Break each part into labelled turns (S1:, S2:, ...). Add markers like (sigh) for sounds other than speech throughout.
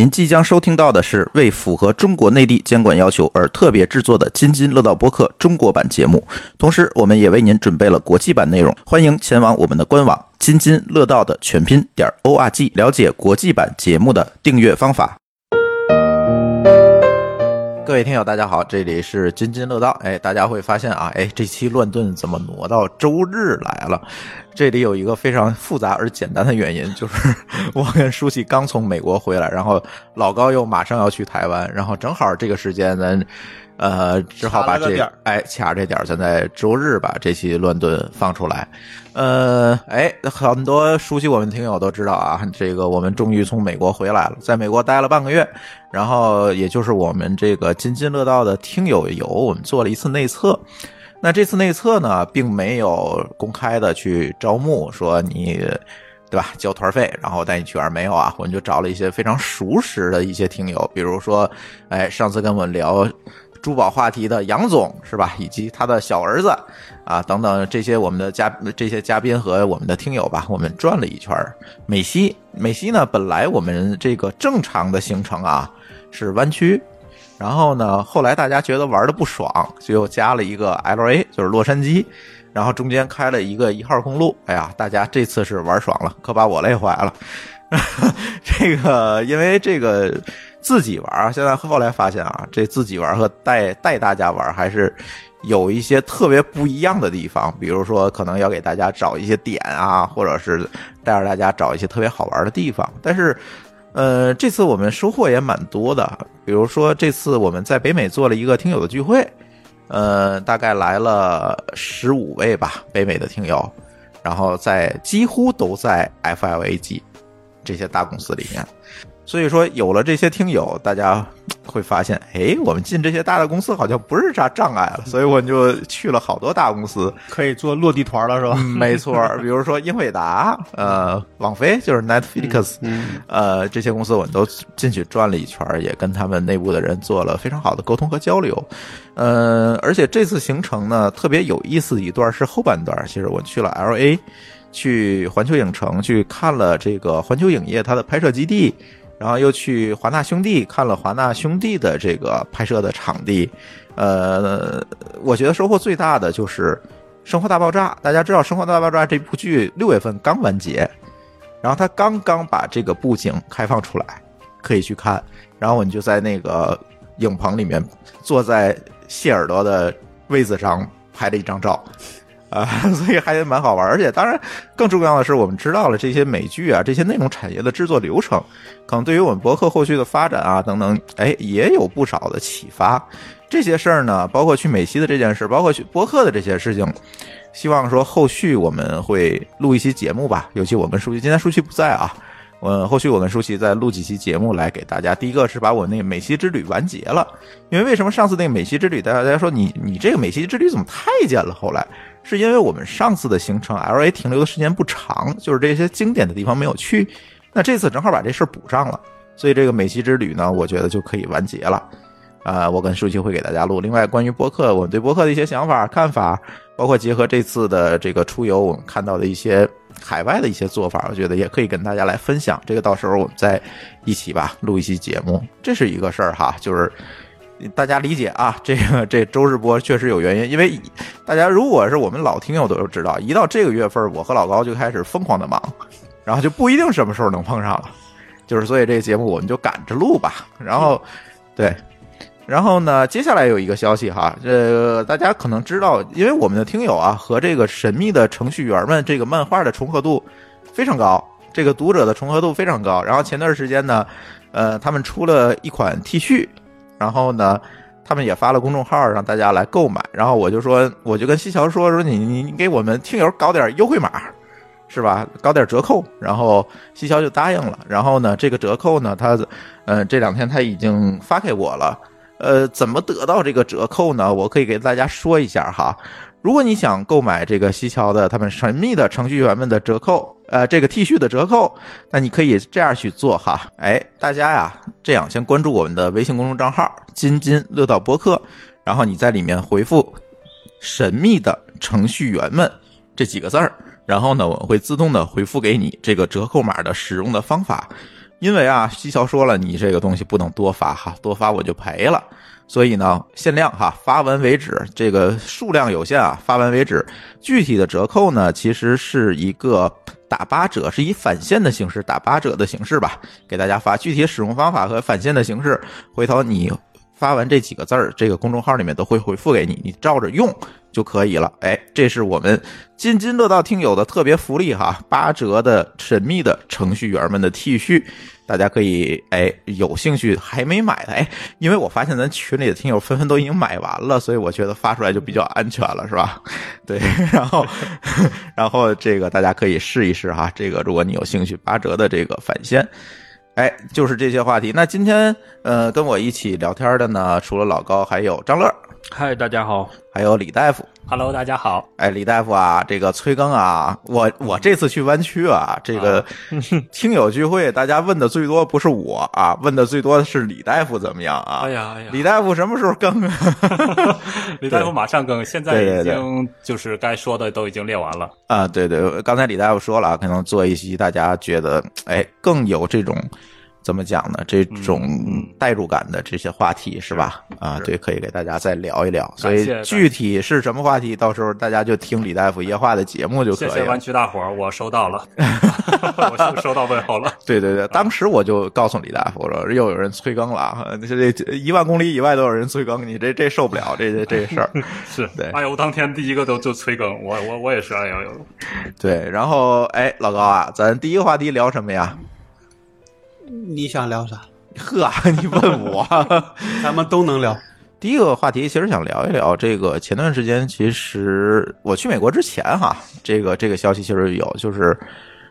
S1: 您即将收听到的是为符合中国内地监管要求而特别制作的《津津乐道》播客中国版节目，同时我们也为您准备了国际版内容，欢迎前往我们的官网津津乐道的全拼点儿 o r g 了解国际版节目的订阅方法。各位听友，大家好，这里是津津乐道。哎，大家会发现啊，哎，这期乱炖怎么挪到周日来了？这里有一个非常复杂而简单的原因，就是我跟舒淇刚从美国回来，然后老高又马上要去台湾，然后正好这个时间咱。呃，只好
S2: 卡
S1: 把
S2: 了个
S1: 这
S2: 点儿
S1: 哎卡着这点儿，咱在周日把这期乱炖放出来。呃，哎，很多熟悉我们听友都知道啊，这个我们终于从美国回来了，在美国待了半个月，然后也就是我们这个津津乐道的听友游，我们做了一次内测。那这次内测呢，并没有公开的去招募，说你对吧交团费，然后带你去玩没有啊？我们就找了一些非常熟识的一些听友，比如说，哎，上次跟我们聊珠宝话题的杨总是吧，以及他的小儿子啊等等这些我们的嘉这些嘉宾和我们的听友吧，我们转了一圈儿。美西，美西呢，本来我们这个正常的行程啊是湾区，然后呢，后来大家觉得玩的不爽，就又加了一个 L A，就是洛杉矶，然后中间开了一个一号公路。哎呀，大家这次是玩爽了，可把我累坏了。 (laughs) 这个因为这个自己玩啊，现在后来发现啊，这自己玩和带带大家玩还是有一些特别不一样的地方，比如说可能要给大家找一些点啊，或者是带着大家找一些特别好玩的地方，但是。呃，这次我们收获也蛮多的，比如说这次我们在北美做了一个听友的聚会，呃，大概来了十五位吧，北美的听友，然后在几乎都在 FLAG 这些大公司里面。所以说，有了这些听友，大家会发现，哎，我们进这些大的公司好像不是啥障碍了。所以我就去了好多大公司，
S2: 可以做落地团了是吧？
S1: 没错儿，比如说英伟达、呃，网飞就是 Netflix，、呃，这些公司我们都进去转了一圈儿，也跟他们内部的人做了非常好的沟通和交流。呃，而且这次行程呢，特别有意思的一段是后半段，其实我去了 L A，去环球影城去看了这个环球影业它的拍摄基地。然后又去华纳兄弟看了华纳兄弟的这个拍摄的场地，呃，我觉得收获最大的就是《生活大爆炸》，大家知道《生活大爆炸》这部剧六月份刚完结，然后他刚刚把这个布景开放出来，可以去看。然后你就在那个影棚里面，坐在谢耳朵的位子上拍了一张照。 (laughs) 啊、所以还蛮好玩，而且当然更重要的是，我们知道了这些美剧啊，这些内容产业的制作流程，可能对于我们博客后续的发展啊等等，哎，也有不少的启发。这些事儿呢，包括去美西的这件事，包括去博客的这些事情，希望说后续我们会录一期节目吧。尤其我跟舒淇，今天舒淇不在啊，嗯，后续我跟舒淇再录几期节目来给大家。第一个是把我那个美西之旅完结了，因为为什么上次那个美西之旅，大家大家说你你这个美西之旅怎么太监了？后来是因为我们上次的行程 L A 停留的时间不长，就是这些经典的地方没有去，那这次正好把这事儿补上了，所以这个美西之旅呢，我觉得就可以完结了。啊、我跟舒淇会给大家录。另外，关于播客，我们对播客的一些想法、看法，包括结合这次的这个出游，我们看到的一些海外的一些做法，我觉得也可以跟大家来分享。这个到时候我们再一起吧，录一期节目，这是一个事儿哈，就是。大家理解啊，这个这周日播确实有原因，因为大家如果是我们老听友都知道，一到这个月份，我和老高就开始疯狂的忙，然后就不一定什么时候能碰上了，就是所以这个节目我们就赶着录吧。然后，对，然后呢，接下来有一个消息哈，呃，大家可能知道，因为我们的听友啊和这个神秘的程序员们这个漫画的重合度非常高，这个读者的重合度非常高。然后前段时间呢，呃，他们出了一款 T 恤，然后呢。他们也发了公众号让大家来购买，然后我就说，我就跟西桥说说你你你给我们听友搞点优惠码，是吧？搞点折扣，然后西桥就答应了。然后呢，这个折扣呢，他呃这两天他已经发给我了。呃，怎么得到这个折扣呢？我可以给大家说一下哈。如果你想购买这个西桥的他们神秘的程序员们的折扣，呃，这个 T 恤的折扣，那你可以这样去做哈。哎，大家呀，这样先关注我们的微信公众账号“津津乐道播客”，然后你在里面回复“神秘的程序员们”这几个字儿，然后呢，我会自动的回复给你这个折扣码的使用的方法。因为啊，西桥说了，你这个东西不能多发哈，多发我就赔了。所以呢，限量哈，发完为止，这个数量有限啊，发完为止。具体的折扣呢，其实是一个打八折，是以返现的形式，打八折的形式吧，给大家发。具体使用方法和返现的形式，回头你发完这几个字儿，这个公众号里面都会回复给你，你照着用就可以了。哎，这是我们津津乐道听友的特别福利哈，八折的神秘的程序员们的 T 恤。大家可以哎有兴趣还没买的哎，因为我发现咱群里的听友纷纷都已经买完了，所以我觉得发出来就比较安全了，是吧？ (laughs) 对，然后 (laughs) 然后这个大家可以试一试哈，这个如果你有兴趣，八折的这个返现。哎，就是这些话题。那今天呃跟我一起聊天的呢，除了老高，还有张乐，
S3: 嗨，大家好
S1: 还有李大夫。
S3: ，Hello，大家好，
S1: 哎，李大夫啊，这个催更啊，我我这次去湾区啊，这个 (laughs) 听友聚会，大家问的最多不是我啊，问的最多的是李大夫怎么样啊？
S3: 哎呀哎呀，
S1: 李大夫什么时候更啊？
S3: 李大夫马上更，现 (laughs) 在
S1: 对对
S3: 已
S1: 对
S3: 经就是该说的都已经列完了，
S1: 啊，对对，刚才李大夫说了啊，可能做一期大家觉得，哎，更有这种怎么讲呢？这
S3: 嗯
S1: 种代入感的这些话题是吧？啊，对，可以给大家再聊一聊。所
S3: 感谢
S1: 以
S3: 感谢
S1: 具体是什么话题，到时候大家就听李大夫夜话的节目就可以
S3: 谢
S1: 了。
S3: 谢湾区大伙儿，我收
S1: (laughs)
S3: 到了，我收收到问候了，
S1: 对对对，当时我就告诉李大夫，我说又有人催更了啊！ (laughs) 这这一万公里以外都有人催更，你这这受不了，这这这事儿。
S3: 是
S1: 对
S3: 哎呦，我当天第一个都就催更，我我我也是，哎呦呦，
S1: 对，然后哎，老高啊，咱第一个话题聊什么呀？ (laughs)
S4: 你想聊啥？
S1: 呵，你问我。 (laughs)
S4: 咱们都能聊。
S1: 第一个话题其实想聊一聊这个，前段时间其实我去美国之前哈，这个这个消息其实有，就是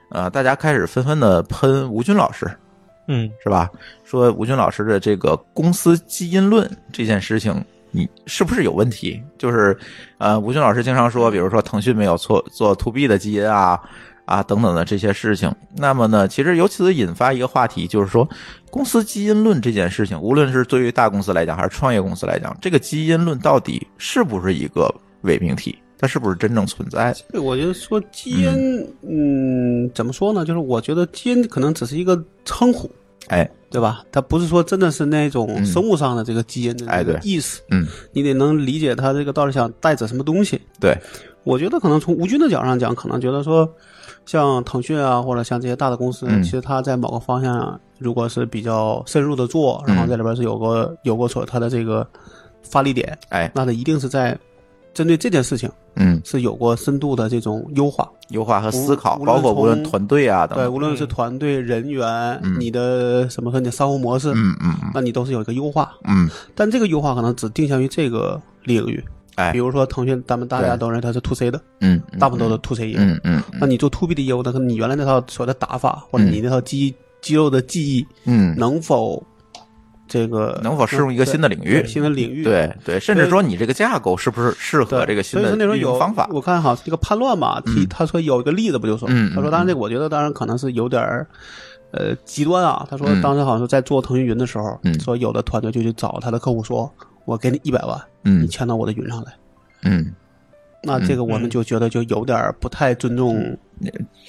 S1: 呃，大家开始纷纷的喷吴军老师，
S4: 嗯，
S1: 是吧？说吴军老师的这个公司基因论这件事情，你是不是有问题？就是，呃，吴军老师经常说，比如说腾讯没有做做 to B 的基因啊啊等等的这些事情。那么呢，其实由此引发一个话题，就是说公司基因论这件事情，无论是对于大公司来讲，还是创业公司来讲，这个基因论到底是不是一个伪命题？它是不是真正存在？
S4: 对，我觉得说基因，嗯怎么说呢？就是我觉得基因可能只是一个称呼，
S1: 哎，
S4: 对吧？它不是说真的是那种
S1: 嗯
S4: 生物上的这个基因的
S1: 哎
S4: 那个
S1: 对
S4: 意思，
S1: 嗯，
S4: 你得能理解它这个到底想带着什么东西。
S1: 对，
S4: 我觉得可能从吴军的角上讲，可能觉得说，像腾讯啊，或者像这些大的公司，
S1: 嗯
S4: 其实它在某个方向啊如果是比较深入的做，然后
S1: 嗯
S4: 在里边是有个、有过所它的这个发力点，
S1: 哎，
S4: 那它一定是在针对这件事情
S1: 嗯，
S4: 是有过深度的这种优化。
S1: 优化和思考，
S4: 无无
S1: 包
S4: 论
S1: 括无论
S4: 从
S1: 团队啊等
S4: 对，
S1: 等，
S4: 无论是团队人员，
S1: 嗯
S4: 你的什么说你的商务模式，
S1: 嗯嗯嗯
S4: 那你都是有一个优化。
S1: 嗯，
S4: 但这个优化可能只定向于这个领域，
S1: 哎
S4: 比，如说腾讯，咱们大家
S1: 对
S4: 都认为它是 to C 的，
S1: 嗯，
S4: 大部分都
S1: 嗯
S4: 是 to C 业务。
S1: 嗯嗯
S4: 那你做 to B 的业务呢，可能你原来那套所谓的打法，或者
S1: 嗯
S4: 你那套肌肌肉的记忆，
S1: 嗯，
S4: 能否这个
S1: 能否适用一个新的领域
S4: 对新的领域？
S1: 对对，甚至说你这个架构是不是适
S4: 对。
S1: 合这个新
S4: 所以
S1: 的
S4: 说那时候
S1: 运
S4: 有
S1: 营方法？
S4: 我看好这个叛乱嘛，提他说有一个例子不就说，
S1: 嗯
S4: 他说
S1: 嗯
S4: 当然这个我觉得当然可能是有点儿，呃极端啊。他说
S1: 嗯
S4: 当时好像是在做腾讯云的时候，
S1: 嗯
S4: 说有的团队就去找他的客户说，我给你一百万，你
S1: 嗯
S4: 签到我的云上来。
S1: 嗯，嗯
S4: 那这个我们就觉得就有点儿不太尊重，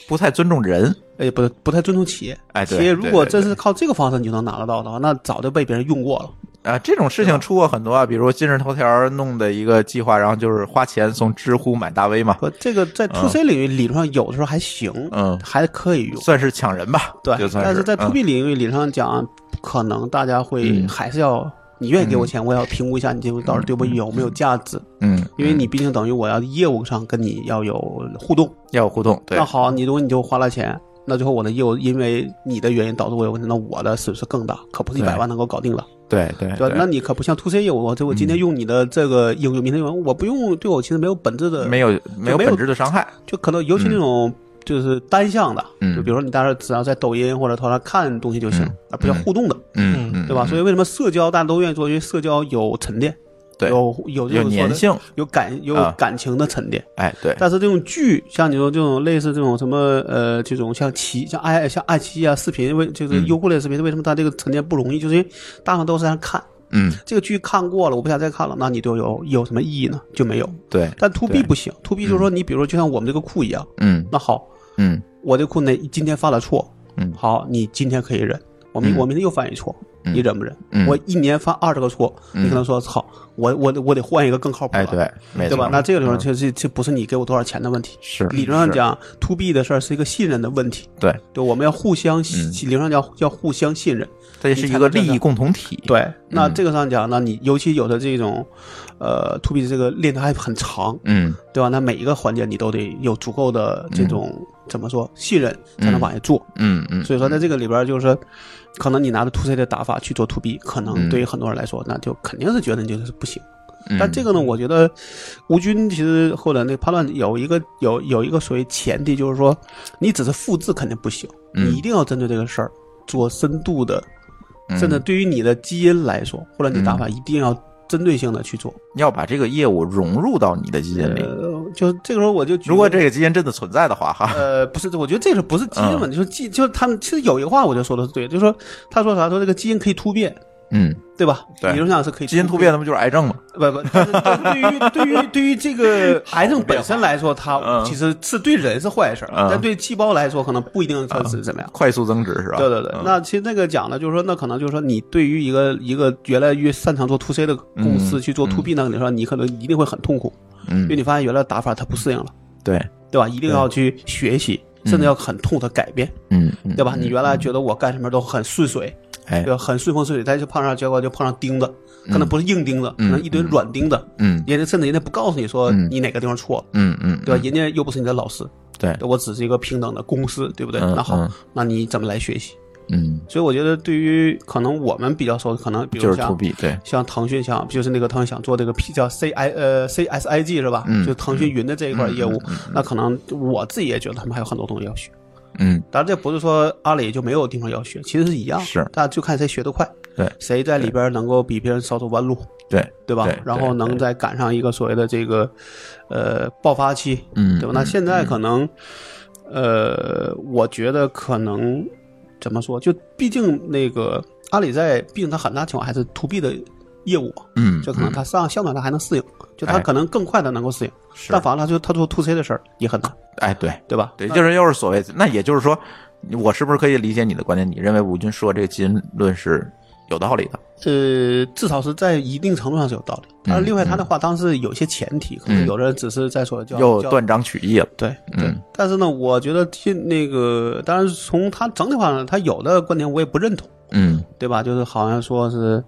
S1: 不太尊重人。
S4: 哎，不不太尊重企业。
S1: 哎，
S4: 企
S1: 对，
S4: 业如果
S1: 对对
S4: 真是靠这个方式你就能拿得到的话，那早就被别人用过了。
S1: 啊，这种事情出过很多啊，比如今日头条弄的一个计划，然后就是花钱从知乎买大 V 嘛，
S4: 不，这个在 to C 领域理论上有的时候还行，
S1: 嗯
S4: 还可以用。
S1: 算是抢人吧，
S4: 对
S1: 就，算
S4: 但是在 to
S1: 嗯
S4: B 领域理论上讲，可能大家会
S1: 嗯
S4: 还是要，你愿意给我钱，我也要评估一下你这个到底对我有没有价值，
S1: 嗯，
S4: 因为你毕竟等于我要业务上跟你要有互动。
S1: 嗯要有互动，对
S4: 那，好，你如果你就花了钱，那最后我的业务因为你的原因导致我有问题，那我的损失更大，可不是一
S1: 对
S4: 百万能够搞定的，
S1: 对哎对嗯
S4: 对吧？那你可不像 to C 业务，我这我今天用你的这个应用，明天用，我不用，对我其实没有本质的，
S1: 没有没有
S4: 没有
S1: 本质的伤害，
S4: 就可能尤其那种就是单向的，
S1: 嗯
S4: 就比如说你大家只要在抖音或者头上看东西就行，
S1: 嗯
S4: 而不叫互动的，
S1: 嗯嗯，
S4: 对吧？
S1: 嗯
S4: 所以为什么社交大家都愿意做？因为社交有沉淀，
S1: 对
S4: 有有这
S1: 有
S4: 种说
S1: 粘
S4: 的
S1: 性，
S4: 有感有
S1: 啊
S4: 感情的沉淀。
S1: 哎，对，
S4: 但是这种剧，像你说这种类似这种什么呃，这种像奇像爱像爱奇艺啊视频为就是
S1: 嗯
S4: 优酷类视频，为什么它这个沉淀不容易？就是因为大家都是在那看。
S1: 嗯，
S4: 这个剧看过了，我不想再看了，那你对我有有什么意义呢？就没有。
S1: 对，
S4: 但 to B
S1: 对
S4: 不行，to B 就是说你比如说就像我们这个库一样，
S1: 嗯
S4: 那好，
S1: 嗯
S4: 我这困难今天犯了错，
S1: 嗯
S4: 好，你今天可以忍，我明
S1: 嗯
S4: 我明天又犯一错，
S1: 嗯
S4: 你忍不忍？
S1: 嗯
S4: 我一年犯二十个错，
S1: 嗯
S4: 你可能说操，我我得我得换一个更靠谱
S1: 哎，
S4: 的，
S1: 对，没错
S4: 对吧？那这个时候
S1: 嗯
S4: 这这这不是你给我多少钱的问题，
S1: 是
S4: 理论上
S1: 是
S4: 讲，to B 的事儿是一个信任的问题，
S1: 对，
S4: 对，我们要互相
S1: 嗯
S4: 信，理论上叫要互相信任。
S1: 这也是一个利益共同体。
S4: 对，那
S1: 嗯
S4: 这个上讲呢，你尤其有的这种，呃，to B 这个链条还很长，
S1: 嗯，
S4: 对吧？那每一个环节你都得有足够的这种、怎么说信任，才能往下做。
S1: 嗯嗯
S4: 所以说，在这个里边儿就是，可能你拿着 to C 的打法去做 to B，可能对于很多人来说，那就肯定是觉得你这个是不行。
S1: 嗯，
S4: 但这个呢，我觉得吴军其实或者那判断有一个有有一个所谓前提，就是说你只是复制肯定不行，
S1: 嗯
S4: 你一定要针对这个事儿做深度的，
S1: 嗯
S4: 甚至对于你的基因来说，或者你打法一定要针对性的去做。
S1: 你要把这个业务融入到你的基因里。
S4: 呃，就这个时候我就举
S1: 嗯如果
S4: 个
S1: 这个基因真的存在的话，哈，
S4: 呃，不是，我觉得这个不是基因问
S1: 嗯
S4: 题，就是基，就是他们其实有一个话，我觉得说的是对，就是说他说啥，说这个基因可以突变，
S1: 嗯，
S4: 对吧？
S1: 对
S4: 理论上是可以
S1: 基因突变，那不就是癌症吗？
S4: 不不，但是但是对于对于对于
S1: (laughs)
S4: 这个癌症本身来说，它
S1: 嗯
S4: 其实是对人是坏事儿，
S1: 嗯
S4: 但对细胞来说，可能不一定它是怎么样。
S1: 快速增值是吧？
S4: 对对对，
S1: 嗯
S4: 那其实那个讲的就是说，那可能就是说，你对于一个一个原来越擅长做 to C 的公司
S1: 嗯
S4: 去做 to B 那个，你说你可能一定会很痛苦，因为
S1: 嗯，
S4: 你发现原来的打法它不适应了，
S1: 对，
S4: 对吧？一定要去学习，甚至要很痛的改变。
S1: 嗯，
S4: 对吧？你原来觉得我干什么都很顺水，
S1: 哎
S4: 对，吧，很顺风顺水，但是碰上结果就碰上钉子，可能不是硬钉子，可
S1: 嗯
S4: 能一堆软钉子，
S1: 嗯
S4: 人家甚至人家不告诉你说
S1: 嗯
S4: 你哪个地方错了，
S1: 嗯嗯，
S4: 对吧？人家又不是你的老师，
S1: 对，
S4: 我只是一个平等的公司，对不对？
S1: 嗯
S4: 那好
S1: 嗯，
S4: 那你怎么来学习？
S1: 嗯，
S4: 所以我觉得，对于可能我们比较熟的，可能比
S1: 就
S4: 如
S1: 是 to
S4: 像
S1: B，对，
S4: 像腾讯想就是那个腾讯想做这个 P 叫 C I 呃 C S I G 是吧？
S1: 嗯
S4: 就腾讯云的这一块业务
S1: 嗯嗯，
S4: 那可能我自己也觉得他们还有很多东西要学。
S1: 嗯
S4: 当然，这不是说阿里就没有地方要学，其实是一样，
S1: 是
S4: 大家就看谁学得快，
S1: 对
S4: 谁在里边能够比别人少走弯路，
S1: 对，
S4: 对吧？
S1: 对
S4: 然后能再赶上一个所谓的这个呃爆发期，
S1: 嗯
S4: 对吧？那现在可能，呃，我觉得可能怎么说，就毕竟那个阿里在，毕竟它很大情况还是 to B 的业务嘛，
S1: 嗯，
S4: 就可能它上相对它还能适应，就它
S1: 哎
S4: 可能更快的能够适应，
S1: 是
S4: 但，反而它就它做 to C 的事儿也很难，
S1: 哎，对，
S4: 对吧？
S1: 对，就是又是所谓，那也就是说，我是不是可以理解你的观点？你认为吴军说这个基因论是有道理的？
S4: 呃，至少是在一定程度上是有
S1: 嗯
S4: 道理。但是另外，他的话当然是有些前提，可能有的人只是在说叫
S1: 又嗯
S4: 叫
S1: 断章取义了，
S4: 对对
S1: 嗯。
S4: 但是呢，我觉得听那个，当然从他整体上，他有的观点我也不认同，
S1: 嗯，
S4: 对吧？就是好像说是，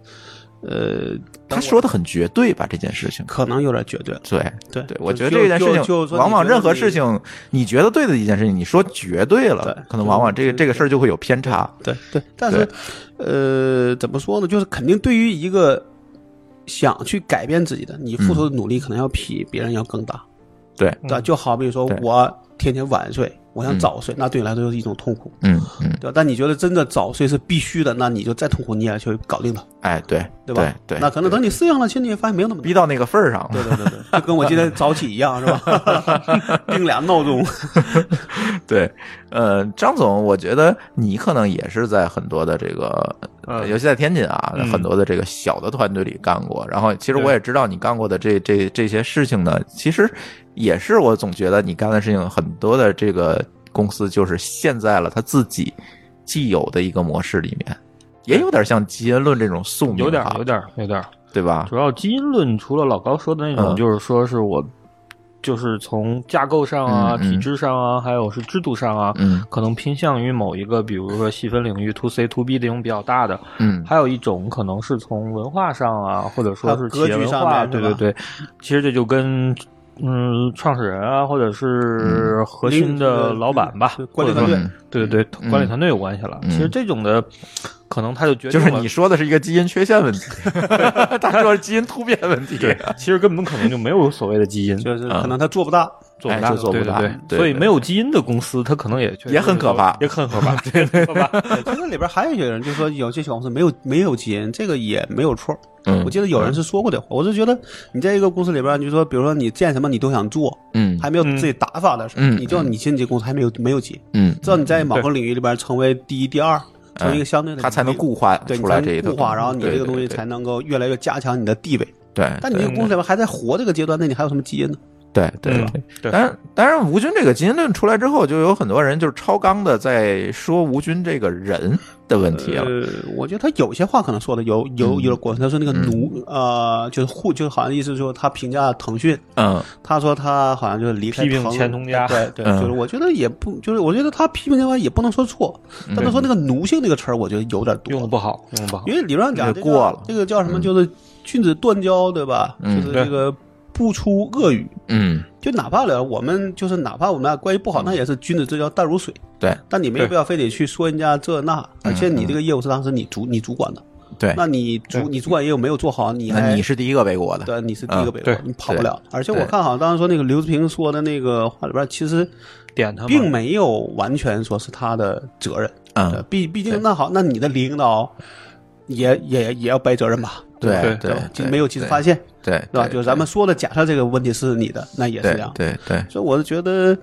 S4: 呃，
S1: 他说的很绝对吧？这件事情，
S4: 可能有点绝对。
S1: 对
S4: 对
S1: 对，我觉得
S4: 就
S1: 这件事
S4: 就就就
S1: 情，
S4: 说
S1: 往往
S4: 你觉得
S1: 任何
S4: 你
S1: 事情，你觉得对的一件事情，你说绝对了
S4: 对，
S1: 可能往往这个这个事儿就会有偏差。
S4: 对对，但是，呃，怎么说呢？就是肯定对于一个想去改变自己的，你
S1: 嗯
S4: 付出的努力可能要比别人要更大。
S1: 对，
S4: 对吧，就好比说
S1: 嗯对
S4: 我天天晚睡，我想早睡，那对你来说就是一种痛苦，
S1: 嗯嗯，
S4: 对吧？但你觉得真的早睡是必须的，那你就再痛苦你也去搞定它，
S1: 哎，对
S4: 对吧？
S1: 对，
S4: 那可能等你适应了，其实你也发现没有那么难
S1: 逼到那个份儿上
S4: 对
S1: 了。
S4: 对对对，就跟我今天早起一样，是吧？
S1: (laughs)
S4: 定俩闹钟，
S1: 对，呃，张总，我觉得你可能也是在很多的这个，呃
S2: 嗯
S1: 尤其在天津啊，
S2: 嗯
S1: 很多的这个小的团队里干过。然后，其实
S2: 对
S1: 我也知道你干过的这这这些事情呢，其实也是我总觉得你干的事情很多的这个公司就是陷在了他自己既有的一个模式里面，也有点像基因论这种宿命哈，
S5: 有点儿，有点儿，有点儿。
S1: 对吧？
S5: 主要基因论除了老高说的那种，
S1: 啊嗯
S5: 就是说是我，就是从架构上啊、
S1: 嗯嗯
S5: 体制上啊，还有是制度上啊，
S1: 嗯
S5: 可能偏向于某一个，比如说细分领域 to C to B 这种比较大的。
S1: 嗯
S5: 还有一种可能是从文化上啊，或者说
S4: 还有
S5: 是
S4: 格
S5: 企业
S4: 局
S5: 文
S4: 上
S5: 化，
S4: 面
S5: 对
S4: 是
S5: 对
S4: 吧
S5: 对。其实这就跟嗯创始人啊，或者是核心的老板吧，
S4: 管理
S5: 或
S4: 团
S5: 者说
S4: 队，
S5: 对对对，
S1: 嗯
S5: 管理团队有关系了。
S1: 嗯
S5: 其实这种的，可能他就决定
S1: 就是
S5: 了
S1: 你说的是一个基因缺陷问
S5: (laughs)
S1: 题，他说是基因突变问题。
S5: 对， (laughs) 其实根本可能就没有所谓的基因，
S4: 就是可能他做不大，
S5: 做不大，
S1: 啊哎就做不
S5: 对对
S1: 大
S5: 对
S1: 对
S5: 所以
S1: 对
S5: 没有基因的公司，它可能也确实
S1: 也很可怕
S5: 也很可怕， (laughs) 对对吧？
S4: 对其实里边还有一些人就说有些小公司没有没有基因，这个也没有错。
S1: 嗯
S4: 我记得有人是说过这话，我就觉得你在一个公司里边，你就说比如说你见什么你都想做，
S1: 嗯
S4: 还没有自己打法的时候，
S1: 嗯
S4: 你就你进这公司还没有没有基因。
S1: 嗯，
S4: 知道你在某个领域里边成为第一、第二，成为一个相对的领域，
S1: 它哎才能固化
S4: 对，你
S1: 出
S4: 才
S1: 来这
S4: 能
S1: 一套
S4: 固化，然后你这个东西
S1: 对哎
S4: 才能够越来越加强你的地位。
S1: 对。对
S4: 但你这个公司里边还在活这个阶段，那你还有什么基因呢？
S1: 对对吧？
S4: 嗯
S5: 对
S1: 当然，当然，吴军这个基因论出来之后，就有很多人就是超纲的在说吴军这个人的问题了。
S4: 呃，我觉得他有些话可能说的有有
S1: 嗯
S4: 有点过分。他说那个奴，呃，就是互，就是好像意思说他评价腾讯，
S1: 嗯
S4: 他说他好像就是离开
S5: 批评
S4: 腾
S5: 前东家
S4: 对对，
S1: 嗯
S4: 就是我觉得也不，就是我觉得他批评前东家也不能说错，
S1: 嗯
S4: 但他说那个奴性这个词儿，我觉得有点多
S5: 用的不好，用的不好。
S4: 因为理论上讲，
S1: 有点过了
S4: 这个叫什么？就是君子断交，对吧？
S1: 嗯
S4: 就是这个不出恶语。
S1: 嗯，
S4: 就哪怕了，我们就是哪怕我们俩关系不好，那也是君子之交淡如水。
S1: 对嗯
S4: 但你没有必要非得去说人家这那，而且你这个业务是当时你主你主管的，
S1: 对。
S4: 那你主你主管业务没有做好，你
S1: 那
S4: 还
S1: 你是第一个背锅的，
S4: 对你是第一个
S1: 嗯
S4: 被窝
S5: 对，
S4: 你跑不了。而且我看好像当时说那个刘志平说的那个话里边，其实
S5: 点他嘛
S4: 并没有完全说是他的责任。呃
S1: 嗯，
S4: 毕毕竟那好，那你的领导也也也要背责任吧？
S1: 对
S4: 吧
S5: 对
S1: 对
S4: 吧
S1: 对
S4: 就没有及时发现，
S1: 对，
S4: 对吧？
S1: 对
S4: 就是咱们说的，假设这个问题是你的，那也是
S1: 对
S4: 这样。
S1: 对对，
S4: 所以我是觉得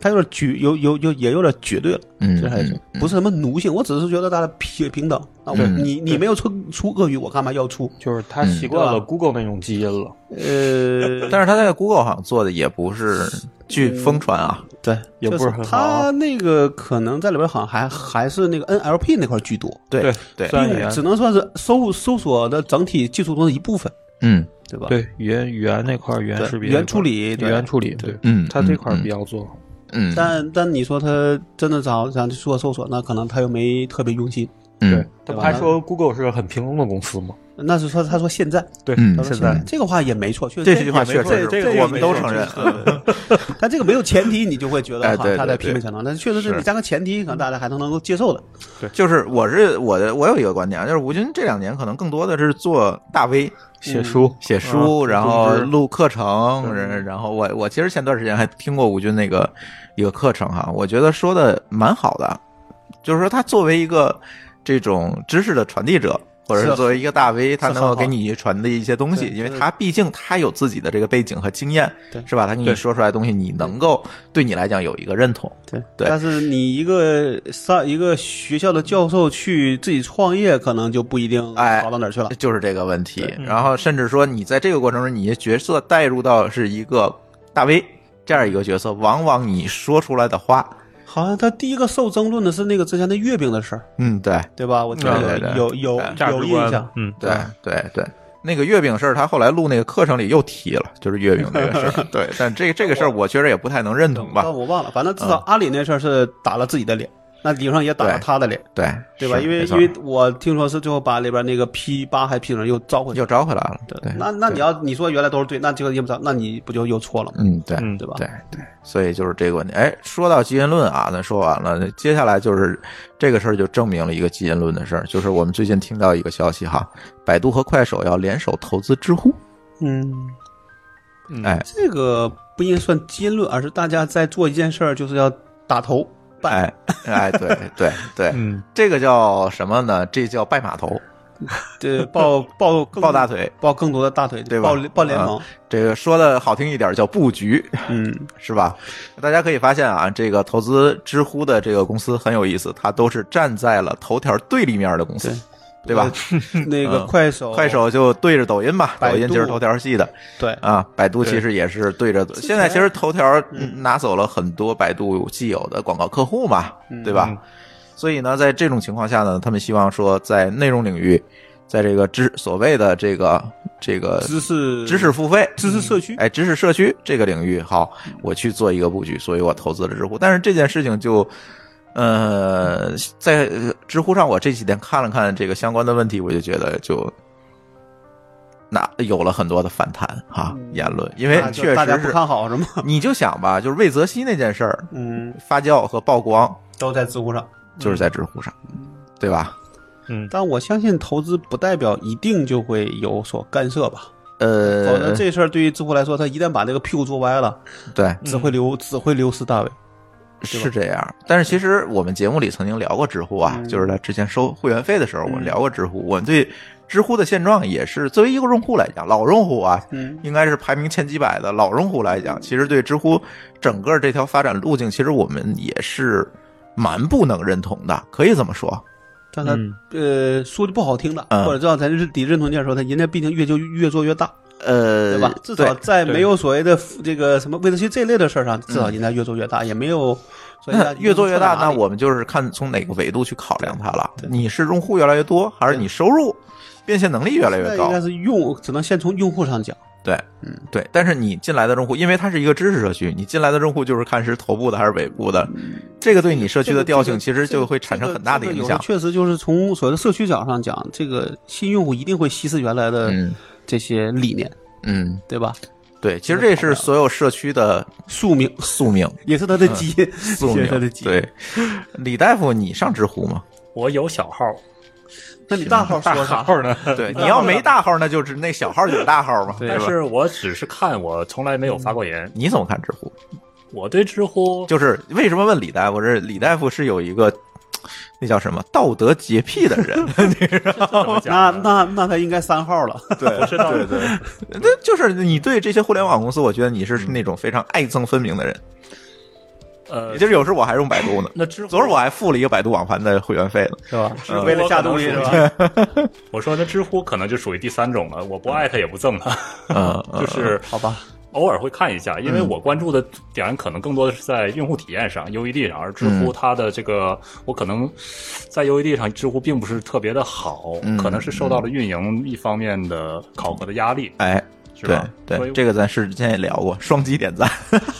S4: 他有点绝，有有有也有点绝对了。
S1: 嗯
S4: 这还是
S1: 嗯嗯
S4: 不是什么奴性？我只是觉得大家平平等啊，我
S1: 嗯
S4: 你你没有出出恶语，我干嘛要出？
S5: (laughs) 就是他习惯
S4: 嗯
S5: 了
S4: 对吧
S5: Google 那种基因了，
S4: 呃，
S1: 嗯但是他在 Google 好像做的也不是，
S4: 嗯
S1: 据疯传啊，
S4: 对，
S5: 也
S4: 就
S5: 不是很好啊
S4: 他那个可能在里边好像还还是那个 NLP 那块居多，
S1: 对
S5: 对
S1: 对，
S5: 虽然
S4: 并只能算是搜搜索的整体技术中的一部分，
S1: 嗯
S4: 对吧？
S5: 对语言语言那块儿语言
S4: 对
S5: 识别
S4: 语言
S5: 那块儿
S4: 处理
S5: 语
S4: 对
S5: 言处理，对，
S1: 嗯
S5: 他这块儿
S1: 嗯
S5: 比较做好。
S1: 嗯，
S4: 但但你说他真的找想去做搜索，那可能他又没特别用心。
S5: 对
S1: 嗯，
S5: 他
S4: 对吧
S5: 不还说 Google 是个很平庸的公司吗？
S4: 那是说他说现在，
S5: 对
S1: 嗯
S4: 他说现在这个话也没错，确实
S1: 这句话
S4: 也没
S1: 确
S4: 错
S1: 实，
S4: 这
S1: 这个我们都承认，嗯 (laughs)
S4: (laughs) 但这个没有前提，你就会觉
S1: 哎对
S4: 得好像他在
S1: 对对
S4: 批评强强，但确实是
S1: 是
S4: 你加个前提，可能大家还能能够接受的。
S1: 就是我是我的我有一个观点啊，就是吴军这两年可能更多的是做大 V，
S5: 写书，
S4: 啊
S1: 写书，
S5: 嗯
S1: 然后
S5: 组织
S1: 录课程，然然后我我其实前段时间还听过吴军那个一个课程哈，我觉得说的蛮好的，就是说他作为一个这种知识的传递者。或者是
S4: 是
S1: 作为一个大 V，他
S4: 是
S1: 能够
S4: 很好
S1: 给你传递一些东西，
S4: 对
S1: 因为
S4: 就是
S1: 他毕竟他有自己的这个背景和经验
S4: 对，
S1: 是吧？他给你
S5: 对
S1: 说出来的东西，你能够对你来讲有一个认同，
S4: 对
S1: 对
S4: 但是你一个上一个学校的教授去自己创业，可能就不一定
S1: 哎
S4: 好到哪儿去了。
S1: 就是这个问题。
S5: 嗯
S1: 然后甚至说，你在这个过程中，你的角色带入到是一个大 V 这样一个角色，往往你说出来的话，
S4: 好像他第一个受争论的是那个之前的月饼的事儿，
S1: 嗯，对，
S4: 对吧？我记
S1: 对
S4: 得
S1: 对对哎
S4: 有有
S5: 价
S4: 有有
S5: 值
S4: 印
S5: 观
S4: 象，。
S5: 嗯，
S1: 对对对，那个月饼事儿，他后来录那个课程里又提了，就是月饼这个事
S4: (laughs)
S1: 儿。对，但这个这个事儿，我确实也不太能认同吧嗯
S4: 但。我忘了，反正至少阿里那事儿是打了自己的脸，那李上也打了
S1: 对
S4: 他的脸，
S1: 对
S4: 对吧？
S1: 是
S4: 因为
S1: 没
S4: 因
S1: 错
S4: 为我听说是最后把里边那个 P 八还 P 人又招回去
S1: 又
S4: 了。
S1: 招回来了，对，
S4: 那那你要你说原来都是对，那这个也不招，那你不就又错了吗？
S1: 嗯，对，
S5: 嗯
S4: 对吧？
S1: 对对，所以就是这个问题。哎，说到基因论啊，那说完了，那接下来就是这个事儿就证明了一个基因论的事儿，就是我们最近听到一个消息哈，百度和快手要联手投资知乎。
S4: 嗯，
S5: 嗯
S1: 哎
S4: 这个不应该算基因论，而是大家在做一件事儿，就是要打头。拜
S1: 哎哎，对对对，
S5: 嗯，
S1: 这个叫什么呢？这叫拜码头、
S4: 对，
S1: (laughs)
S4: 抱抱更
S1: 抱大腿。
S4: 抱更多的大腿，
S1: 对吧啊
S4: 抱抱
S1: (laughs)
S4: 联盟，
S1: 这个说的好听一点叫布局，
S4: 嗯，
S1: 是吧？大家可以发现啊，这个投资知乎的这个公司很有意思，它都是站在了头条对立面的公司，对吧？
S4: 那
S1: 嗯
S4: 个快手，
S1: 快手就对着抖音吧，
S4: 百
S1: 抖
S4: 度
S1: 音就是头条系的
S4: 对，
S1: 啊。百度其实也是对着，现在其实头条
S4: 嗯
S1: 嗯拿走了很多百度既有的广告客户嘛，
S4: 嗯
S1: 对吧？所以呢，在这种情况下呢，他们希望说在内容领域，在这个知所谓的这个这个
S4: 知识
S1: 知识付费。
S4: 知识社区，
S1: 哎，知识社区这个领域，好，我去做一个布局，所以我投资了知乎。但是这件事情就，呃，在呃知乎上，我这几天看了看这个相关的问题，我就觉得就那有了很多的反弹哈、言论，因为
S4: 大家
S1: 哎确
S4: 啊大家
S1: 实
S4: 不
S1: 是，
S4: 看好是
S1: (laughs)
S4: 吗？
S1: 你就想吧，就是魏则西那件事儿
S4: 嗯，
S1: 发酵和曝光，
S4: 都在知乎上，
S1: 就是在知乎上，对吧？
S4: 但我相信投资不代表一定就会有所干涉吧，否则
S1: 呃，
S4: 这事儿对于知乎来说，他一旦把这个屁股坐歪了，
S1: 对，
S4: 只会流只会流失大位。
S1: 是这样，但是其实我们节目里曾经聊过知乎啊，就是在之前收会员费的时候，我们聊过知乎。我们对知乎的现状也是，作为一个用户来讲，老用户啊，
S4: 嗯
S1: 应该是排名前几百的老用户来讲，其实对知乎整个这条发展路径，其实我们也是蛮不能认同的，可以这么说。
S4: 但他、
S5: 嗯
S4: 呃说句不好听的，
S1: 嗯
S4: 或者让咱得认同一件事，他人家毕竟越就越做越大，
S1: 呃，
S4: 对吧？至少
S1: 对
S4: 在没有所谓的这个什么魏德西这类的事儿上，至少应该越做越大，也没有说
S1: 那嗯 (laughs) 越做越大，那
S4: 那
S1: 我们就是看从哪个维度去考量它了。你是用户越来越多，还是你收入变现能力越来越
S4: 应
S1: 高
S4: 该？是用，只能先从用户上讲。
S1: 对，
S4: 嗯，
S1: 对。但是你进来的用户，因为它是一个知识社区，你进来的用户就是看是头部的还是尾部的，
S4: 嗯
S1: 这个对你社区的调性其实就会产生很大的影
S4: 这个这个有
S1: 响
S4: 的。确实，就是从所谓的社区角上讲，这个新用户一定会稀释原来的
S1: 嗯
S4: 这些理念，
S1: 嗯，
S4: 对吧？
S1: 对，其实这是所有社区的
S4: 宿命
S1: 宿命，
S4: 也是他的基因，
S1: 宿
S4: 也是他的
S1: 命。
S4: 基因。 (laughs)
S1: 对，李大夫，你上知乎吗？
S3: 我有小号，
S4: 那你大
S1: (laughs)
S4: 号说啥？
S5: 号呢？
S1: 对，你要没大号，那就是那小号就是大号嘛，对
S4: 对
S3: 但
S1: 吧？嗯
S3: 是我只是看，我从来没有发过言。
S1: 你怎么看知乎？
S3: 我对
S1: (laughs)
S3: 知乎
S1: 就是为什么问李大夫？是李大夫是有一个那叫什么道德洁癖的人，
S3: 怎么讲
S4: 那
S3: 呢
S4: 那那他应该三号了，
S1: 对，
S3: 知道
S1: 对对，那就是你对这些互联网公司，我觉得你是那种非常爱憎分明的人。
S3: 呃
S1: 也，就是有时候我还用百度呢，
S3: 那知乎呃
S1: 昨儿我还付了一个百度网盘的会员费呢。
S4: 是吧？
S3: 知乎
S4: 为了下
S3: 可能
S4: 东西
S3: 属
S4: 是
S3: 于
S4: 吧？
S3: (laughs) 我说那知乎可能就属于第三种了，我不爱他也不憎他，
S1: 嗯，嗯
S3: 就是
S4: 好吧，
S3: 呃偶尔会看一下，因为我关注的点可能更多的是在用户体验上，UED 上，而知乎它的这个，我可能在 UED 上，知乎并不是特别的好，
S1: 嗯
S3: 可能是受到了运营一方面的考核的压力，
S1: 哎，
S3: 是
S1: 对
S3: 吧？所
S1: 对，
S3: 以
S1: 这个咱是之前也聊过，双击点赞。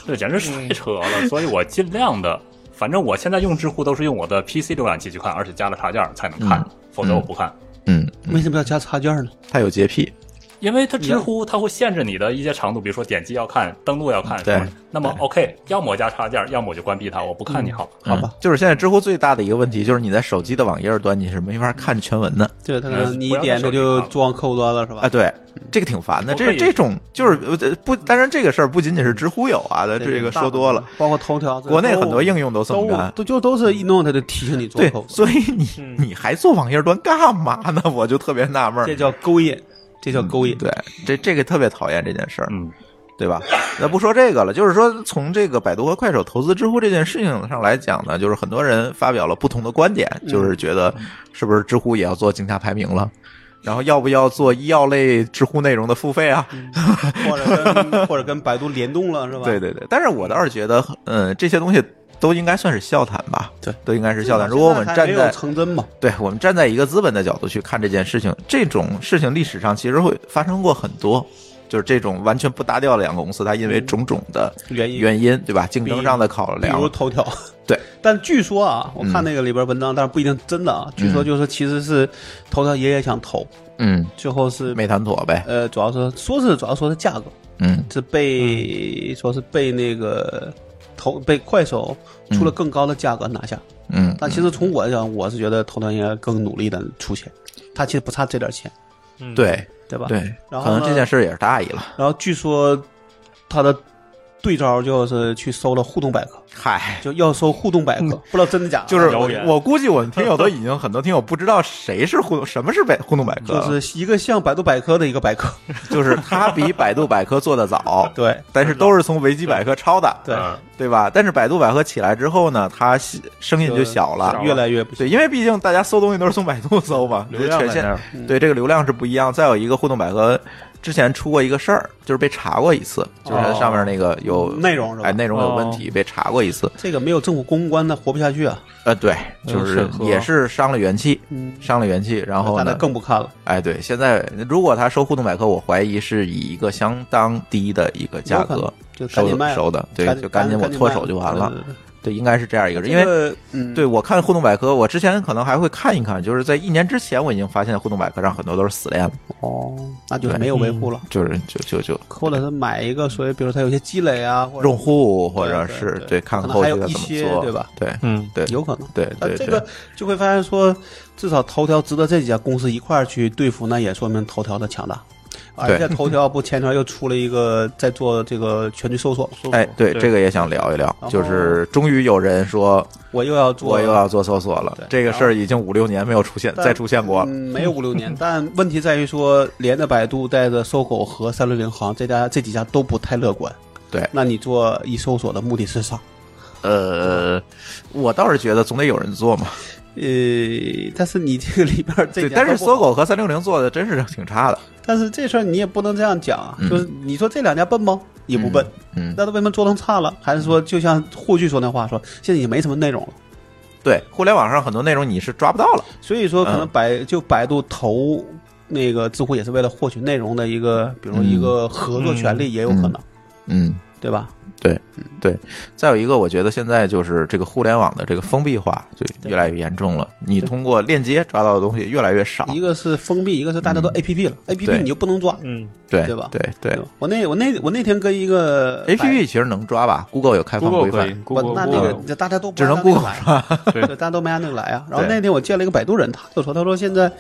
S3: 这简直是太扯了，所以我尽量的，反正我现在用知乎都是用我的 PC 浏览器去看，而且加了插件才能看，否则我不看。
S1: 嗯，
S4: 为什么要加插件呢？
S1: 他有洁癖，
S3: 因为它知乎它会限制你的一些长度，比如说点击要看、登录要看
S1: 对
S3: 什么的。那么 OK，要么我加插件，要么我就关闭它，我不看你好。
S4: 好吧
S1: 嗯，就是现在知乎最大的一个问题，就是你在手机的网页端你是没法看全文的。
S4: 对，他可
S3: 呃
S1: 嗯
S4: 能你
S3: 不
S4: 一
S3: 要
S4: 点
S3: 再
S4: 他
S3: 手机
S4: 就
S3: 了
S4: 装客户端了，是
S1: 啊，
S4: 吧？
S1: 对，这个挺烦的。
S3: 我
S1: 这
S3: 可以
S1: 这种就是呃不，当然这个事儿不仅仅是知乎有啊，咱这个说多了，，
S4: 包括头条，
S1: 国内很多应用都这么
S4: 都
S1: 干。
S4: 都就都是一弄他就提醒你做
S1: 对
S4: 客，户，
S1: 所以你你还做网页端干嘛呢？ (laughs) 我就特别纳闷儿
S4: 这。叫勾引，这叫勾引。
S1: 嗯对，这这个特别讨厌这件事儿，
S3: 嗯，
S1: 对吧？那不说这个了，就是说从这个百度和快手投资知乎这件事情上来讲呢，就是很多人发表了不同的观点，
S4: 嗯
S1: 就是觉得是不是知乎也要做竞价排名了，然后要不要做医药类知乎内容的付费啊？
S4: 或者跟或者跟百度联动了是吧？
S1: 对对对，但是我倒是觉得，嗯，这些东西都应该算是笑谈吧，
S4: 对，
S1: 都应该是
S4: 至
S1: 笑
S4: 少
S1: 谈。
S4: 现
S1: 如果我们
S4: 还
S1: 站
S4: 没有
S1: 在
S4: 成真嘛，
S1: 对我们站在一个资本的角度去看这件事情，这种事情历史上其实会发生过很多，就是这种完全不搭调的两个公司，它因为种种的
S4: 原因
S1: 原因，对吧？竞争上的考
S4: 比如
S1: 量，
S4: 头条。
S1: (laughs) 对，
S4: (laughs)
S1: 嗯
S4: 但据说啊，我看那个里边文章，但是不一定真的啊。据说就是其实是头条爷爷想投，
S1: 嗯，
S4: 最后是
S1: 没谈妥呗，
S4: 呃，主要是说是主要说是价格
S1: 嗯
S4: 是被说是被那个投被快手出了更高的价格拿下。
S1: 嗯，
S4: 但其实从我来讲，我是觉得头条应该更努力的出钱，他其实不差这点钱，
S1: 对
S4: 对吧？
S1: 对，
S4: 然后
S1: 可能
S4: 呢
S1: 这件事也是大意了，
S4: 然后据说他的对招就是去搜了互动百科，
S1: 嗨。
S4: 就要搜互动百科，不知道真的假的，
S1: 嗯就是
S3: 谣
S1: 我
S3: 言
S1: 我估计我们听友都已经很多听友不知道谁是互动，什么是百互动百科了，
S4: 就是一个像百度百科的一个百科，，
S1: (laughs) 就是它比百度百科做的早
S4: (laughs) 对
S1: 但是都是从维基百科抄的，
S4: 对，
S3: 嗯
S1: 对吧？但是百度百科起来之后呢，它西声音就小了。
S4: 越来越不行。
S1: 对，因为毕竟大家搜东西都是从百度搜嘛，
S5: 嗯流量在
S1: 全线
S5: 那儿
S1: 对这个流量是不一样。再有一个互动百科之前出过一个事儿，就是被查过一次，就是它上面那个有
S4: 哦内容是吧
S1: 哎，内容有
S5: 哦
S1: 问题被查过一次。
S4: 这个没有政府公关，他活不下去啊！
S1: 呃，对，就是
S5: 嗯审核
S1: 也是伤了元气，
S4: 嗯
S1: 伤了元气。然后
S4: 大家
S1: 呢，
S4: 更不看了，
S1: 哎，对，现在如果他收互动百科，我怀疑是以一个相当低的一个价
S4: 有
S1: 格
S4: 可能就赶
S1: 收
S4: 紧卖了
S1: 收的，对，就
S4: 赶
S1: 紧我脱手就完了。。对，应该是这样一个，
S4: 对
S1: 因为。
S4: 这个嗯，
S1: 对，我看互动百科，我之前可能还会看一看，就是在一年之前，我已经发现互动百科上很多都是死链了，
S4: 哦，那就是没有维护了，
S1: 就是就就就
S4: 或者是买一个所谓，比如它有些积累啊，或者
S1: 用户或者
S4: 对
S1: 是
S4: 对
S1: 对
S4: 对
S1: 看
S4: 可能
S1: 后
S4: 还
S1: 续
S4: 有
S1: 该
S4: 一
S1: 怎么
S4: 些
S1: 做，
S4: 对吧？
S1: 对
S5: 嗯，
S1: 对，
S4: 有可能。
S1: 对
S4: 那
S1: 对
S4: 这
S1: 对，
S4: 个就会发现说，至少头条值得这几家公司一块儿去对付，那也说明头条的强大。而且头条不前段又出了一个在做这个全局搜索，
S1: 哎，对
S5: 对
S1: 这个也想聊一聊，
S4: 然
S1: 就
S4: 后
S1: 是终于有人说
S4: 我又要做，
S1: 我又要做搜索了
S4: 对，
S1: 这个事儿已经五六年没有出现
S4: 但
S1: 再出现过了，
S4: 嗯，没有五六年，但问题在于说，连着百度、带着搜狗和三六零行这家这几家都不太乐观。
S1: 对
S4: 那你做一搜索的目的是啥？嗯
S1: 呃，我倒是觉得总得有人做嘛，
S4: 呃，但是你这个里边儿这
S1: 对，
S4: 点
S1: 但
S4: 都
S1: 是
S4: 不
S1: 搜狗和三六零做的真是挺差的，
S4: 但是这事儿你也不能这样讲啊，
S1: 嗯
S4: 就是你说这两家笨吗？也不笨，
S1: 嗯，
S4: 那他为什么做成差了？还是说就像霍炬说那话说，现在也没什么内容了。
S1: 对，互联网上很多内容你是抓不到了，
S4: 所以说，可能
S1: 嗯
S4: 百、就百度投那个知乎也是为了获取内容的一个，比如说
S1: 嗯
S4: 一个合作权利也有可能，
S1: 嗯。
S4: 对吧？
S1: 再有一个，我觉得现在就是这个互联网的这个封闭化就越来越严重了。你通过链接抓到的东西越来越少，
S4: 一个是封闭，一个是大家都 A P P 了、a P
S1: 嗯
S4: P
S1: 对
S4: 你就不能抓，
S5: 嗯，
S1: 对
S4: 对吧
S1: 对对
S4: 吧我那我那我那天跟一个
S1: ，A P P 其实能抓吧？Google 有开放规
S5: Google 可
S1: 范
S5: 以，
S4: 我
S5: (laughs) ，Google
S4: 那那个这大家都不
S1: 只能
S4: 按那个
S1: Google
S4: 来啊，
S5: 对
S4: (laughs) 对，大家都没按那个来啊。然后
S1: 对
S4: 那天我见了一个百度人，他就说，他说现在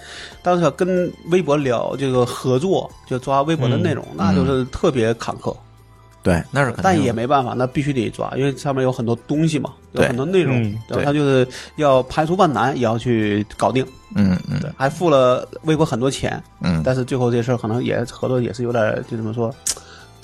S4: 当时想跟微博聊这个合作，就抓微博的内容，那就是特别坎坷，
S1: 对，那嗯是肯定的。
S4: 但也没办法，那必须得抓，因为上面有很多东西嘛，有
S1: 对
S4: 很多内容
S5: 嗯，
S4: 然后
S1: 对
S4: 他就是要排除万难也要去搞定，
S1: 嗯嗯
S4: 还付了微博很多钱，
S1: 嗯，
S4: 但是最后这事儿可能也合作也是有点儿就怎么说，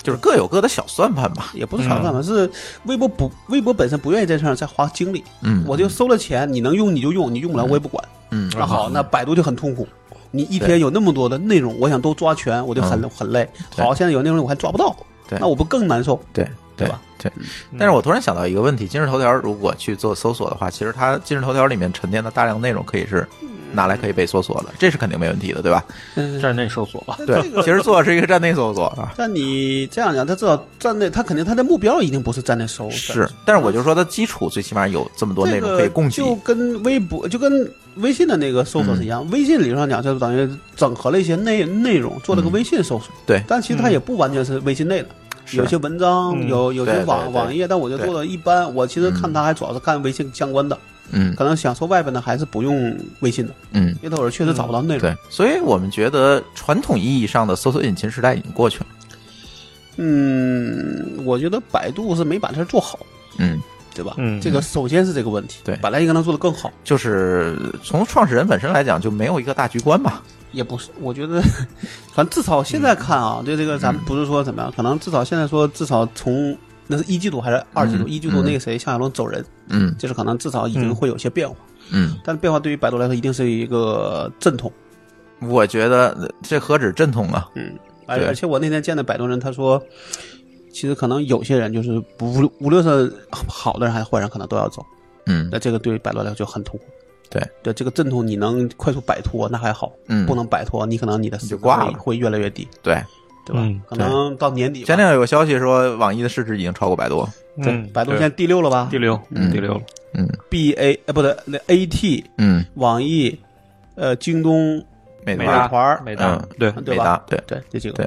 S1: 就是各有各的小算盘吧。
S4: 也不是炒作嘛，是微博不微博本身不愿意在这上再花精力，
S1: 嗯，
S4: 我就啊收了钱，你能用你就用，你用不了我也不管。
S1: 嗯
S4: 那好，那百度就很痛苦。你一天有那么多的内容，我想都抓全，我就很、很累。
S1: 对
S4: 好，现在有内容我还抓不到，
S1: 对
S4: 那我不更难受？
S1: 对
S4: 对
S1: 对
S4: 吧？
S1: 对，但是我突然想到一个问题：今日头条如果去做搜索的话，其实它今日头条里面沉淀的大量内容可以是拿来可以被搜索的，这是肯定没问题的，对吧？
S4: 嗯，
S5: 站内搜索吧，
S1: 对，其实做的是一个站内搜索啊。
S4: 但你这样讲，他至少站内，他肯定他的目标一定不是站内收，
S1: 是，但是我就说它基础最起码有这么多内
S4: 这
S1: 容
S4: 个
S1: 可以供给。
S4: 就跟微博就跟微信的那个搜索是
S1: 嗯
S4: 一样，微信理论上讲就等于整合了一些内内容，做了个微信搜索。
S1: 嗯对
S4: 但其实它也不完全是微信内的，有些文章，
S5: 嗯
S4: 有有些
S1: 对对
S4: 网
S1: 对
S4: 网页，但我就做的一般。我其实看它还主要是看微信相关的，
S1: 嗯
S4: 可能想说外边的还是不用微信的，
S1: 嗯，
S4: 因为那会儿确实找不到内容。
S1: 对，所以我们觉得传统意义上的搜索引擎时代已经过去了。
S4: 嗯，我觉得百度是没把这做好，
S1: 嗯，
S4: 对吧？
S5: 嗯
S4: 这个首先是这个问题，
S1: 对
S4: 本来应该能做得更好。
S1: 就是从创始人本身来讲，就没有一个大局观吧。
S4: 也不是，我觉得， (laughs) 反正至少现在看
S1: 嗯
S4: 啊，对这个咱们不是说怎么样，可能至少现在说，至少从那是一季度还是二季度？
S1: 嗯
S4: 一季度那个谁，向亚龙走人，
S1: 嗯
S4: 就是可能至少已经会有些变化，
S1: 嗯，
S4: 但是变化对于百度来说一定是一个阵痛。
S1: 我觉得呃这何止阵痛啊！
S4: 而
S1: 对
S4: 而且我那天见的百度人，他说，其实可能有些人就是不无无论是好的人还是坏人，可能都要走，
S1: 嗯
S4: 那这个对于百度来说就很痛苦。
S1: 对
S4: 对，这个阵痛你能快速摆脱那还好，
S1: 嗯，
S4: 不能摆脱你可能你的
S1: 你就
S4: 死亡
S1: 挂
S4: 会
S1: 了
S4: 会越来越低，
S1: 对。
S4: 对吧？
S5: 嗯
S4: 可能到年底吧
S1: 前两天有个消息说，网易的市值已经超过百度。
S5: 嗯，
S4: 百度
S5: 对
S4: 现在第六了吧？
S5: 第六，
S1: 嗯
S5: 第六了，
S1: 嗯
S4: B A 呃不对，那 A T
S1: 嗯，
S4: 网易，呃京东
S1: 美
S5: 美
S1: 团
S5: 达
S4: 美团
S5: 美达
S1: 嗯，
S5: 对，
S4: 对
S1: 美
S4: 吧
S1: 达，对。
S4: 对这几个
S1: 对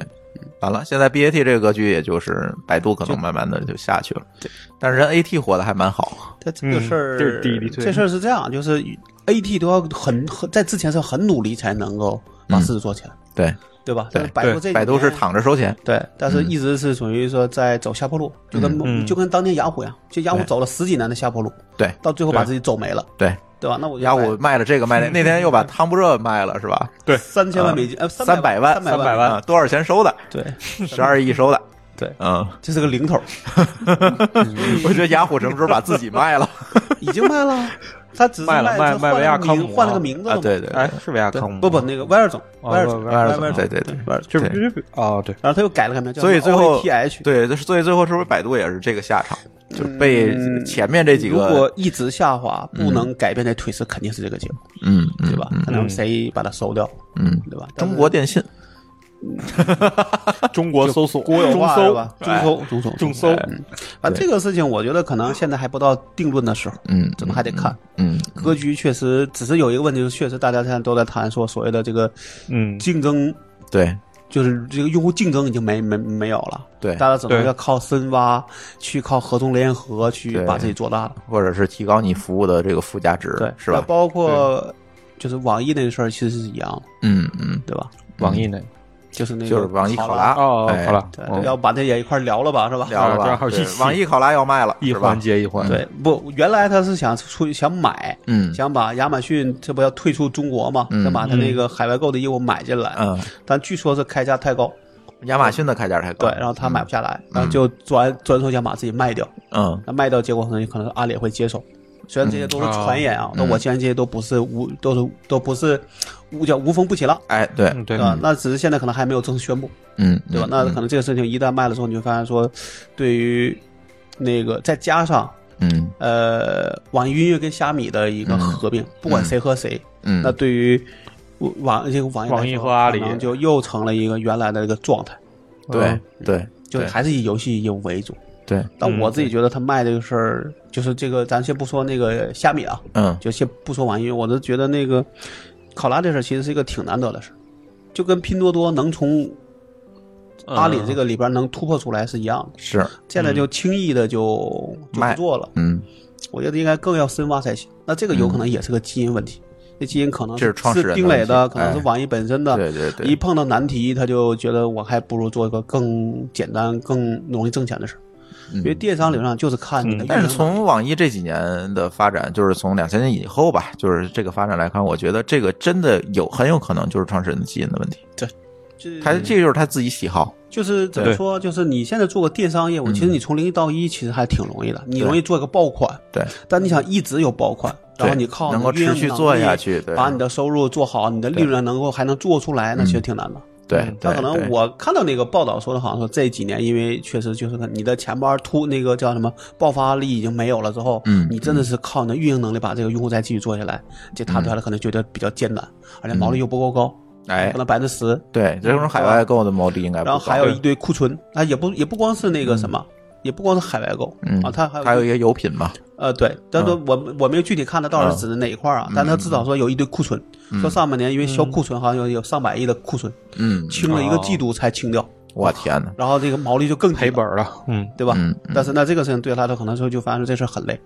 S1: 完了，现在 BAT 这个格局，也就是百度可能慢慢的就下去了。对，但是人 AT 活得还蛮好。
S4: 但这个
S5: 嗯
S4: 事儿、
S5: 这是第一例对
S4: 这事儿是这样，就是 A T 都要很很在之前是很努力才能够把
S1: 嗯
S4: 市值做起来，
S1: 对，
S4: 对吧？
S1: 对
S4: 但是百度
S5: 对
S4: 这几
S1: 百度是
S4: 年
S1: 躺着收钱。
S4: 对，但是一直是属于说在走下坡路，就跟、
S5: 嗯
S4: 就跟当年雅虎一样，就雅虎
S1: 对
S4: 走了十几年的下坡路，
S1: 对
S4: 到最后把
S5: 对
S4: 自己走没了，
S1: 对，
S4: 对吧？那哎我就
S1: 雅虎卖了这个
S4: (laughs)
S1: 卖那，那天又把汤不热卖了是吧？
S4: 三千万美金，呃，
S1: 三
S4: 百
S1: 百万，
S4: 三
S1: 300
S4: 万，
S1: 啊，多少钱
S4: (laughs)
S1: 收的？
S4: 对，
S1: 十二亿收的。
S4: 对
S1: 嗯，
S4: 这是个零头，
S1: 我觉得雅虎什么时候把自己卖了
S4: 已经卖了，他只是
S5: 卖了卖
S4: 只
S5: 卖
S4: 换
S5: 维
S4: 了
S5: 亚
S4: 个
S5: 康
S4: 名
S5: 姆
S4: 换了
S5: 啊
S4: 个名字了
S1: 啊？
S4: 嘛，
S1: 对对，
S5: 哎
S1: 对，
S5: 是维亚
S4: 对
S5: 康姆
S4: 不不， (laughs) 那个 v i 总 v
S5: 哦
S4: i 总 v
S5: 威尔总
S4: i 总，
S1: 对对对
S4: 威尔总，
S5: 这
S1: 对
S5: 不是哦，对，
S4: 然后他又改了个名，叫
S1: 所以最后
S4: T H。
S1: 对，就是所以最后是不是百度也是这个下场，就被前面这几
S4: 嗯如果
S1: 个，
S4: 一直下滑，不能改变的颓势，肯定是这个结果，
S1: 嗯，
S4: 对
S1: 对
S4: 吧？？可能谁把它收掉，
S1: 嗯，
S4: 对吧？但是
S1: 中国电信，
S5: 中国搜索，
S4: 国有
S5: 中
S4: 化是
S5: 搜
S4: 吧？中搜，中搜，
S5: 中搜
S4: 嗯啊，这个事情我觉得可能现在还不到定论的时候，
S1: 嗯，
S4: 咱们还得看
S1: 嗯，
S4: 格局。确实，只是有一个问题，就是确实大家现在都在谈说所谓的这个
S5: 嗯，
S4: 竞争，
S1: 对
S4: 就是这个用户竞争已经没没没有了。
S1: 对，
S4: 大家只能
S5: 对
S4: 要靠深挖，去靠合同联合去
S1: 对
S4: 把自己做大了，
S1: 或者是提高你服务的这个附加值，
S4: 对，
S1: 是吧？
S4: 包括就是网易那个事儿，其实是一样的，
S1: 嗯嗯，
S4: 对吧？
S5: 网易那个
S4: 就是那个
S1: 就是网易
S4: 考
S1: 考拉，
S5: 哦，
S1: 哎
S5: 好，了，
S4: 对，
S5: 哦
S4: 要把这也一块儿聊了吧，是吧？
S1: 聊了
S5: 啊正
S1: 吧？
S5: 好
S1: 对
S5: 一起
S1: 网易考拉要卖了，
S5: 一
S1: 是吧
S5: 环接一环，
S4: 对，不，原来他是想出想买，
S1: 嗯
S4: 想把亚马逊这不要退出中国嘛，
S1: 嗯
S4: 想把他那个海外购的业务买进来，
S1: 嗯，
S4: 但据说是开价太高，
S1: 亚马逊的开价太高，
S4: 对，然后他买不下来，然后就转转手想把自己卖掉，
S1: 嗯
S4: 那卖掉结果可能可能阿里也会接手，虽然这些都是
S5: 嗯
S4: 传言
S5: 哦
S4: 啊，但我相信这些都不是无，都是都不是无叫无风不起浪，
S1: 哎，对，
S5: 嗯，
S4: 对
S5: 对，
S4: 吧？那只是现在可能还没有正式宣布，
S1: 嗯，
S4: 对吧？那可能这个事情一旦卖了之后，你会发现说，对于那个再加上
S1: 嗯
S4: 呃网易云音乐跟虾米的
S5: 嗯
S4: 一个合并，不管谁和谁，
S1: 嗯，
S4: 那对于网这个网易来说
S5: 网易和阿里
S4: 可能就又成了一个原来的一个状态，
S1: 对
S4: 嗯
S1: 对
S4: 就
S1: 对
S4: 还是以游戏业务为主。
S1: 对，
S4: 但
S5: 嗯
S4: 我自己觉得他卖这个事儿，就是这个，咱先不说那个虾米啊，
S1: 嗯
S4: 就先不说网易云，我都觉得那个考拉这事儿其实是一个挺难得的事儿，就跟拼多多能从
S5: 嗯
S4: 阿里这个里边能突破出来是一样的，
S1: 是，
S4: 现在就轻易的就就
S1: 卖
S4: 不做了。
S1: 嗯，
S4: 我觉得应该更要深挖才行。那这个有可能也是个基因问题，这基因可能
S1: 这是创始人的
S4: 丁磊
S1: 问
S4: 的，
S1: 题
S4: 可能是
S1: 哎
S4: 网易本身的。
S1: 对对
S4: 一
S1: 对，
S4: 碰到难题，他就觉得我还不如做一个更简单、更容易挣钱的事儿。因为
S1: 嗯。
S4: 电商流量就是看你的运营
S1: 但
S4: 能力、
S1: 是从网易这几年的发展，就是从两千年以后吧，就是这个发展来看，我觉得这个真的有很有可能就是创始人的基因的问题，
S4: 就是
S1: 他这就是他自己喜好，
S4: 就是怎么说，就是你现在做个电商业
S1: 嗯
S4: 务，其实你从零到一其实还挺容易的，你容易做一个爆款。
S1: 对，
S4: 但你想一直有爆款，然后
S1: 对
S4: 你靠
S1: 能
S4: 你的
S1: 够持
S4: 运营
S1: 续
S4: 能
S1: 做
S4: 力
S1: 下去，对
S4: 把你的收入做好，你的利润能够还能做出来，那其实挺难的。
S1: 对，
S4: 那
S1: 对
S4: 嗯可能
S1: 对
S4: 我看到那个报道说的，好像说这几年因为确实就是你的钱包突那个叫什么爆发力已经没有了之后，
S1: 嗯
S4: 你真的是靠你的运营能力把这个用户再继续做下来，这他对
S1: 嗯
S4: 他来可能觉得比较艰难，而且毛利又不够高，
S1: 哎
S4: 可，能百分之十，
S1: 对，这种海外购的毛利应该不
S4: 然后
S1: 高
S4: 还有一堆库存，啊，也不也不光是那个什么，也不光是海外购，
S1: 嗯
S4: 啊，他还有
S1: 还有一嗯个油品嘛，
S4: 呃，对，但是我、我没有具体看他到
S1: 嗯
S4: 底是指的哪一块儿啊，但他至少说有一堆库存，说上半年因为销库存好像有有上百亿的库存，
S1: 嗯，
S4: 清了一个季度才清掉，
S1: 我天哪，
S4: 然后这个毛利就更低了。
S5: 了，嗯，
S4: 对吧？
S1: 嗯嗯
S4: 但是那这个事情对他的可能说就发现这事儿很累，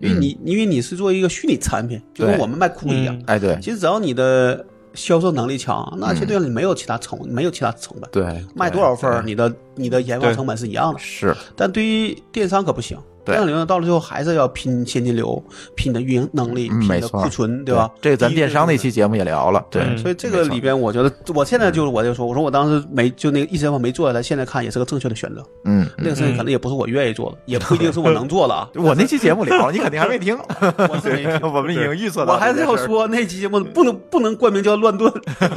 S4: 因为你、因为你是做一个虚拟产品，就跟
S1: 对
S4: 我们卖酷一样。
S5: 嗯
S1: 哎，对
S4: 其实只要你的销售能力强，那
S1: 嗯
S4: 其实对你没有其他成、没有其他成本，
S1: 对，
S4: 卖多少份儿
S1: 对
S4: 你的你的研发
S5: 对
S4: 成本是一样的。
S1: 是，
S4: 但对于电商可不行，
S1: 对
S4: 电商流量到了最后还是要拼现金流、拼你的运营能力、
S1: 嗯
S4: 拼你
S1: 没
S4: 的
S1: 错
S4: 库存，对吧？
S1: 这个咱
S4: 低
S1: 电商那
S4: 成本
S1: 期节目也聊了，对，
S5: 嗯
S4: 所以这个里边，我觉得我现在
S1: 嗯
S4: 就是我就说，我说我当时没就那个一直往没做下来，现在看也是个正确的选择。
S1: 嗯，。
S4: 那个事情可能也不是我愿意做的，也不一定是我能做的啊
S1: 我那期节目聊了，你肯定还没 (laughs) 听，
S4: 我是没
S5: 嗯
S4: 听
S1: 我们已经预测到
S4: 我还
S1: 这
S4: 是
S1: 件
S4: 要
S1: 事儿 (laughs)
S4: 说那期节目不能不能冠名叫乱炖， (laughs)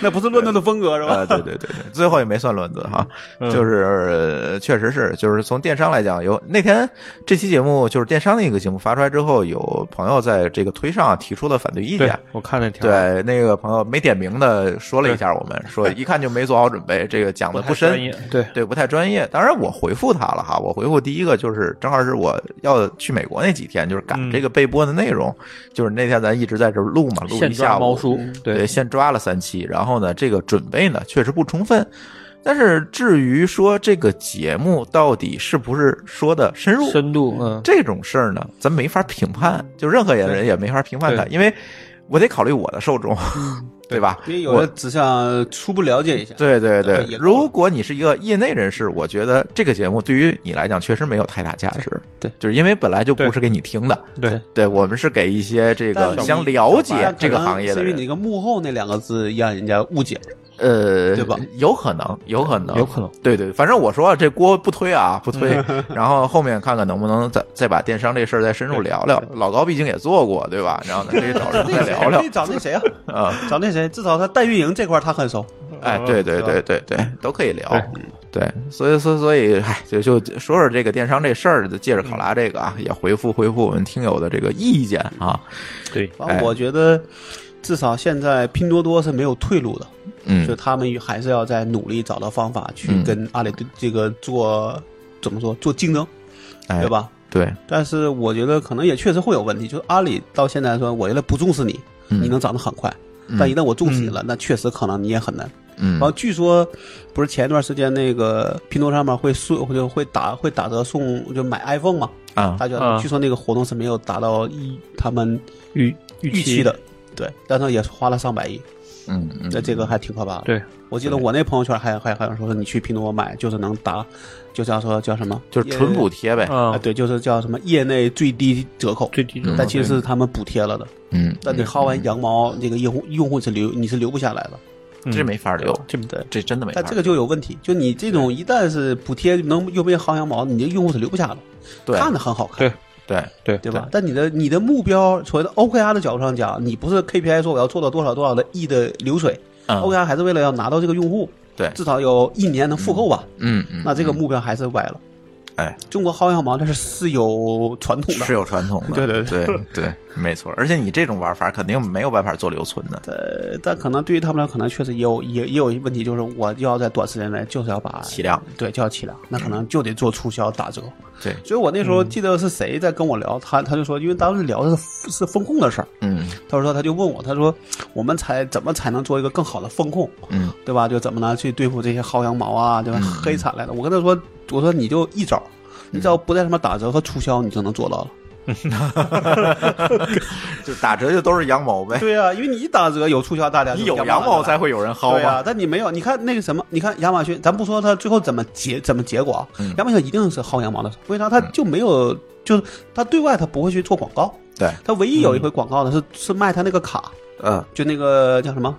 S4: 那不是乱炖的风格是吧？
S1: 呃，对对对对，最后也没算轮子哈，就是、呃确实是，就是从电商来讲，有那天这期节目就是电商那个节目发出来之后，有朋友在这个推上提出了反对意
S5: 对
S1: 见。，
S5: 我看那条，
S1: 对，那个朋友没点名的说了一下我们，说一看就没做好准备，这个讲的
S5: 不太
S1: 深， (laughs)
S5: 专业，对，
S1: 对，不太专业。当然，我回复他了哈，我回复第一个就是，正好是我要去美国那几天，就是赶
S5: 嗯
S1: 这个备播的内容，就是那天咱一直在这儿录嘛，录
S5: 现
S1: 一下
S5: 抓
S1: 午，嗯
S5: 猫叔，
S1: 对，，先抓了三期，然后呢，这个准备呢确实不充分。但是至于说这个节目到底是不是说的深入，
S5: 深度，嗯，
S1: 这种事儿呢，咱没法评判，就任何人也没法评判它，
S5: 对嗯
S1: 因为我得考虑我的受众，对吧？
S4: 因为有
S1: 我
S4: 的只想初步了解一下，
S1: 对对
S4: 呃
S1: 对
S4: 也，够
S1: 如果你是一个业内人士，我觉得这个节目对于你来讲确实没有太大价值。
S4: 对对
S1: 就是因为本来就不
S5: 对
S1: 是给你听的，
S5: 对，
S1: 对我们是给一些这个
S4: 但
S1: 想
S4: 你
S1: 了解
S4: 但可
S1: 这个
S4: 能
S1: 行业的
S4: 是因为
S1: 人
S4: 你，那个幕后那两个字让人家误解，
S1: 呃，
S4: 对吧？
S1: 有可能，有可能，
S5: 有可能，
S1: 对对，反正我说这锅不推啊，不
S4: (laughs)
S1: 推。然后后面看看能不能再再把电商这事儿再深入聊聊。老高毕竟也做过，对吧？然后呢，可以找人再聊聊
S4: 可以找那谁啊？
S1: 啊。
S4: 找那谁，至少他代运营这块儿他很熟。
S1: 哎，对对
S4: 是吧
S1: 对对对，嗯都可以聊。对，所以所以所以，哎，就就说说这个电商这事儿，就借着考拉这个啊，也回复回复我们听友的这个意见啊。
S5: 对，
S4: 反正我觉得，至少现在拼多多是没有退路的。就
S1: 嗯
S4: 他们还是要在努力找到方法去
S1: 嗯
S4: 跟阿里对这个做怎么说做竞争，
S1: 哎
S4: 对吧？
S1: 对，
S4: 但是我觉得可能也确实会有问题，就是阿里到现在来说，我觉得不重视你，
S1: 嗯
S4: 你能涨得很快，
S1: 嗯
S4: 但一旦我重视你了，那确实可能你也很难。
S1: 嗯
S4: 然后据说不是前一段时间那个拼多多上面会送就会打会打折送就买 iPhone 嘛，
S1: 啊，
S4: 大家、
S5: 啊
S4: 据说那个活动是没有达到一他们
S5: 预预
S4: 预期，的，对，但是也是花了上百亿，
S1: 嗯嗯
S4: 那这个还挺可怕的。
S5: 对，
S4: 我记得我那朋友圈还还还有说，你去拼多多买就是能打，就叫说叫什么，
S1: 就是纯补贴呗。
S4: 啊，
S5: 嗯，
S4: 对，就是叫什么业内最低折扣，
S5: 最低的，
S4: 但其实是他们补贴了的。
S1: 嗯，
S4: 但你薅完羊毛，这个用户用户是留你是留不下来的，
S1: 这没法留，
S4: 对不对？
S1: 哦这真的没法
S4: 但
S1: 留。
S4: 嗯这个就有问题，就你这种一旦是补贴能又被薅羊毛，你这用户是留不下的。
S1: 对
S4: 看着很好看，
S5: 对
S1: 对
S5: 对
S4: 对吧？？但你的你的目标，所谓的 OKR 的角度上讲，你不是 KPI 说我要做到多少多少的亿的流水、
S1: 嗯
S4: o k r 还是为了要拿到这个用户，
S1: 对，
S4: 至少有一年能复购吧？
S1: 嗯嗯，
S4: 那这个目标还是歪了。
S1: 哎，
S4: 中国薅羊毛这是是有传统的，
S1: 是有传统的，
S4: (laughs) 对
S1: 对
S4: 对
S1: 对对，没错。而且你这种玩法肯定没有办法做留存的，
S4: 呃，但可能对于他们来说，可能确实也有也也有一问题，就是我要在短时间内就是要把
S1: 起量，嗯
S4: 对，就要起量，那可能就得做促销打折。
S1: 对，
S4: 所以我那
S1: 嗯
S4: 时候记得是谁在跟我聊，他他就说，因为当时聊的是是风控的事儿，
S1: 嗯
S4: 他说他就问我，他说我们才怎么才能做一个更好的风控，
S1: 嗯，
S4: 对吧？就怎么呢去对付这些薅羊毛啊，对吧？黑产来的，我跟他说，我说你就一招，
S1: 嗯
S4: 你只要不在什么打折和促销，你就能做到了。
S1: 就打折就都是羊毛呗，
S4: 对呀、因为你一打折有促销，大家就
S1: 哎你有
S4: 羊
S1: 羊毛
S4: 毛
S1: 才会有人薅
S4: 对呀、
S1: 嘛，
S4: 啊，但你没有，你看那个什么，你看亚马逊，咱不说它最后怎么结怎么结果啊，
S1: 嗯
S4: 亚马逊一定是薅羊毛的，为啥它就没有？就是它对外它不会去做广告，
S1: 对，
S4: 它唯一有一回广告的是、是卖它那个卡，
S1: 嗯，
S4: 就那个叫什么？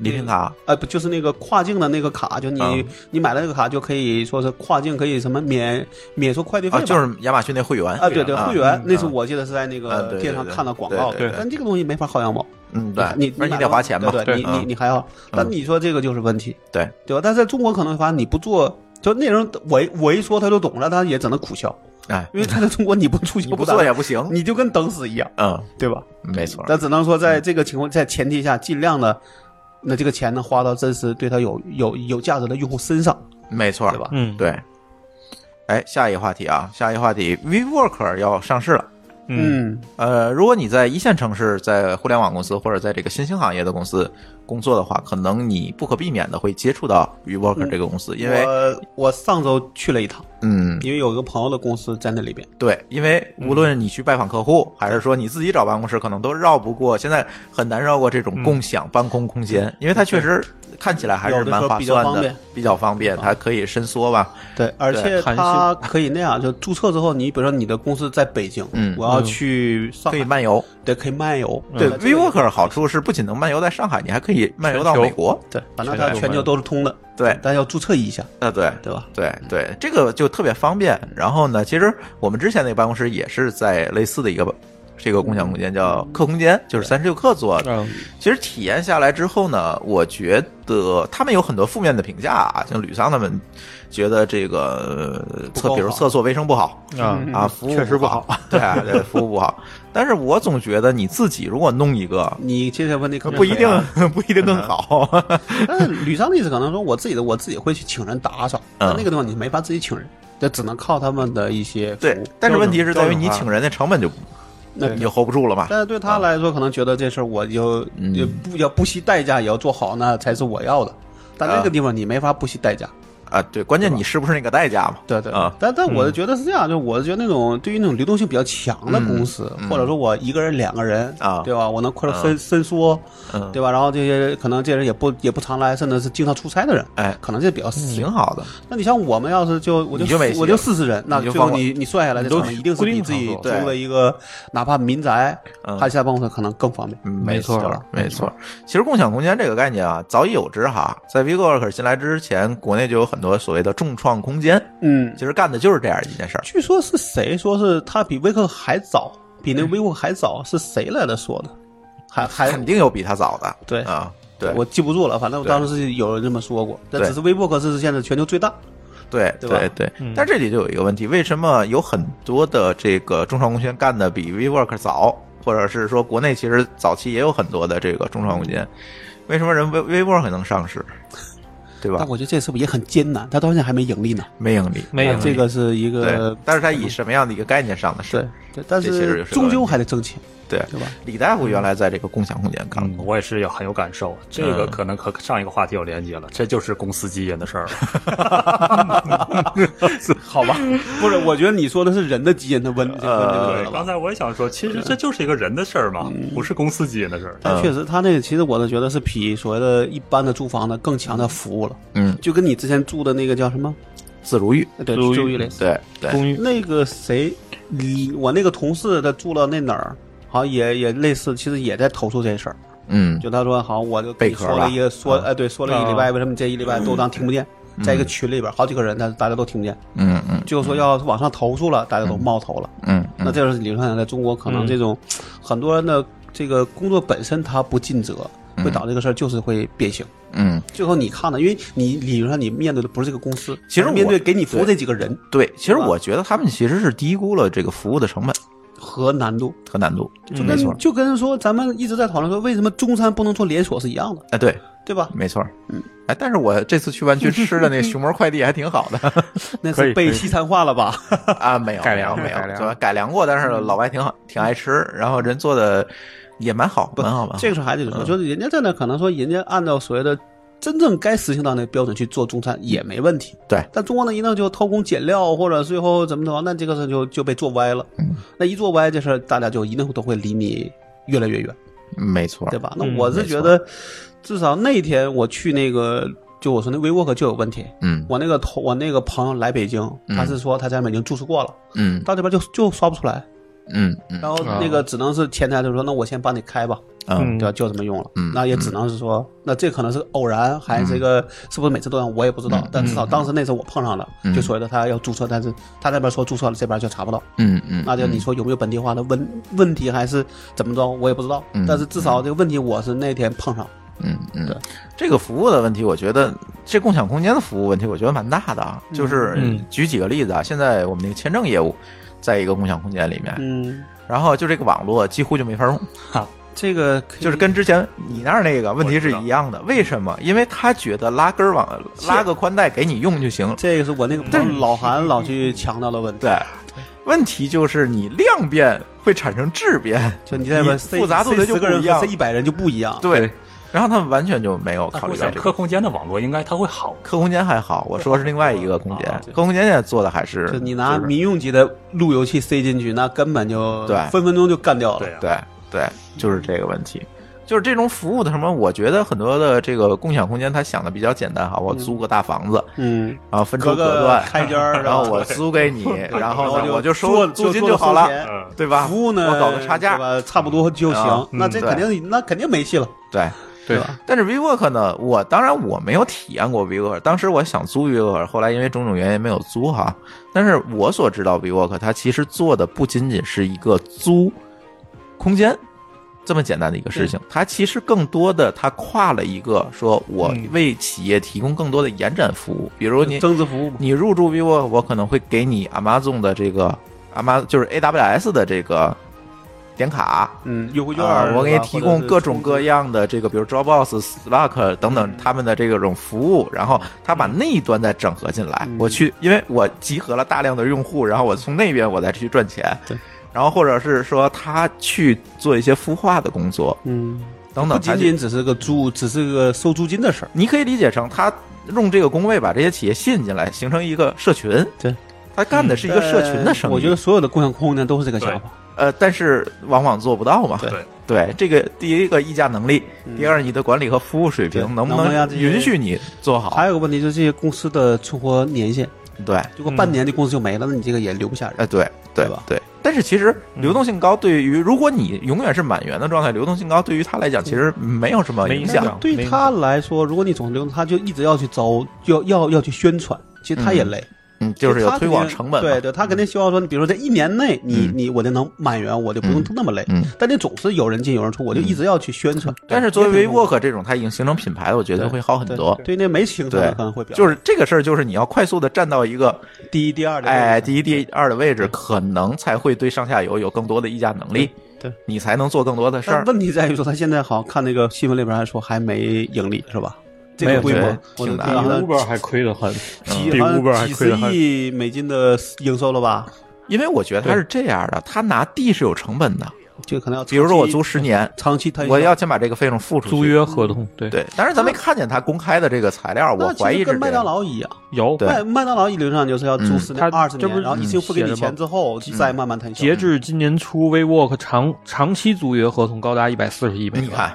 S1: 礼品卡，
S4: 呃，不就是那个跨境的那个卡，就你、
S1: 嗯
S4: 你买了那个卡就可以说是跨境可以什么免免收快递费
S1: 啊，
S4: 吧、
S1: 就是亚马逊那会员
S4: 啊，对对，
S1: 啊
S4: 会员、那是
S1: 嗯
S4: 我记得是在那
S1: 啊对
S4: 个
S1: 对
S4: 电商
S1: 对
S4: 看到广告的，
S1: 对对
S4: 但这个东西没法薅羊毛，
S1: 嗯，对，
S4: 你
S1: 而且
S4: 买
S1: 你得
S4: 了
S1: 花钱嘛，
S4: 对对，你
S1: 嗯
S4: 你你还要，但你说这个就是问题，
S1: 对
S4: 对吧？但在中国可能发现你不做，就那人我一我一说他就懂了，他也只能苦笑，
S1: 哎，
S4: 因为他在中国你不出去
S1: 你不
S4: 打
S1: 做也不行，
S4: 你就跟等死一样，
S1: 嗯，
S4: 对吧？
S1: 没错，
S4: 但只能说在这个情况在前提下，尽量的。那这个钱呢，花到真实对他有有有价值的用户身上，
S1: 没错，
S4: 对吧？
S5: 嗯，
S1: 对。哎，下一个话题啊，下一个话题，WeWork 要上市了。
S5: 嗯，
S1: 呃，如果你在一线城市，在互联网公司或者在这个新兴行业的公司工作的话，可能你不可避免的会接触到 WeWork 这个公司，因为
S4: 我我上周去了一趟，
S1: 嗯，
S4: 因为有一个朋友的公司在那里边。
S1: 对，因为无论你去拜访客户，还是说你自己找办公室，可能都绕不过现在很难绕过这种共享办公空间，因为它确实看起来还是蛮划算
S4: 有的时候比较方
S1: 的
S4: 便，啊
S1: 比较方便，它可以伸缩吧。
S4: 对，而且
S5: 弹性
S4: 它可以那样，就注册之后，你比如说你的公司在北京，
S1: 嗯
S4: 我要去上
S1: 可以
S4: 海，
S1: 漫游，
S4: 对，可以漫游。
S1: 对
S4: 嗯它这个
S1: ，WeWork 好处是不仅能漫游在上海，你还可以漫游到
S5: 全球
S1: 美国。
S4: 对，反正它
S5: 全球
S4: 全球都是通的，
S1: 对，
S4: 但要注册一下，
S1: 啊，对，
S4: 对吧？
S1: 对对，这个就特别方便。然后呢，其实我们之前那个办公室也是在类似的一个这个共享空间，叫客空间，就是三十六氪做的。
S5: 嗯
S1: 其实体验下来之后呢，我觉得他们有很多负面的评价啊，像吕桑他们觉得这个呃
S4: 不
S1: 厕，
S4: 够
S1: 比如
S4: 好
S1: 厕所卫生不好。
S5: 啊
S4: 嗯
S1: 啊，服务
S5: 确实不
S1: 好，对啊对，服务不好。但是我总觉得你自己如果弄一个，
S4: 你这些问哎题可能
S1: 不
S4: (laughs)
S1: 一定 (laughs) 不一定更好。
S4: 但是吕商的意思可能说，我自己的我自己会去请人打扫，
S1: 嗯
S4: 但那个地方你没法自己请人，这只能靠他们的一些服
S1: 对
S4: 务。，
S1: 但是问题是在于
S5: 标准
S1: 你
S5: 化
S1: 请人的成本就
S4: 那
S1: 你就 hold 不住了嘛。
S4: 但是对他来说，可能觉得这事儿我就
S1: 嗯
S4: 也不要不惜代价也要做好，那才是我要的。但那个地方你没法不惜代价，
S1: 啊，对，关键你是不是那个代价嘛？
S4: 对对
S1: 啊
S4: 但但我觉得是这样，就我是觉得那种对于那种流动性比较强的公司，或者说我一个人、两个人
S1: 嗯啊
S4: 对吧？我能快速伸伸缩，
S1: 嗯
S4: 对吧？然后这些可能这人也不也不常来，甚至是经常出差的人，
S1: 哎
S4: 可能这比较适应
S1: 挺。好的，
S4: 那你像我们要是就我就
S1: 你就没戏
S4: 我就四十人，那
S1: 你就
S4: 最
S1: 放
S4: 后你你算下来，这
S5: 都
S4: 成本一定是
S5: 固定
S4: 比自己
S5: 场
S4: 租
S5: 所
S1: 对
S4: 了一个哪怕民宅，
S1: 嗯
S4: 还是在办公室可能更方便。
S1: 嗯
S5: 没错
S1: 错，没错。其实共享空间这个概念啊，早已有之哈，在 WeWork 进来之前，国内就有很多所谓的众创空间，
S4: 嗯，
S1: 其实干的就是这样一件事儿。
S4: 据说是谁说是他比威克还早，比
S1: 嗯
S4: 那威克还早，是谁来的说的？还还
S1: 肯定有比他早的，
S4: (laughs) 对
S1: 啊，对，
S4: 我记不住了，反正我当时是有人这么说过。但
S1: 对
S4: 只是微博克是现在全球最大，
S1: 对
S4: 对吧嗯
S1: 对对。但这里就有一个问题，为什么有很多的这个众创空间干的比 WeWork 早，或者是说国内其实早期也有很多的这个众创空间，为什么人 We WeWork 能上市，对吧
S4: 但？我觉得这是不是也很艰难？他到现在还没盈利呢。
S1: 没盈利，
S5: 没有
S4: 这个是一
S1: 对
S4: 个，嗯
S1: 但是它以什么样的一个概念上的市？
S4: 对对，但
S1: 这其实
S4: 是
S1: 就是个
S4: 终究还得挣钱，
S1: 对
S4: 对吧？
S1: 李大夫原来在这个共享空间干过，
S3: 嗯我也是有很有感受，啊这个可能和上一个话题有连接了，这就是公司基因的事儿了。
S1: (laughs)
S4: 好吧，
S1: 嗯
S4: 不是，我觉得你说的是人的基因的问问这
S1: 呃
S4: 个
S3: 对，
S4: 了吧？
S3: 刚才我也想说，其实这就是一个人的事儿嘛，
S1: 嗯
S3: 不是公司基因的事儿。
S4: 但确实，他那个其实我都觉得是比所谓的一般的住房的更强调服务了，
S1: 嗯，
S4: 就跟你之前住的那个叫什么？呃
S1: 自如寓，
S4: 对，
S5: 租
S4: 住
S5: 寓
S4: 一类似。
S1: 对对，
S5: 公寓，
S4: 那个谁，你我那个同事他住了那哪儿，好像也也类似，其实也在投诉这事儿。
S1: 嗯，
S4: 就他说，好，我就跟你
S1: 贝壳嗯
S4: 说呃
S1: 吧
S4: 了一个说，哎，对，说了一个礼拜，为什么你这一礼拜都当听不见？在一个群里边好几个人，但是大家都听不见。
S1: 嗯嗯
S4: 最后说要往上投诉了，大家都冒头了。
S1: 嗯
S4: 那这就是理论上在中国，可能这种很多人的这个工作本身它不尽责，会导致这个事儿就是会变形。
S1: 嗯，
S4: 最后你看呢，因为你理论上你面对的不是这个公司，
S1: 其实
S4: 而是面
S1: 我
S4: 对给你服务这几个人
S1: 对，其实我觉得他们其实是低估了这个服务的成本
S4: 和难度，
S1: 和难度，
S4: 就
S1: 没
S4: 跟
S1: 错，
S4: 就跟说咱们一直在讨论说为什么中餐不能做连锁是一样的，
S1: 哎，对，
S4: 对吧？
S1: 没错，嗯，哎，但是我这次去湾区吃
S4: (laughs)
S1: 的那个熊猫快递还挺好的
S4: 那
S5: 可
S4: 是
S5: 以
S4: 被
S5: 可以
S4: 西餐化了吧？
S1: 啊，没有
S5: 改良
S1: 没有没
S5: 改
S1: 有
S5: 良
S1: 对吧改良过，但是
S4: 嗯
S1: 老外挺好，挺爱吃，然后人做的也蛮好，蛮好吧？
S4: 这个时候还得说，
S1: 嗯
S4: 就是人家在那可能说人家按照所谓的真正该实行到那个标准去做中餐也没问题。
S1: 对
S4: 但中国呢一弄就偷工减料或者最后怎么怎么，那这个事就就被做歪了。
S1: 嗯
S4: 那一做歪这事儿，大家就一定都会离你越来越远，
S1: 没错，
S4: 对吧？那
S5: 嗯
S4: 我是
S1: 啊没
S4: 觉
S1: 错
S4: 得，至少那天我去那个。就我说那 WeWork 就有问题，
S1: 嗯
S4: 我那个同我那个朋友来北京，他是说他在北京注册过了，
S1: 嗯
S4: 到这边就就刷不出来，
S1: 嗯嗯
S4: 然后那个只能是前台就说那我先帮你开吧，
S1: 嗯
S5: 嗯
S4: 对吧？就这么用了
S1: 嗯，
S4: 那也只能是说，那这可能是偶然，还是一个是不是每次都让我也不知道
S1: 嗯，
S4: 但至少当时那次我碰上了
S1: 嗯，
S4: 就所谓的他要注册，但是他那边说注册了，这边就查不到，
S1: 嗯嗯，
S4: 那就你说有没有本地化的问问题还是怎么着，我也不知道
S1: 嗯，
S4: 但是至少这个问题我是那天碰上，
S1: 嗯嗯
S4: 对，
S1: 这个服务的问题，我觉得这共享空间的服务问题，我觉得蛮大的啊。就是
S5: 嗯
S1: 举几个例子啊，现在我们那个签证业务在一个共享空间里面，
S4: 嗯，
S1: 然后就这个网络几乎就没法用，
S4: 这个可以
S1: 就是跟之前你那儿那个问题是一样的。为什么？因为他觉得拉根儿网拉个宽带给你用就行了。
S4: 这个是我那个朋友老韩老去强调的问题，
S1: 对，问题就是你量变会产生质变，
S4: 就你在那边塞
S1: 复杂度它
S4: 塞
S1: 就
S4: 十
S1: 不
S4: 个人
S1: 一样
S4: 和。一百人就不一样，
S1: 对，然后他们完全就没有
S3: 那
S1: 考
S3: 我
S1: 虑到
S3: 想
S1: 这
S3: 客
S1: 个。
S3: 空间的网络应该它会好，
S1: 客空间还好，我说的是另外一个空间
S3: 啊，
S1: 客空间现在做的还是
S4: 就你拿
S1: 就是
S4: 民用级的路由器塞进去，那根本就
S1: 对
S4: 分分钟就干掉了。
S3: 对啊，
S1: 对对，就是这个问题，就是这种服务的什么，我觉得很多的这个共享空间，他想的比较简单哈，我租个大房子，
S4: 嗯，
S1: 然后分出
S4: 隔
S1: 隔
S4: 个
S1: 断，
S4: 开
S1: (laughs)
S4: 间儿，
S1: 然后我租给你，然后呢
S4: 就
S1: 我就
S4: 做
S1: 收租金
S4: 做
S1: 就好
S4: 收
S1: 了，
S4: 钱
S3: 嗯，
S1: 对吧？
S4: 服务呢，
S1: 我搞个差价
S4: 对，吧，差不多就
S1: 啊
S4: 行。那
S3: 嗯
S4: 这
S1: 对
S4: 肯定，那肯定没戏了，
S1: 对。
S4: 对吧？
S1: 但是 WeWork 呢，我当然我没有体验过 WeWork，当时我想租 WeWork，后来因为种种原因没有租哈。但是我所知道 WeWork 它其实做的不仅仅是一个租空间这么简单的一个事情，它其实更多的它跨了一个说我为企业提供更多的延展服务，比如你
S4: 增值服务嘛，
S1: 你入驻 WeWork，我可能会给你 Amazon 的这个 Amazon 就是 AWS 的这个点卡，
S4: 嗯，优惠券
S1: 啊
S4: 儿，
S1: 我给你
S4: 是吧
S1: 提供各种各。
S4: 或者是充值
S1: 样的这个，比如 Dropbox、Slack 等
S4: 嗯
S1: 等他们的这种服务，然后他把那一端再整合进
S4: 嗯
S1: 来。我去，因为我集合了大量的用户，然后我从那边我再去赚钱。
S4: 对，
S1: 然后或者是说他去做一些孵化的工作
S4: 嗯，
S1: 等
S4: 不
S1: 等，
S4: 仅
S1: 他
S4: 仅只是个租，只是个收租金的事儿。
S1: 你可以理解成他用这个工位把这些企业吸引进来，形成一个社群。
S4: 对。
S1: 他干的是一个社群的生意，
S4: 呃我觉得所有的共享空间都是这个想法。
S1: 呃，但是往往做不到嘛。
S3: 对
S1: 对，这个第一个议价能力，第二你的管理和服务水
S4: 嗯对
S1: 平能不
S4: 能不能让这些
S1: 允许你做好
S4: 还？有个问题就是这些公司的存活年限，
S1: 对，
S4: 如果半年这公司就没了，那你这个也留不下人。
S1: 嗯呃，对对
S4: 对吧
S1: 对。但是其实流动性高，对于如果你永远是满员的状态，流动性高对于他来讲其实
S4: 嗯
S1: 没有什么
S5: 没
S1: 影
S5: 影
S1: 响
S5: 响。
S4: 那对他来说，如果你总是流动，他就一直要去招，要要要去宣传，其实他也累，
S1: 嗯，就是有
S4: 他
S1: 推
S4: 肯定
S1: 广成本嘛。嗯
S4: 对对，他肯定希望说，你比如说在一年内，你、你我就能满员，我就不用那么累。
S1: 嗯嗯
S4: 但你总是有人进有人出，我就一直要去宣传。
S1: 但是作为
S4: 也很痛苦
S1: WeWork 这种，它已经形成品牌了，我觉得会好很多。
S4: 对那没形成
S1: 对
S4: 的可能会比较
S1: 就是这个事儿，就是你要快速的站到一个
S4: 第一、第二的位置。
S1: 哎第一、第二的位置，可能才会对上下游有更多的议价能力，
S4: 对对
S1: 你才能做更多的事
S4: 但
S1: 儿。
S4: 问题在于说，他现在好像看那个新闻里边还说还没盈利是吧？这
S5: 没
S4: 个
S5: 有
S4: 规模
S1: 对，
S4: 我
S1: 挺
S4: 的
S1: 难
S4: 天
S1: 的嗯
S4: 啊
S5: 比 Uber 还亏得很，
S4: 几
S5: 比
S4: 好
S5: Uber 还
S4: 像几
S5: 亏得
S4: 十
S5: 很。
S4: 亿美金的营收了吧？
S1: 因为我觉得他
S5: 对
S1: 是这样的，他拿地是有成本的，
S4: 这个可能要长期
S1: 比如说我租十年，
S4: 长期摊销，
S1: 我要先把这个费用付出去。
S5: 租约合同对
S1: 对，当然咱没看见他公开的这个材料，我
S4: 那其实
S1: 怀疑是
S4: 跟
S1: 这
S4: 麦当
S1: 样。
S4: 劳一样，
S5: 有
S1: 对
S4: 麦麦当劳理论上就是要租
S1: 嗯
S4: 十年、
S5: 他
S4: 二十
S5: 这不
S4: 年，
S5: 是
S4: 然后一次付给
S5: 写
S4: 你
S5: 的吗
S4: 钱之后，再慢慢摊销。
S5: 截至今年初，WeWork 长长期租约合同高达一百四十亿美
S1: 你
S5: 元。
S1: 看，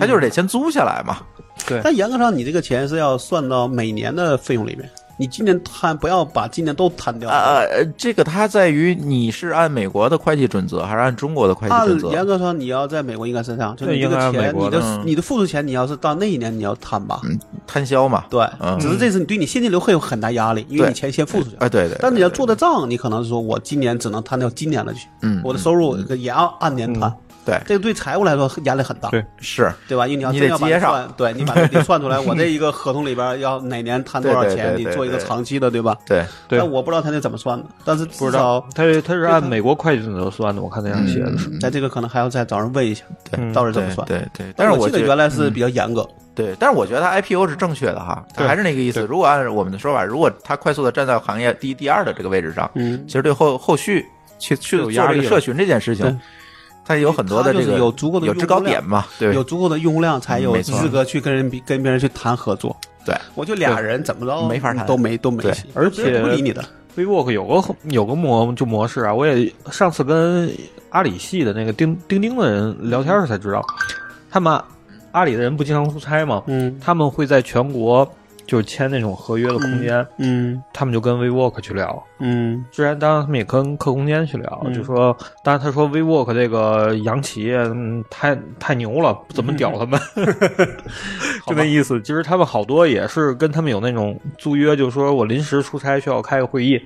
S1: 他就是得先租下来嘛。
S5: 对
S4: 但严格上，你这个钱是要算到每年的费用里面，你今年摊不要把今年都摊掉。
S1: 呃呃，这个它在于你是按美国的会计准则还是按中国的会计
S4: 按
S1: 准则？
S4: 严格说，你要在美国应该是这样，就
S5: 对
S4: 你这个
S5: 应该是美
S4: 钱，
S5: 国
S4: 你
S5: 的嗯
S4: 的你的付出钱，你要是到那一年你要摊吧，
S1: 摊销嘛。
S4: 对
S1: 嗯，
S4: 只是这次你对你现金流会有很大压力，因为
S1: 对
S4: 你钱先付出去
S1: 哎，
S4: 了。
S1: 对对。
S4: 但你要做
S1: 的，
S4: 的账，你可能是说我今年只能摊掉今年的去，
S1: 嗯，
S4: 我的收入也要按年摊，
S1: 对
S4: 这个对财务来说压力很大。
S5: 嗯对
S1: 是
S4: 对吧？因为你要
S1: 你
S4: 真
S1: 得
S4: 要把
S1: 接
S4: 它
S1: 上
S4: 算，对你把它得算出来，我这一个合同里边要哪年摊多少
S1: 对对
S4: 钱，
S1: 对
S4: 你
S1: 对
S4: 做一个
S1: 对
S4: 长期的，对吧？
S1: 对，
S5: 对
S4: 但我不知道他那怎么算的，但是
S5: 不
S4: 至
S5: 知道
S4: 少
S5: 他他是按美国会计准则算的，我看那样写的是。
S4: 在这个可能还要再找人问一下，
S5: 嗯
S4: 到底怎么
S1: 嗯对
S4: 算。
S1: 对对。但是
S4: 我记
S1: 觉嗯
S4: 得
S1: 得
S4: 原来是比较严格，
S1: 对，但是我觉得它 IPO 是正确的哈，它还是那个意思。如果按我们的说法，如果它快速的站在行业第一、第二的这个位置上，
S4: 嗯，
S1: 其实对后后续去去
S5: 有
S1: 做
S5: 压
S1: 这个
S5: 力
S1: 社群这件事情
S4: 对，
S1: 它有很多的
S4: 它就
S1: 这
S4: 是
S1: 个
S4: 有足够的
S1: 有
S4: 用
S1: 制高
S4: 户量
S1: 点嘛，对
S4: 有足够的用户量才有
S1: 嗯没错
S4: 资格去跟人比跟别人去谈合作。
S1: 对，
S4: 我就俩人怎么着
S1: 没法谈
S4: 都没都没
S1: 对
S4: 戏，而
S5: 且
S4: 不理你的。
S5: WeWork 有个有个模就模式啊，我也上次跟阿里系的那个钉钉钉的人聊天时才知道，他们阿里的人不经常出差吗？
S4: 嗯
S5: 他们会在全国就是签那种合约的空间，
S4: 嗯
S5: 他们就跟 WeWork 去聊。
S4: 嗯
S5: 之前当然他们也跟客空间去聊，
S4: 嗯
S5: 就说，当然他说 WeWork 这个洋企业、嗯、太太牛了，不怎么屌他们，
S4: 嗯
S5: (laughs) 就那意思。其实他们好多也是跟他们有那种租约，就说我临时出差需要开个会议，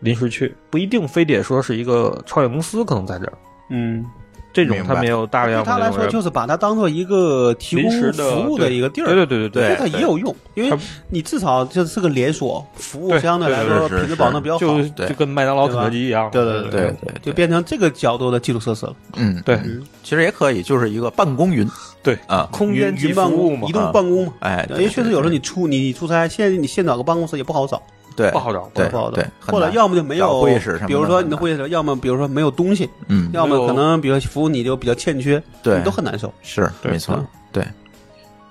S5: 临时去，不一定非得说是一个创业公司，可能在这儿
S4: 嗯，
S5: 这种
S1: 明白
S5: 他们也有大
S4: 对
S5: 量的
S4: 他来
S5: 那种
S4: 说
S5: 人
S4: 就是把它当做一个提供
S5: 临时的
S4: 服务的一个地儿，
S5: 对对对对
S4: 所以
S1: 对
S4: 它也有用，因为
S5: 它
S4: 你至少就是个连锁服务，
S5: 对
S4: 相对来说
S1: 是是
S4: 品质保证比较好，
S5: 就
S1: 对
S5: 就跟麦当劳、
S4: 对吧
S5: 肯德基一样，
S4: 对对
S1: 对对
S4: 就变成这个角度的基础设施了。
S1: 嗯
S5: 对
S1: 其实也可以，就是一个办公云
S5: 对，
S1: 啊，
S5: 空间
S4: 云
S5: 及
S4: 云
S5: 服
S4: 办
S5: 务
S4: 公、
S5: 嘛
S4: 移，动办公嘛，
S1: 哎，
S4: 因
S1: 对
S4: 为确实有时候你出你出差，现在你现找个办公室也不好找，
S1: 对
S5: 不好找
S1: 对
S4: 不好找
S1: 对，，很
S4: 或者
S1: 难
S4: 要么就没
S1: 找
S4: 有
S1: 会议室什么的
S4: 比如说你的
S1: 很难
S4: 会议室，要么比如说没有东西，
S1: 嗯
S4: 要么
S5: 就
S4: 可能比如说服务你就比较欠缺，
S1: 对
S4: 你都很难受。
S1: 是
S5: 对
S1: 没错
S4: 嗯
S1: 对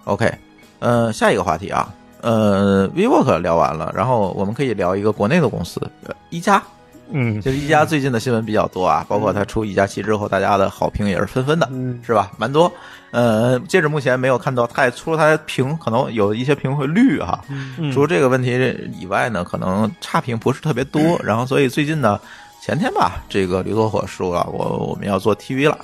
S1: ，OK，呃，下一个话题啊，呃，WeWork 聊完了，然后我们可以聊一个国内的公司，呃一加。
S5: 嗯，
S1: 其实一加最近的新闻比较多啊，包括它出一加七之后，大家的好评也是纷纷的，
S4: 嗯
S1: 是吧？蛮多。呃，截止目前没有看到太除了它评，可能有一些评会绿哈、
S5: 嗯
S1: 除了这个问题以外呢，可能差评不是特别多。然后，所以最近呢，前天吧，这个驴火火说了，我我们要做 TV 了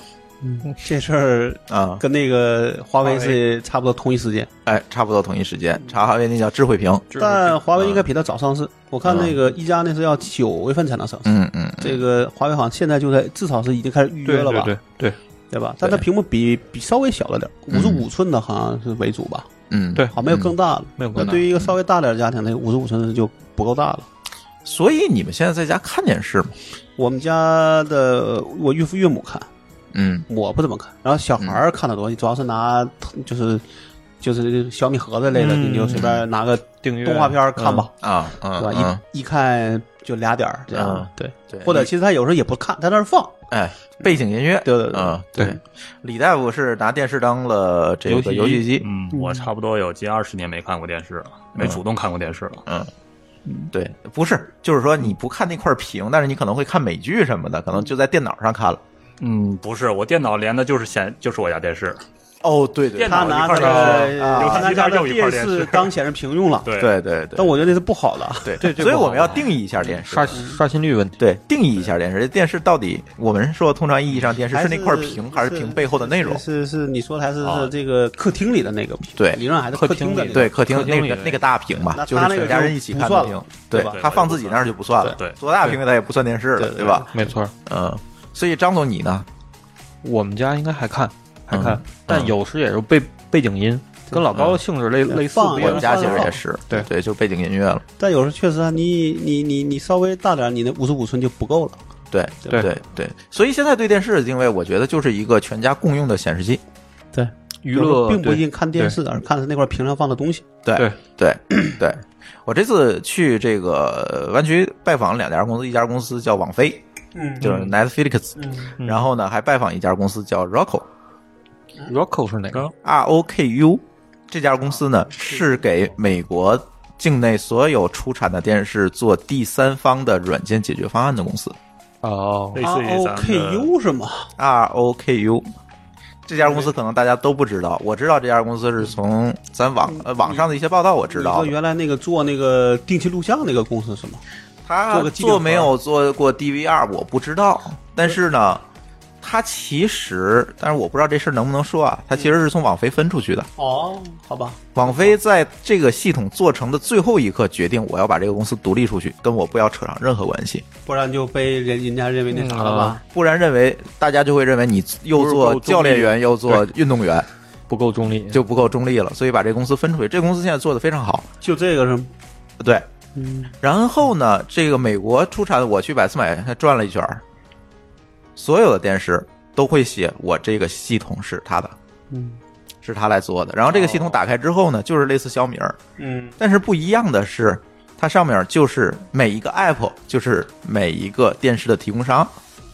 S4: 这事儿
S1: 啊、
S4: 跟那个华为
S5: 华
S4: 是差不多同一时间，
S1: 哎，差不多同一时间，查哈维那叫智慧屏，
S4: 但华为
S1: 嗯
S4: 应该比它早上市。我看那个一加那是要九月份才能上市，
S1: 嗯嗯，
S4: 这个华为好像现在就在，至少是已经开始预约
S5: 对
S4: 了吧？
S5: 嗯对对对
S4: 对吧？但它屏幕比比稍微小了点，五十五寸的好像是为主吧，
S1: 嗯
S5: 对
S4: 好像没有更大的。
S5: 没有可
S4: 那
S5: 能
S4: 对于一个稍微大点的家庭，那五十五寸就不够大了。
S1: 所以你们现在在家看电视吗？
S4: 我们家的呃我岳父岳母看，
S1: 嗯
S4: 我不怎么看，然后小孩儿看的多，主要是拿就是就是小米盒子类的，
S5: 嗯
S4: 你就随便拿个
S5: 订阅
S4: 动画片儿看吧，
S1: 啊啊，
S4: 对吧
S1: 嗯？
S4: 一一看就俩点儿这样
S1: 嗯，
S4: 对。
S1: 对
S4: 或者其实他有时候也不看，在那儿放。
S1: 哎，背景音乐，
S4: 对对对
S1: 嗯，
S5: 对
S1: 对。李大夫是拿电视当了这个游戏机，
S3: 嗯，我差不多有近二十年没看过电视了，没主动看过电视了。
S1: 嗯，对，不是，就是说你不看那块屏，但是你可能会看美剧什么的，可能就在电脑上看了。
S3: 嗯，不是，我电脑连的就是显，就是我家电视。
S1: 哦，对对对
S3: 电脑
S4: 他拿他
S3: 一块儿
S4: 的，
S1: 啊
S4: 他拿他的
S3: 游戏机上又一
S4: 电
S3: 块电视
S4: 视当显示屏用了。
S3: (laughs) 对，
S1: 对对对
S4: 但我觉得那是不好的。
S1: 对
S5: 这这
S1: 所以
S5: 不好
S1: 我们要定义一下电视。啊
S4: 嗯
S5: 刷刷新率问题。
S1: 对，定义一下电视。这电视到底，我们说通常意义上电视
S4: 还
S1: 是那块屏，还是屏背后的内容？
S4: 是是，是你说的还是
S1: 啊
S4: 是这个客厅里的那个屏？
S1: 对
S4: 理论上还是
S5: 客
S4: 厅
S5: 厅
S4: 的
S5: 里
S4: 那个
S1: 对，客厅
S5: 客厅
S1: 那
S5: 里
S1: 个
S5: 面
S1: 那个大屏嘛，
S4: 那
S1: 就是
S4: 他那个
S1: 全家
S4: 就
S1: 人一起
S4: 不
S1: 看
S4: 算
S1: 的
S4: 了
S1: 屏。
S4: 对
S1: 对
S4: 吧
S1: 他放自己那儿就不算了。
S3: 对对
S1: 多大屏他也不算电视
S4: 对
S1: 了，
S4: 对
S1: 对吧？
S5: 没错儿，
S1: 嗯，所以张总你呢？
S5: 我们家应该还看，还看，
S1: 嗯
S5: 但有时也是背背景音，跟老高的性质类
S4: 对
S5: 类似。
S4: 放
S5: 不一
S1: 我
S5: 样
S1: 们家其实也是，
S5: 对
S1: 对，就背景音乐了。
S4: 但有时候确实啊，你你你你稍微大点儿，你那五十五寸就不够了。
S1: 对
S5: 对
S1: 对对，所以现在对电视的定位，我觉得就是一个全家共用的显示器。
S4: 对，
S5: 娱乐
S4: 并不一
S5: 对
S4: 定看电视，而看的是那块屏上放的东西。
S1: 对
S5: 对
S1: 对对，我这次去这个呃湾区拜访两家公司，一家公司叫网飞，
S4: 嗯
S1: 就是 Netflix，、
S5: 嗯
S1: 然后呢还拜访一家公司叫 Roku，R
S5: Rocco 是哪个？
S4: 嗯
S1: O K U，这家公司呢是给美国境内所有出产的电视做第三方的软件解决方案的公司。
S5: 哦
S4: 啊
S3: 类似于
S4: R O
S3: 咱们
S4: K
S3: 的
S4: U 是吗？
S1: R O K U，这家公司可能大家都不知道，我知道这家公司是从咱网呃网上的一些报道我知
S4: 你
S1: 道
S4: 说
S1: 的。
S4: 原来嗯那个做那个定期录像那个公司是吗？
S1: 他
S4: 做个纪念
S1: 做
S4: 盒
S1: 没有做过 DVR 我不知道，但是呢，他其实，但是我不知道这事儿能不能说啊，他其实是从网飞分出去的。
S4: 哦，好吧，
S1: 网飞在这个系统做成的最后一刻决定，我要把这个公司独立出去，跟我不要扯上任何关系，
S4: 不然就被人人家认为那啥了吧？
S1: 不然认为大家就会认为你又做教练员又做运动员
S5: 不够中立，
S1: 就不够中立了，所以把这公司分出去。这公司现在做的非常好，
S4: 就这个是吗？
S1: 对。
S4: 嗯，
S1: 然后呢，这个美国出产，我去百思买还转了一圈儿，所有的电视都会写我这个系统是他的，
S4: 嗯，
S1: 是他来做的。然后这个系统打开之后呢，就是类似小米儿，
S4: 嗯，
S1: 但是不一样的是，它上面就是每一个 app 就是每一个电视的提供商。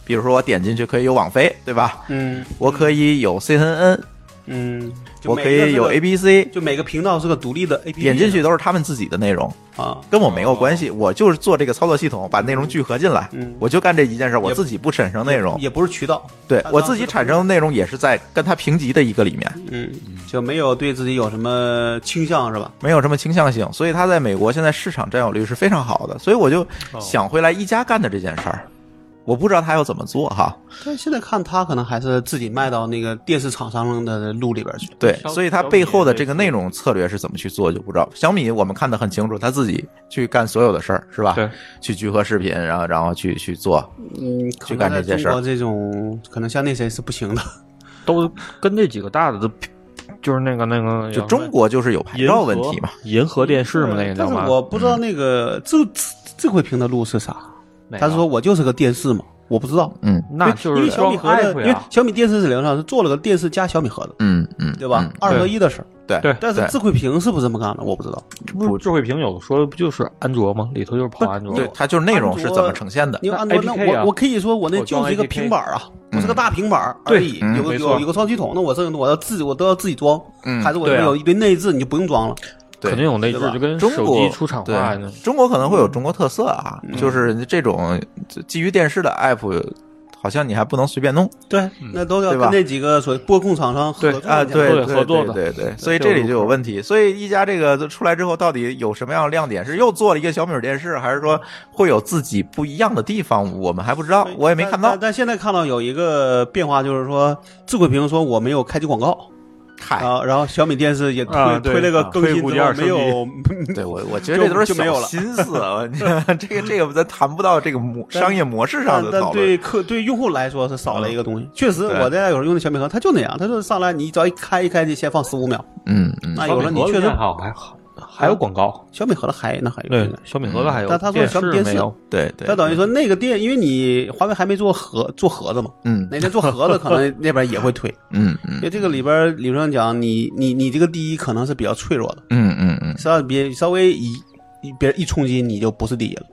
S1: 比如说我点进去可以有网飞，对吧？
S4: 嗯
S1: 我可以有 CNN，
S4: 嗯，就
S1: 我
S4: 每
S1: 可
S4: 个
S1: 以
S4: 是
S1: 有
S4: 个
S1: ABC，
S4: 就每个频道是个独立的 A P P，
S1: 点进去都是他们自己的内容。
S4: 啊，
S1: 跟我没有关系，我就是做这个操作系统，把内容聚合进来，
S4: 嗯
S1: 我就干这一件事，我
S4: 也
S1: 自己不产生内容，
S4: 也不是渠道，
S1: 对
S4: 按
S1: 我
S4: 照
S1: 自
S4: 这
S1: 己
S4: 个
S1: 产生的内容也是在跟它评级的一个里面，
S4: 嗯，就没有对自己有什么倾向是吧？
S1: 没有什么倾向性，所以它在美国现在市场占有率是非常好的，所以我就想回来一加干的这件事儿，我不知道他要怎么做哈，
S4: 但现在看他可能还是自己卖到那个电视厂商的路里边去。
S1: 对，
S5: 小
S1: 所以它
S5: 小米
S1: 背后的这
S5: 也
S1: 个
S5: 会
S1: 内容策略是怎么去做就不知道。小米我们看得很清楚，他自己去干所有的事儿是吧？
S5: 对，
S1: 去聚合视频，然后然后去去做，
S4: 嗯，可
S1: 去
S4: 能
S1: 干
S4: 在
S1: 这
S4: 中
S1: 些事儿
S4: 国这种可能像那谁是不行的。
S5: 都跟这几个大的都，就是那个那个
S1: 就中国就是有牌
S5: 银
S1: 照
S5: 河
S1: 问题嘛，，
S5: 银河电视嘛，那个
S4: 但
S5: 叫
S4: 是
S5: 嘛，
S4: 我不知道那个这这这回评的路是啥。
S5: 哪
S4: 他
S5: 个
S4: 说我就是个电视嘛，我不知道。
S1: 嗯
S5: 那就
S4: 因
S5: 是
S4: 为小米
S5: 双核
S4: 挨
S5: 那
S4: 着，
S5: 回
S4: 因为
S5: 啊，
S4: 小米电视是零上是做了个电视加小米盒子，
S1: 嗯嗯，
S4: 对吧
S1: 嗯？
S4: 二合一的事儿。
S1: 对
S5: 对
S4: 但是智慧屏是不是这么干的？我不知道。
S5: 这不是智慧屏有说不就是安卓吗？里头就是跑安卓，
S1: 对，它就是内容是怎么呈现的。
S4: 因为
S5: 那
S4: 安卓那
S5: APK 啊
S4: 我我可以说我那
S5: 我
S4: 就是一个
S5: 装 APK
S4: 平板儿啊，
S1: 嗯
S4: 我是个大平板儿而
S5: 对
S4: 已，
S1: 嗯
S4: 有个
S5: 没错
S4: 有有个操作系统，那我这个我要自己我都要自己装，
S1: 嗯
S4: 还是我
S5: 对啊
S4: 有一堆内置你就不用装了。
S1: 对
S5: 肯定有内
S4: 对吧
S5: 置，就跟
S1: 中
S5: 手
S1: 国
S5: 机出厂化呢嗯
S1: 对，中国可能会有中国特色啊，
S4: 嗯
S1: 就是这种基于电视的 app，好像你还不能随便弄
S4: 对，那都要
S1: 对吧
S4: 跟那几个所谓播控厂商合
S5: 嗯对
S4: 作
S1: 啊。
S4: 一下
S1: 对
S5: 都得
S1: 对
S5: 合作
S1: 对
S5: 的
S1: 对对，所以这里就有问题。所以一加这个出来之后，到底有什么样的亮点？是又做了一个小米电视，还是说会有自己不一样的地方？我们还不知道，我也没看
S4: 但
S1: 到
S4: 但。但现在看到有一个变化，就是说智慧屏说我没有开机广告
S1: 嗨，
S4: 啊，然后小米电视也推、
S5: 啊对
S4: 推了个
S5: 啊
S4: 更新
S5: 推五
S4: 之
S5: G
S4: 后
S5: 二
S4: 没有， (laughs)
S1: 对我我觉得这都是
S4: 就就没有
S1: 小
S4: 了
S1: 心思啊，你看这个这个咱谈不到这个模商业模式上
S4: 但
S1: 的嗯
S4: 但
S1: 讨论。
S4: 对客对用户来说是少了一个东西。确实，我在有时候用的小米盒，它就那样，它就上来你只要一开一开就先放十五秒，
S1: 嗯嗯，
S4: 那有了你
S5: 小米
S4: 确
S5: 盒
S4: 实
S5: 子
S4: 呃
S5: 还好还好，还有广告，
S4: 小米盒子还那还有
S5: 对
S4: 呢，
S5: 小米盒子还有，
S4: 但他说小米电视
S5: 没有，
S1: 对对，
S4: 它等于说那个店，因为你华为还没做盒做盒子嘛，
S1: 嗯
S4: 哪天做盒子可
S1: (laughs)
S4: 能那边也会推。
S1: 嗯
S4: 因
S1: 嗯
S4: 为这个里边理论上讲，你你你这个第一可能是比较脆弱的，
S1: 嗯嗯嗯。
S4: 稍微别稍微一一别人一冲击你就不是第一了。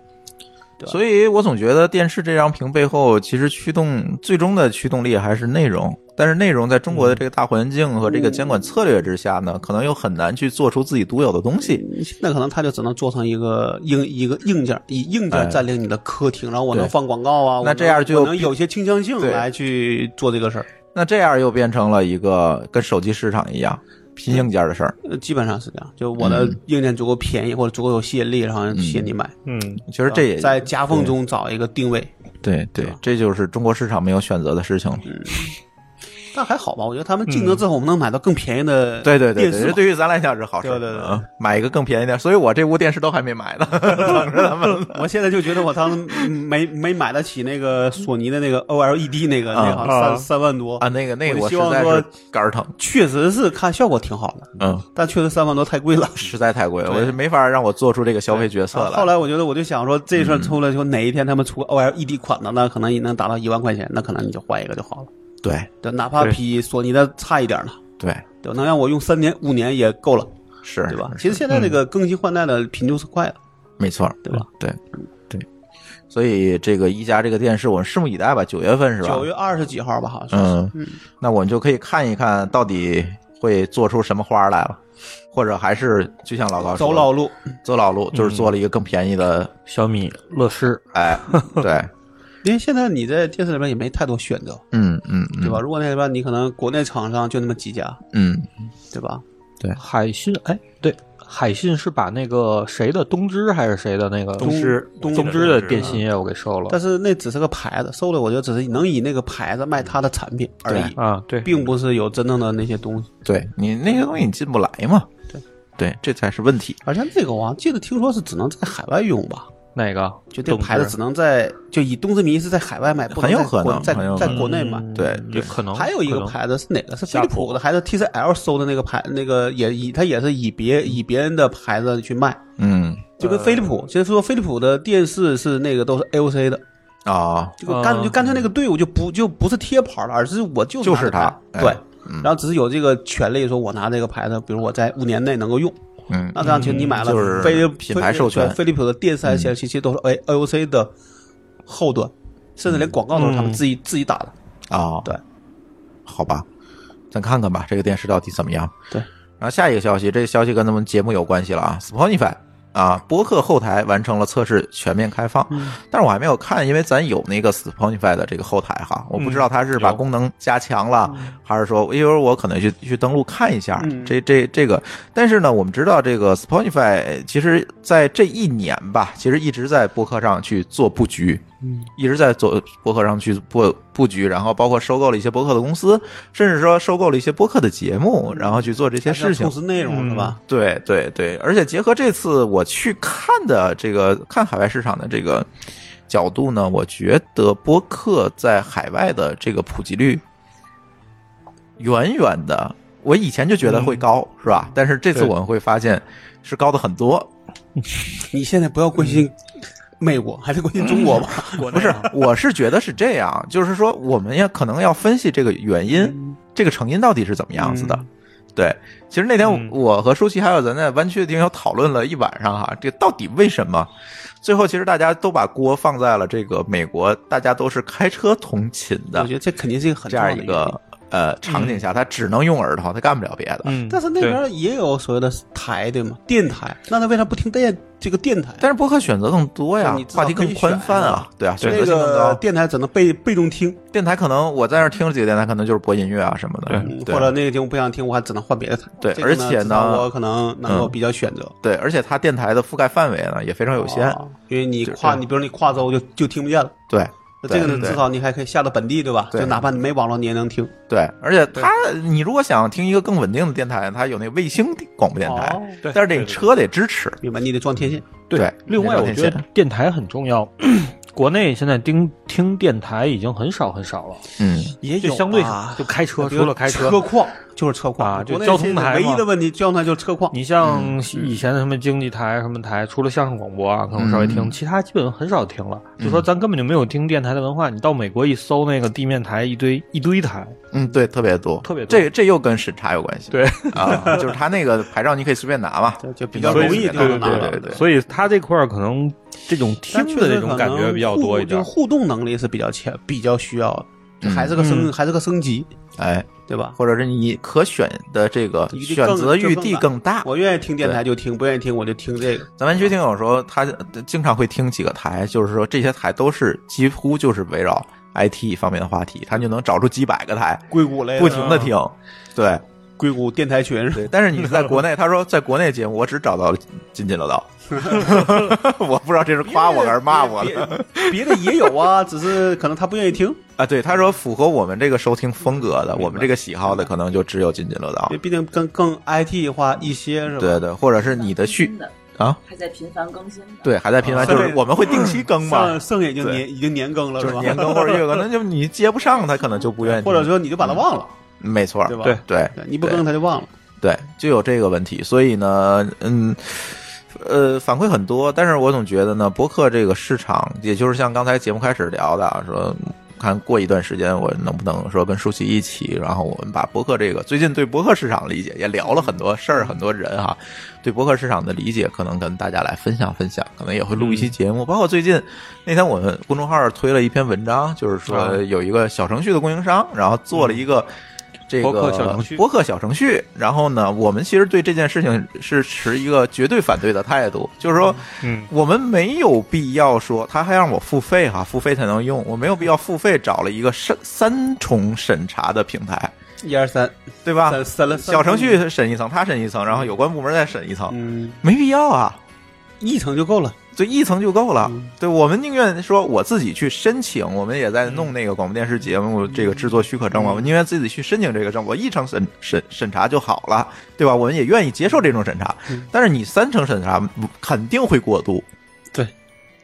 S4: 对吧
S1: 所以我总觉得电视这张屏背后，其实驱动最终的驱动力还是内容。但是内容在中国的这个大环境和这
S4: 嗯
S1: 个监管策略之下呢，可能又很难去做出自己独有的东西。
S4: 现在可能它就只能做成一个硬一个硬件，以硬
S1: 哎
S4: 件占领你的客厅，然后我
S1: 对
S4: 能放广告啊，我
S1: 那
S4: 能
S1: 这样就
S4: 我能有些倾向性
S1: 对
S4: 来去做这个事儿，
S1: 那这样又变成了一个跟手机市场一样拼硬件的事儿。
S4: 呃基本上是这样。就我的
S1: 嗯
S4: 硬件足够便宜或者足够有吸引力，然后吸引你买。
S5: 嗯，
S1: 其实这也
S4: 啊在夹缝中找一个定位，
S1: 对对，这就是中国市场没有选择的事情了。
S4: 但还好吧？我觉得他们竞争之后，我们能买到更便宜的
S1: 嗯对对对
S4: 电视
S1: 对，这
S4: 嘛。
S1: 对于咱来讲是好事。
S4: 对对对对
S1: 嗯，买一个更便宜点。所以我这屋电视都还没买呢， (laughs) 等着他
S4: (laughs)
S1: 们。
S4: (laughs) 我现在就觉得我当时嗯没没买得起那个索尼的那个 OLED 那个那个好像
S5: 啊
S4: 三三万多
S1: 啊，，那个那个，
S4: 我
S1: 我实
S4: 就希望
S1: 在
S4: 说
S1: 是肝儿疼，
S4: 确实是看效果挺好的，
S1: 嗯，
S4: 但确实三万多太贵了。
S1: 实在太贵了，我就没法让我做出这个 (laughs) 消费决策
S4: 啊
S1: 来。
S4: 后来我觉得我就想说，这
S1: 嗯
S4: 事儿出来之后，哪一天他们出 OLED 款的，那可能也能达到一万块钱，那可能你就换一个就好了。
S1: 对
S4: 对，哪怕
S5: 对
S4: 比索尼的差一点呢，
S1: 对
S4: 对，能让我用三年五年也够了，
S1: 是，
S4: 对吧？
S1: 是嗯
S4: 其实现在这个更新换代的频度是快的，
S1: 没错，
S4: 对吧？
S1: 对对，所以这个一加这个电视，我们拭目以待吧。九月份是吧？
S4: 九月二十几号吧，好像是。
S1: 嗯，那我们就可以看一看到底会做出什么花来了，或者还是就像老高说的
S4: 走老路，嗯
S1: 走老路，就是做了一个更便宜的，
S5: 小米乐视
S1: 哎，对。
S4: 因为现在你在电视里面也没太多选择，
S1: 嗯嗯，嗯
S4: 对吧？？如果那里边你可能国内厂商就那么几家，
S1: 嗯，
S4: 对吧？
S5: 海信，哎，对，海信是把那个谁的东芝还是谁的那个
S3: 东芝
S5: 东
S3: 东
S5: 东
S3: 芝
S5: 芝
S3: 的
S5: 的电信业务给收了
S4: 但是那只是个牌子，收了我觉得只是能以那个牌子卖它的产品而已，
S5: 啊？对，
S4: 并不是有真正的那些东西。
S1: 对你那些东西你进不来嘛，
S4: 对
S1: 对，这才是问题。
S4: 而且这个我好像记得听说是只能在海外用吧，
S5: 哪个
S4: 就这个牌子
S5: 东芝
S4: 只能在就以东芝迷是在海外卖，不
S1: 很有
S4: 在
S1: 可
S4: 国
S1: 能
S4: 在
S1: 很有
S4: 在
S1: 可
S4: 国内卖。
S5: 嗯
S1: 对
S5: 也可能
S4: 还有一
S5: 可
S4: 个
S5: 能
S4: 牌子是哪个？是飞
S3: 夏
S4: 利
S3: 普
S4: 浦的还是 TCL 收的那个牌？那个也以它也是以别以别人的牌子去卖，
S1: 嗯
S4: 就跟飞利浦。其实说飞利浦的电视是那个都是 AOC 的，
S1: 啊，
S4: 就干
S5: 嗯
S4: 就干脆那个队伍就不就不是贴牌了，而是我就
S1: 就是它
S4: 拿这牌对
S1: 哎。嗯
S4: 然后只是有这个权利，说我拿这个牌子，比如我在五年内能够用，
S1: 嗯
S4: 那这样其实你买了
S1: 就是
S4: 飞利
S1: 品牌授权嗯
S4: 对飞利浦的电视还显示器其实都是 A AOC 的后端，甚至连广告都是他们
S5: 嗯
S4: 自己自己打的。
S1: 啊，
S4: 对，
S1: 好吧，咱看看吧，这个电视到底怎么样？
S4: 对。
S1: 然后下一个消息，这个消息跟咱们节目有关系了啊，Spotify 啊，播客后台完成了测试，全面开放。但是我还没有看，因为咱有那个 Spotify 的这个后台哈，
S4: 嗯
S1: 我不知道它是把
S3: 有
S1: 功能加强了，还是说，因为我可能去去登录看一下
S4: 嗯
S1: 这这这个。但是呢，我们知道这个 Spotify 其实在这一年吧，其实一直在播客上去做布局，
S4: 嗯
S1: 一直在做博客上去布布局，然后包括收购了一些博客的公司，甚至说收购了一些播客的节目，然后去做这些嗯事情
S4: 充。实内嗯容是吧？
S1: 对对对，而且结合这次我去看的这个看海外市场的这个角度呢，我觉得播客在海外的这个普及率远远的，我以前就觉得会高，是吧？但是这次
S5: 对
S1: 我们会发现是高的很多，
S4: 你现在不要关心
S1: 嗯
S4: 美国， (laughs) 还是关心中国吧？
S1: 不是，我是觉得是这样，就是说我们也可能要分析这个原因，
S4: 嗯
S1: 这个成因到底是怎么样子的。对，其实那天
S5: 嗯
S1: 我和舒淇还有咱在湾区的听友讨论了一晚上哈，这到底为什么？最后其实大家都把锅放在了这个美国，大家都是开车通勤
S4: 我
S1: 的
S4: 觉得这肯定是一个很
S1: 这
S4: 重要
S1: 样
S4: 的
S1: 一
S4: 原因嗯
S1: 个呃场景下，他只能用耳朵，他干不了别的。
S5: 嗯，
S4: 但是那
S5: 对
S4: 边也有所谓的台对吗？电台，那他为啥不听电这个电台？
S1: 但是播客选择更多呀
S4: 啊就你，至少
S1: 话题更
S4: 可以
S1: 宽
S4: 选
S1: 泛啊
S4: 嘛，
S1: 对啊，选择
S4: 那
S1: 性更高。
S4: 个电台只能被被动听，
S1: 电台可能我在那儿听了几个电台，可能就是播音乐啊什么的，
S5: 对
S4: 嗯
S1: 对
S4: 或者那个节目不想听，我还只能换别的台。
S1: 对
S4: 这个
S1: 而且呢
S4: 至少我可能能够比较选择
S1: 对，而且它电台的覆盖范围呢也非常嗯有限。
S4: 啊因为你跨你比如你跨州就就听不见了。
S1: 对
S4: 那
S1: 对
S4: 这个呢，
S1: 对
S4: 至少你还可以下到本地，对吧？
S1: 对
S4: 就哪怕你没网络，你也能听。
S1: 对，而且它你如果想听一个更稳定的电台，它有那个卫星广播电台，嗯
S4: 哦
S3: 对
S1: 但是这个车得支持。
S4: 明白？你得装天线。
S1: 对
S5: 另外，我觉得电台很重要。国内现在听听电台已经很少很少了，
S1: 嗯，
S4: 也啊
S5: 就相对少就开车，
S4: 比如
S5: 除了开车，
S4: 车况就是车况
S5: 啊就
S4: 国内
S5: 交通
S4: 现在
S5: 台
S4: 唯
S5: 嘛嗯
S4: 一的问题，交通台就是车况。
S5: 你
S1: 嗯
S5: 像以前的什么经济台、什么台，除了相声广播啊，可能稍微听，
S1: 嗯
S5: 其他基本很少听了。就说咱根本就没有听电台的文化。你到美国一搜那个地面台，一堆一堆台，
S1: 嗯，对，特别多，
S5: 特别多
S1: 这这又跟审查有关系。
S5: 对
S1: 啊，就是它那个牌照你可以随便拿嘛，
S4: 对就比较
S1: 所以
S4: 容易
S1: 对
S4: 就能拿
S1: 对
S4: 到
S1: 对对
S5: 所以他这块儿可能这种听
S4: 但确
S5: 的
S4: 实
S5: 这种感
S4: 可
S5: 觉
S4: 能
S5: 比较多一点
S4: 互就是。互动能力是比较强，比较需要的，就还是个升，
S5: 嗯
S4: 还是个升级，
S1: 哎，
S4: 对吧？
S1: 或者是你可选的这个
S4: 余地
S1: 选
S4: 更
S1: 择余
S4: 更
S1: 地
S4: 大
S1: 更大。
S4: 我愿意听电台就听，不愿意听我就听这个。
S1: 咱湾区听友说，他经常会听几个台，就是说这些台都是几乎就是围绕 IT 方面的话题，他就能找出几百个台，
S4: 硅谷类
S1: 不停的听。
S4: 嗯 (laughs)
S1: 对
S4: 硅谷电台群，
S1: 对，但是你在国内，他说在国内节目，我只找到了津津乐
S4: (laughs)
S1: 道，我不知道这是 (laughs) 夸我还是骂我的
S4: 别别的也有啊，只是可能他不愿意听，
S1: 啊。对，他说符合我们这个收听风格的，我们这个喜好的，可能就只有津津乐道
S4: 因为。毕竟更更 IT 化一些是吧？
S1: 啊对对，或者是你的续
S6: 的
S1: 啊，
S6: 还在频繁更新的。，
S1: 对，还在频繁，
S4: 啊
S1: 就是我们会定期更嘛
S4: 上，剩下已经
S1: 对
S4: 年已经年更了
S1: 就是是
S4: 吧？
S1: 年更或者月更，那就你接不上，他可能就不愿意听，
S4: 或者说你就把它忘了，
S1: 没错，
S4: 对吧？
S5: 对
S1: 对
S4: 对，你不更他就忘了。
S1: 对，就有这个问题，所以呢，嗯，呃，反馈很多，但是我总觉得呢，播客这个市场，也就是像刚才节目开始聊的啊，说看过一段时间我能不能说跟舒淇一起，然后我们把播客这个最近对播客市场理解也聊了很多事儿，很多人哈、对播客市场的理解，可能跟大家来分享分享，可能也会录一期节目。包括最近那天我们公众号推了一篇文章，就是说
S5: 啊
S1: 有一个小程序的供应商，然后做了一个这
S5: 博客小
S1: 个
S5: 程序
S1: 博客小程序。然后呢，我们其实对这件事情是持一个绝对反对的态度，就是说，
S5: 嗯，
S1: 我们没有必要说他还让我付费哈、付费才能用，我没有必要付费找了一个三三重审查的平台，
S4: 一二三，
S1: 对吧？
S4: 三三了三
S1: 啊小程，序审一层，他审一层，然后有关部门再审一层，
S4: 嗯，
S1: 没必要啊。
S4: 一层就够了。
S1: 就一层就够了
S4: 嗯。
S1: 对我们宁愿说我自己去申请，我们也在弄那个广播电视节目这个制作许可证嘛，
S4: 嗯
S1: 我宁愿自己去申请这个证，我一层审审审查就好了，对吧？我们也愿意接受这种审查
S4: 嗯，
S1: 但是你三层审查肯定会过度。
S4: 对。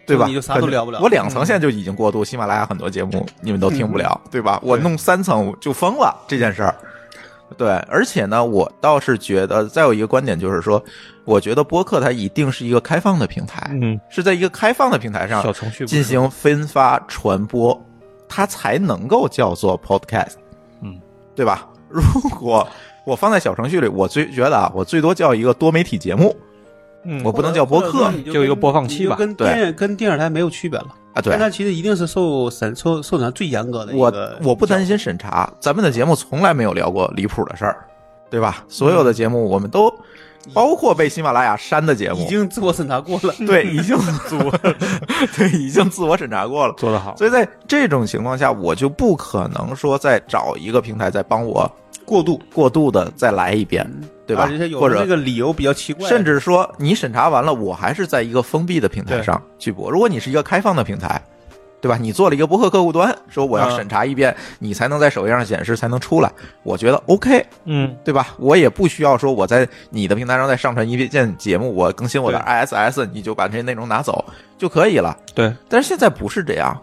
S1: 对吧？
S4: 就你就啥都聊不了嗯
S1: 我两层现在就已经过度，喜马拉雅很多节目你们都听不了，对吧？我弄三层我就疯了这件事儿。对，而且呢，我倒是觉得，再有一个观点就是说，我觉得播客它一定是一个开放的平台，
S5: 嗯，
S1: 是在一个开放的平台上
S5: 小程序不是
S1: 啊进行分发传播，它才能够叫做 podcast，
S3: 嗯，
S1: 对吧？ (laughs) 如果我放在小程序里，我最觉得啊，我最多叫一个多媒体节目
S5: 嗯，
S1: 我不能叫播客
S4: 你跟
S5: 就一个播放器吧
S4: 你就跟
S1: 对
S4: 电跟电视台没有区别了。
S1: 啊，对
S4: 但。它其实一定是受审受受审查最严格的一
S1: 我
S4: 个。
S1: 我不担心审查，咱们的节目从来没有聊过离谱的事儿，对
S4: 嗯
S1: 吧？所有的节目我们都，包括被喜马拉雅删的节目，
S4: 已经自我审查过了。 (laughs)
S1: 对已经自我 (laughs) 对已经自我审查过了。
S5: 做得好，
S1: 所以在这种情况下，我就不可能说再找一个平台再帮我过度过度的再来一遍，对吧
S4: 嗯而且？有
S1: 或
S4: 的
S1: 者
S4: 这个理由比较奇怪，
S1: 甚至说你审查完了，我还是在一个封闭的平台上去播。如果你是一个开放的平台，对吧？你做了一个博客客户端，说我要
S4: 嗯
S1: 审查一遍，你才能在首页上显示，才能出来。我觉得 OK，
S5: 嗯，
S1: 对吧？我也不需要说我在你的平台上再上传一遍节目，我更新我的 ISS，你就把这些内容拿走就可以了。
S5: 对，
S1: 但是现在不是这样，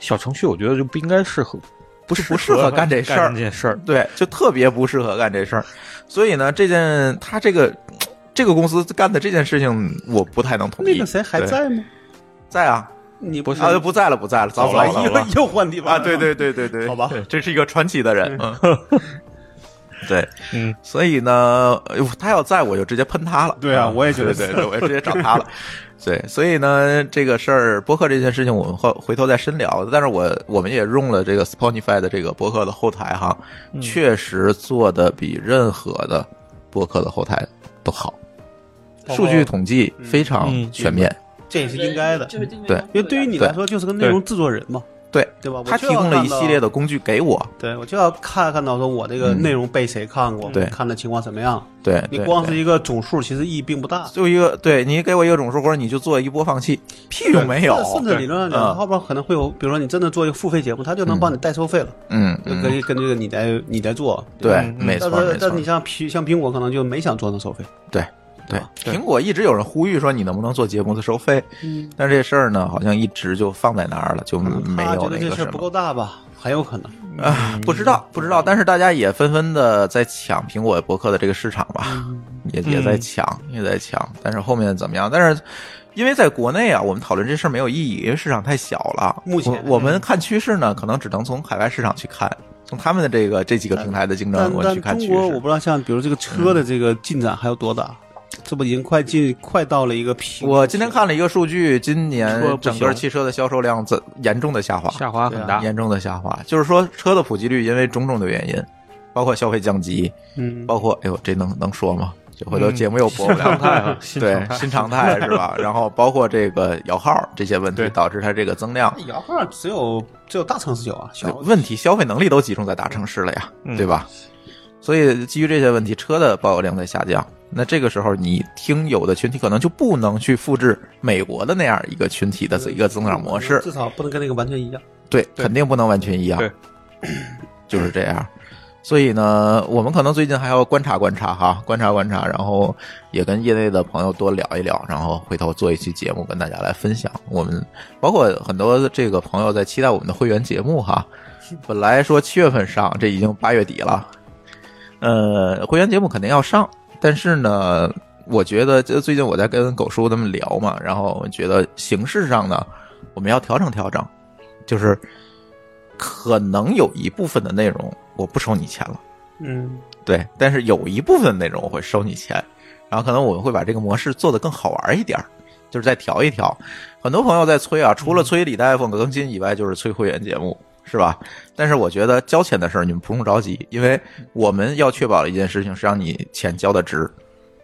S5: 小程序我觉得就不应该适合，
S1: 不是不适合干这事儿
S5: 干这，件事儿，
S1: 对，就特别不适合干这事儿。所以呢，这件他这个这个公司干的这件事情，我不太能同意。
S4: 那个谁还
S1: 对
S4: 在吗？
S1: 在啊，
S4: 你不
S1: 啊，不在了，不在了，早
S3: 了
S1: 走
S3: 走
S4: 又又换地方
S1: 啊！
S4: 了
S1: 对，对对对对，
S4: 好吧
S1: 对，这是一个传奇的人，嗯，对，
S5: 嗯，
S1: 所以呢，哎呦他要在我就直接喷他了。
S4: 对啊
S1: 嗯
S4: 我也觉得
S1: 对对对，我 (laughs) 就直接找他
S4: (laughs)
S1: 了。对，所以呢，这个事儿播客这件事情，我们会回头再深聊。但是我我们也用了这个 Spotify 的这个播客的后台哈，
S4: 嗯
S1: 确实做的比任何的播客的后台都好，
S4: 包括
S1: 数据统计非常
S5: 嗯
S1: 全面。
S4: 这也是应该的，
S6: 就是这个
S1: 对
S6: 样子
S4: 因为对于你来说就是个内容制作人嘛，
S1: 对
S4: 对吧？我
S1: 他
S4: 就
S1: 提
S4: 要
S1: 供了一
S4: 看到
S1: 系列，的工具给我，
S4: 对我就要看看到说我这个
S1: 嗯
S4: 内容被谁看过，
S1: 对
S4: 看的情况怎么样。
S1: (laughs) 对，
S4: 你
S1: 对
S4: 光
S1: 对
S4: 是一个总数，其实意义并不大，
S1: 就一个，对你给我一个种数，或者你就做一播放器，屁用没有。
S4: 甚至理论上
S1: 对嗯
S4: 讲，后边可能会有，比如说你真的做一个付费节目，他就能帮你代收费了，
S1: 嗯，
S4: 就
S1: 嗯
S4: 可以跟这个你来你来做。
S1: 对，
S5: 嗯嗯
S1: 没错，
S4: 但是
S1: 没错
S4: 但。你像苹像苹果可能就没想做成收费，
S1: 对对，
S4: 啊
S1: 苹果一直有人呼吁说你能不能做节目的收费，
S6: 嗯
S1: 但是这事儿呢，好像一直就放在那儿了，就嗯没
S4: 他
S1: 有
S4: 觉
S1: 那
S4: 得这
S1: 个
S4: 事
S1: 什
S4: 儿不
S1: 么
S4: 够嗯大吧，很有可能。
S1: 啊，不知道不知道。但是大家也纷纷的在抢苹果博客的这个市场吧，
S4: 嗯
S1: 也也在抢，也在抢。但是后面怎么样？但是。因为在国内啊，我们讨论这事儿没有意义，因为市场太小了。
S4: 目前
S1: 我我们看趋势呢，可能只能从海外市场去看，从他们的这个这几个平台的竞争，
S4: 但
S1: 我去看
S4: 但
S1: 趋
S4: 中
S1: 势。
S4: 国我不知道，像比如这个车的这个进展还有多大，这不已经快进快到了一个平。
S1: 我今天看了一个数据，今年
S5: 车不
S1: 整个
S5: 行
S1: 汽车的销售量在严重的下滑，
S5: 下滑很
S4: 对
S5: 大，
S1: 啊严重的下滑。就是说，车的普及率因为种种的原因，包括消费降级，
S4: 嗯，
S1: 包括哎呦，这能能说吗？这回头节目又播不
S5: 新
S1: 了
S5: 常。态啊，新
S1: 对
S5: 常态，
S1: 嗯 (laughs) 新常态是 (laughs) 吧？然后包括这个摇号这些问题，导致它这个增量
S4: 摇号只有只有大城市有啊，小
S1: 问题，消费能嗯力都集中在大城市了呀，对吧？所以基于这些问题，车的保有量在下降。那这个时候，你听友的群体可能就不能去复制美国的那样一个群体的一个增长模式，
S4: 至少不能跟那个完全一样。
S1: 对，肯定不能完全一样
S5: 对，
S1: (clears throat) 就是这样。所以呢，我们可能最近还要观察观察哈，观察观察，然后也跟业内的朋友多聊一聊，然后回头做一期节目跟大家来分享。我们包括很多这个朋友在期待我们的会员节目哈，本来说七月份上，这已经八月底了，呃，会员节目肯定要上，但是呢，我觉得这最近我在跟狗叔他们聊嘛，然后我觉得形式上呢，我们要调整调整，就是可能有一部分的内容我不收你钱了，
S4: 嗯，
S1: 对，但是有一部分内容我会收你钱，然后可能我们会把这个模式做得更好玩一点儿，
S4: 嗯
S1: 就是再调一调。很多朋友在催啊，除了催李大夫更新以外，就是催会员节目。是吧？但是我觉得交钱的事儿你们不用着急，因为我们要确保的一件事情是让你钱交的值，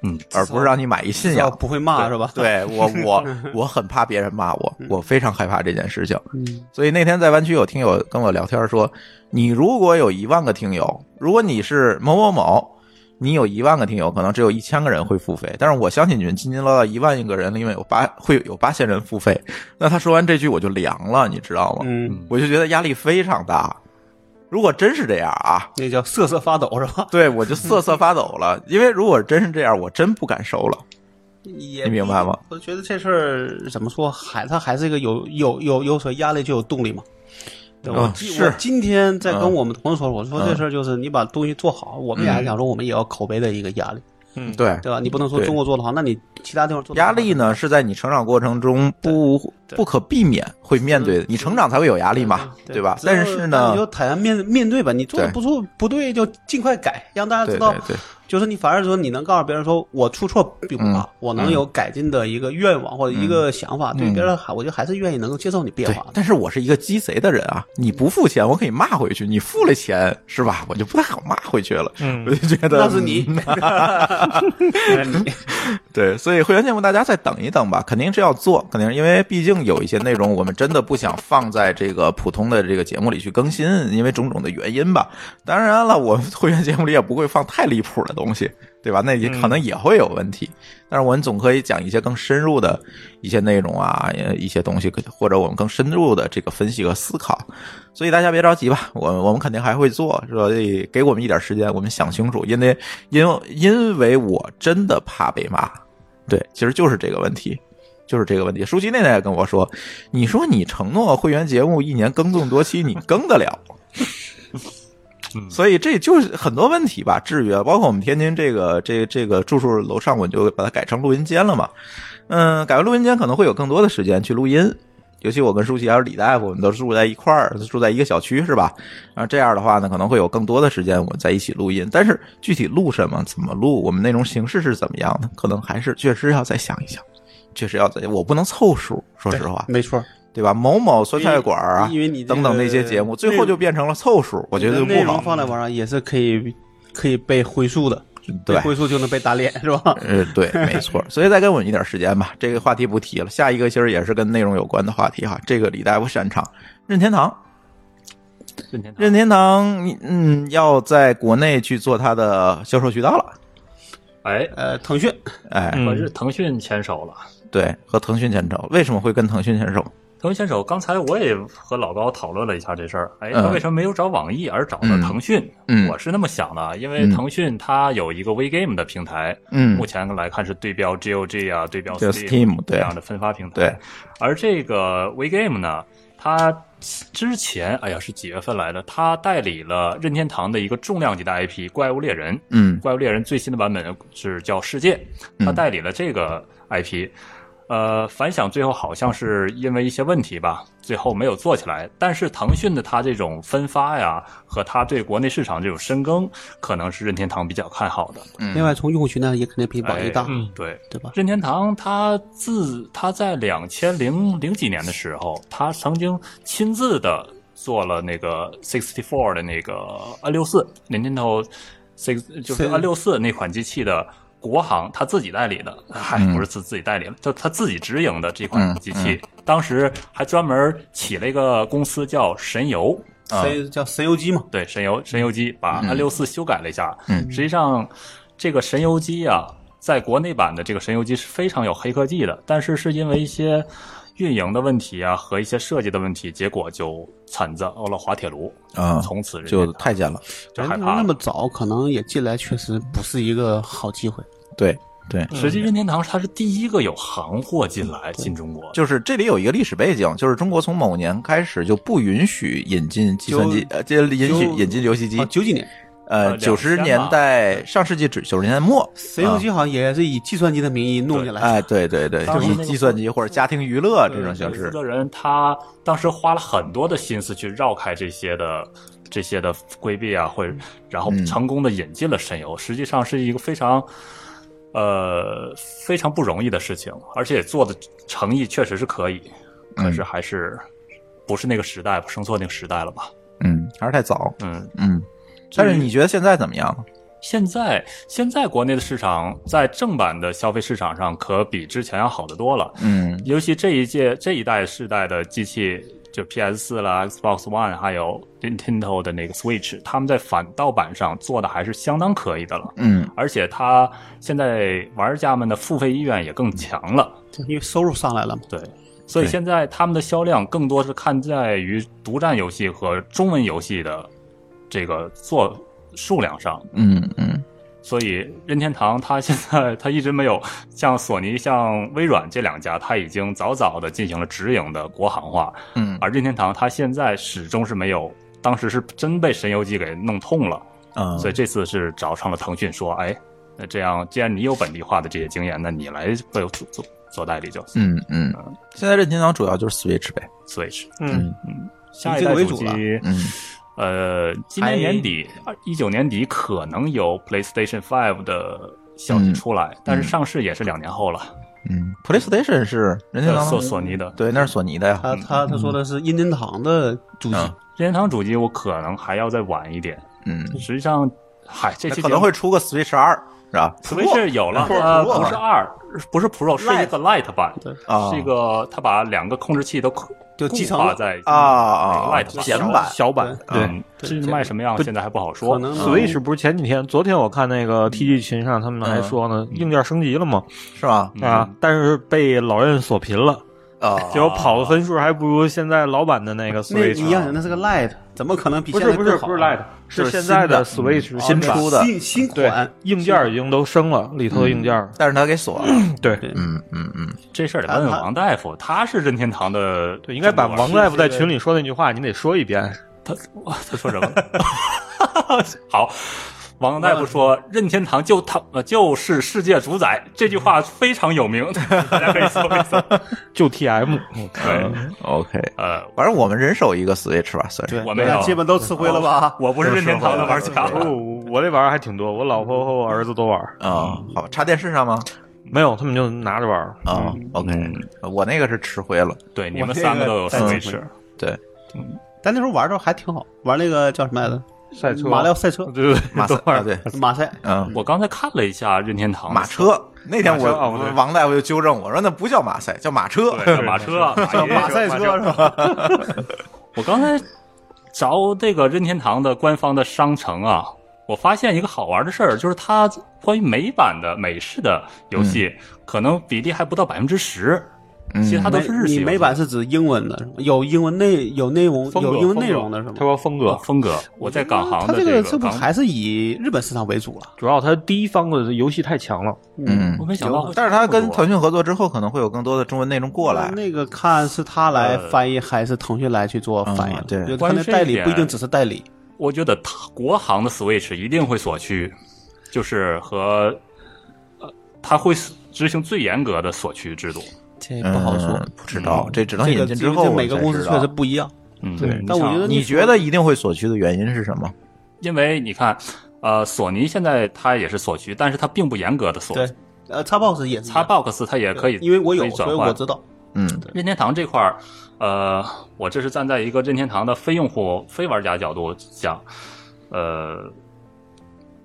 S3: 嗯，
S1: 而不是让你买一信
S4: 要
S1: 仰。
S4: 不会骂是吧？
S1: 对我，我我很怕别人骂
S4: (laughs)
S1: 我，我非常害怕这件事情。
S4: 嗯，
S1: 所以那天在湾区有听友跟我聊天说，你如果有一万个听友，如果你是某某某，你有一万个听友，可能只有一千个人会付费。但是我相信你们津津乐道一万个人里面有八会有八千人付费。那他说完这句我就凉了，你知道吗？
S4: (laughs) 嗯，
S1: 我就觉得压力非常大。如果真是这样啊，
S4: 那叫瑟瑟发抖是吧？
S1: 对我就瑟瑟发抖了，因为如果真是这样，我真不敢收了。
S4: 也
S1: 你明白吗？
S4: 我觉得这事儿怎么说，还它还是一个有有有有所压力就有动力嘛。对
S1: 嗯
S4: 吧我今
S1: 是
S4: 我今天在跟
S1: 嗯
S4: 我们同事说，我说这事儿就是你把东西做好，我们也想说我们也要口碑的一个压力，
S5: 嗯，
S1: 对，
S4: 对吧？你不能说
S1: 对
S4: 中国做的好，那你其他地方做得
S1: 压
S4: 好
S1: 力呢是在你成长过程中不
S4: 对
S1: 不可避免会面对的
S4: 嗯，
S1: 你成长才会有压力嘛，
S4: 对
S1: 对吧？
S4: 只要
S1: 但是
S4: 你就
S1: 呢，
S4: 坦然面面对吧，你做的
S1: 对
S4: 不错不对就尽快改，让大家
S1: 对
S4: 知道
S1: 对，对，
S4: 就是你反而说你能告诉别人说我出错并不大，
S1: 嗯
S4: 我能有改进的一个愿望或者一个想法，对别人还我就还是愿意能够接受你变
S1: 对
S4: 化的。
S1: 但是我是一个鸡贼的人啊，你不付钱我可以骂回去，你付了钱是吧？我就不太好骂回去了，
S5: 嗯
S1: 我就觉得嗯
S4: 那是你， (laughs)
S1: (laughs) 对，所以会员节目大家再等一等吧，肯定是要做，肯定是因为毕竟有一些内容我们真的不想放在这个普通的这个节目里去更新，因为种种的原因吧。当然了，我们会员节目里也不会放太离谱的东西，对吧？那也可能也会有问题，但是我们总可以讲一些更深入的一些内容啊，呃一些东西，或者我们更深入的这个分析和思考。所以大家别着急吧，我我们肯定还会做，所以给我们一点时间，我们想清楚，因为因因为我真的怕被骂，对，其实就是这个问题，就是这个问题。舒淇那天也跟我说，你说你承诺会员节目一年更这么多期，你更得了？所以这就是很多问题吧，制约，包括我们天津这个这这个住处楼上，我就把它改成录音间了嘛。嗯，改完录音间可能会有更多的时间去录音，尤其我跟舒淇还有李大夫，我们都住在一块儿，住在一个小区是吧？啊，这样的话呢，可能会有更多的时间我们在一起录音。但是具体录什么、怎么录，我们内容形式是怎么样的，可能还是确实要再想一想，确实要再，我不能凑数，说实话，
S4: 没错，
S1: 对吧？某某酸菜馆儿啊，
S4: 因为因为你这个
S1: 等等那些节目，最后就变成了凑数，我觉得就
S4: 内
S1: 不
S4: 容
S1: 好。
S4: 放在网上也是可以可以被回溯的，被
S1: 嗯对，
S4: 回溯就能被打脸是
S1: (laughs)
S4: 吧？
S1: 呃，对，没错。所以再给我们一点时间吧，这个话题不提了。下一个其实也是跟内容有关的话题哈，这个李大夫擅长。任天堂，
S3: 任天堂
S1: 任天堂，你嗯，要在国内去做它的销售渠道了。
S3: 哎，
S4: 呃，腾讯
S1: 哎，
S5: 嗯
S3: 和日腾讯牵手了。
S1: 对，和腾讯牵手，为什么会跟腾讯牵手？
S3: 腾讯牵手，刚才我也和老高讨论了一下这事儿。哎，
S1: 嗯
S3: 他为什么没有找网易，而找了
S1: 嗯
S3: 腾讯？
S1: 嗯
S3: 我是那么想的，因为腾讯它有一个 V Game 的平台，
S1: 嗯
S3: 目前来看是对标 GOG 啊，对标
S1: 对 Steam，对
S3: 这样的分发平台。
S1: 对，
S3: 而这个 V Game 呢，它之前哎呀是几月份来的？它代理了任天堂的一个重量级的 IP《怪物猎人》。
S1: 嗯
S3: 《怪物猎人》最新的版本是叫《世界》，它代理了这个 IP，、呃，反响最后好像是因为一些问题吧，最后没有做起来。但是腾讯的它这种分发呀，和它对国内市场这种深耕，可能是任天堂比较看好的。
S1: 嗯
S4: 另外从用户群呢也肯定比网易
S3: 哎
S4: 大，
S5: 嗯
S3: 对，
S4: 对吧？
S3: 任天堂它自它在两千零零几年的时候，它曾经亲自的做了那个 sixty four 的那个 N 六四 Nintendo six 就是
S4: 是
S3: N 六四那款机器的。国行他自己代理的，嗨，
S1: 嗯
S3: 不是自自己代理了，就他自己直营的这款
S1: 嗯
S3: 机器，当时还专门起了一个公司叫神游，
S1: 啊
S4: 谁叫神游机嘛？
S3: 对神游神游机把
S1: 嗯
S3: N 六四修改了一下，
S1: 嗯
S3: 实际上这个神游机啊，在国内版的这个神游机是非常有黑科技的，但是是因为一些运营的问题啊和一些设计的问题，结果就惨遭了滑铁卢，
S1: 啊，
S3: 从此
S1: 就
S3: 人
S1: 太监了。
S3: 就害
S4: 人
S3: 怕
S4: 那
S3: 了。
S4: 么早可能也进来，确实不是一个好机会。
S1: 对对，
S3: 实际任天堂它是第一个有行货进来进中国的，
S1: 就是这里有一个历史背景，就是中国从某年开始就不允许引进计算机，
S4: 就
S1: 呃，这允许
S4: 就
S1: 引进游戏机
S3: 哦
S4: 啊，，九几年
S1: 呃，
S3: 呃
S1: 九十
S3: 2000
S1: 年
S3: 吧
S1: 代上世纪九九十年代末，
S4: 神游机好像也是以计算机的名义弄进来的。
S1: 哎，啊对对对，
S3: 当
S1: 就
S3: 时
S1: 以
S3: 那个
S1: 计算机或者家庭娱乐这种
S4: 对
S1: 形
S3: 负
S1: 式，
S3: 责人他当时花了很多的心思去绕开这些的这些的规避啊，或者然后
S1: 嗯
S3: 成功的引进了神游，实际上是一个非常呃非常不容易的事情，而且做的诚意确实是可以，可是还是不是那个时代吧，生错那个时代了吧？
S1: 嗯，还是太早，
S3: 嗯，
S1: 嗯。但是你觉得现在怎么样？
S3: 现在现在国内的市场在正版的消费市场上可比之前要好得多了，
S1: 嗯
S3: 尤其这一届这一代世代的机器，就 PS 四啦、Xbox One 还有 Nintendo 的那个 Switch，他们在反盗版上做的还是相当可以的了。
S1: 嗯
S3: 而且它现在玩家们的付费意愿也更强了，
S4: 因为收入上来了嘛。
S3: 对，所以
S1: 对
S3: 现在他们的销量更多是看在于独占游戏和中文游戏的这个做数量上，
S1: 嗯嗯
S3: 所以任天堂它现在它一直没有像索尼、像微软这两家，它已经早早的进行了直营的国行化，
S1: 嗯
S3: 而任天堂它现在始终是没有，当时是真被神游机给弄痛了，
S1: 嗯
S3: 啊所以这次是找上了腾讯说，哎，那这样既然你有本地化的这些经验，那你来做做做代理就行。
S1: 嗯嗯。现在任天堂主要就是 Switch 呗。
S3: Switch，
S5: 嗯
S3: 下一代
S4: 为
S3: 主
S4: 主了
S3: 机，
S1: 嗯
S3: 呃，今年年底，一九年底可能有 PlayStation Five 的消息出来，但是上市也是两年后了。
S1: 嗯，PlayStation 是任天
S3: 呃
S1: 堂
S3: 索索尼的
S1: 对，那是索尼的呀。
S4: 他他他说的是任天堂的主机，
S1: 嗯
S3: 任天堂主机我可能还要再晚一点。
S1: 嗯，
S3: 实际上，嗨，这
S1: 那
S3: 期
S1: 可能会出个 Switch 二，是吧？
S3: Switch 有了，呃，不是二，不是 Pro，是一个 Lite 版，
S1: 啊
S3: 是一个它把两个控制器都
S4: 就集
S3: 集
S4: 成
S3: 化
S4: 了
S3: 在
S1: 啊啊啊
S3: Lite 版
S1: 简版啊
S5: 小版
S1: 对
S3: 嗯，至于卖什么样，现在还不好说
S4: 可。能
S5: Switch 不是前几天，昨天我看那个 TG 群上他们还说呢，硬件升级了嘛
S1: 是吧？
S3: 嗯
S5: 啊，但是被老任锁屏了，
S1: 啊，
S5: 结果跑的分数还不如现在老版的那个
S4: 那
S5: Switch。
S4: 一样，那是个 Lite，怎么可能比
S5: 不
S4: 现
S5: 是
S4: 在
S5: 不是
S4: 更好啊
S5: 不是 Lite，
S1: 是
S5: 是现在的
S1: 新
S5: Switch
S1: 新
S5: 版
S1: 出的
S4: 新新
S5: 对
S4: 款，
S5: 硬件已经都升了，里头的硬件儿
S1: 但是他给锁了。
S5: 对
S1: 嗯嗯嗯，
S3: 这事儿得问问
S4: 他他
S3: 王大夫，他是任天堂的，
S5: 对，应该把王大夫在群里说那句话，你得说一遍。
S3: 他哇他说什么？ (laughs) 好，王大夫说任天堂就他呃就是世界主宰，这句话非常有
S4: (laughs)
S3: 名，大家可以搜一
S4: 嗯
S3: 搜。
S5: 就 TM，
S3: 对，
S1: OK，
S3: 呃，
S1: 反正我们人手一个 Switch 吧，算是。
S3: 我没
S4: 对
S3: 有，
S4: 基本都吃灰了吧？
S3: 我不是任天堂的玩家。
S5: 哦，我这玩意儿还挺多，我老婆和我儿子都玩儿，
S1: 啊，好吧，插电视上吗？
S5: 没有他们就拿着玩儿。
S1: 啊，OK，我那个是吃灰了。
S3: 对，你们三个都有
S4: 我这个在
S3: Switch，
S1: 对，
S4: (laughs) 但那时候玩的时候还挺好，玩那个叫什么来着？
S5: 赛车
S4: 马里奥赛车
S5: 对，对对，
S1: 马赛
S5: 都玩
S1: 啊，
S5: 儿。
S1: 对，
S4: 马赛。
S1: 嗯，
S3: 我刚才看了一下任天堂
S1: 马，车。那天
S5: 马车
S1: 我
S5: 哦对
S1: 王大夫就纠正我说，那不叫马赛，叫马车。
S3: 对，叫马车，马爷
S4: 马赛车是吧？
S3: 我刚才找这个任天堂的官方的商城啊，我发现一个好玩的事儿，就是它关于美版的美式的游戏，
S4: 嗯
S3: 可能比例还不到百分之十，
S1: 嗯
S3: 其他都是日系游戏
S4: 你美版是指英文的，是吗有英文内有内容
S5: 风格
S4: 有英文
S5: 风格
S4: 内容的是吗
S5: 他？说风格，
S3: 风格。哦我在港行嗯
S4: 它
S3: 的
S4: 这
S3: 个
S4: 这不
S3: 港，
S4: 还是以日本市场为主了？
S5: 主要他第一方的游戏太
S4: (laughs)
S5: 强了。
S1: 嗯
S3: 我，没想到会
S1: 但是
S3: 这
S1: 他
S3: 么多
S1: 跟腾讯合作之后，可能会有更多的中文内容过来。
S4: 那个看是他来翻译还是腾讯来去做翻译
S1: 嗯？对
S4: 就他那代理不一定只是代理，
S3: 我觉得它国行的 Switch 一定会锁区，就是和呃，它会执行最严格的锁区制度。
S4: 这
S1: 嗯
S4: 不好说。
S1: 不知道，这只能
S4: 这
S1: 引
S4: 个
S1: 进
S4: 这
S1: 之
S4: 个
S1: 后
S4: 这每个
S1: 我才
S4: 公司
S1: 知道
S4: 确实不一样。
S3: 嗯，
S5: 对
S3: 你
S4: 但我
S3: 像
S4: 觉得
S1: 你觉得一定会所需的原因是什么？
S3: 因为你看，呃，索尼现在它也是锁区，但是它并不严格的锁。
S4: 对，呃，Xbox 也是一样
S3: Xbox 它也可以，
S4: 因为我
S3: 可
S4: 有，
S3: 以转
S4: 所以
S3: 换
S4: 我知道。
S1: 嗯
S3: 任天堂这块儿，呃，我这是站在一个任天堂的非用户、非玩家角度讲，呃，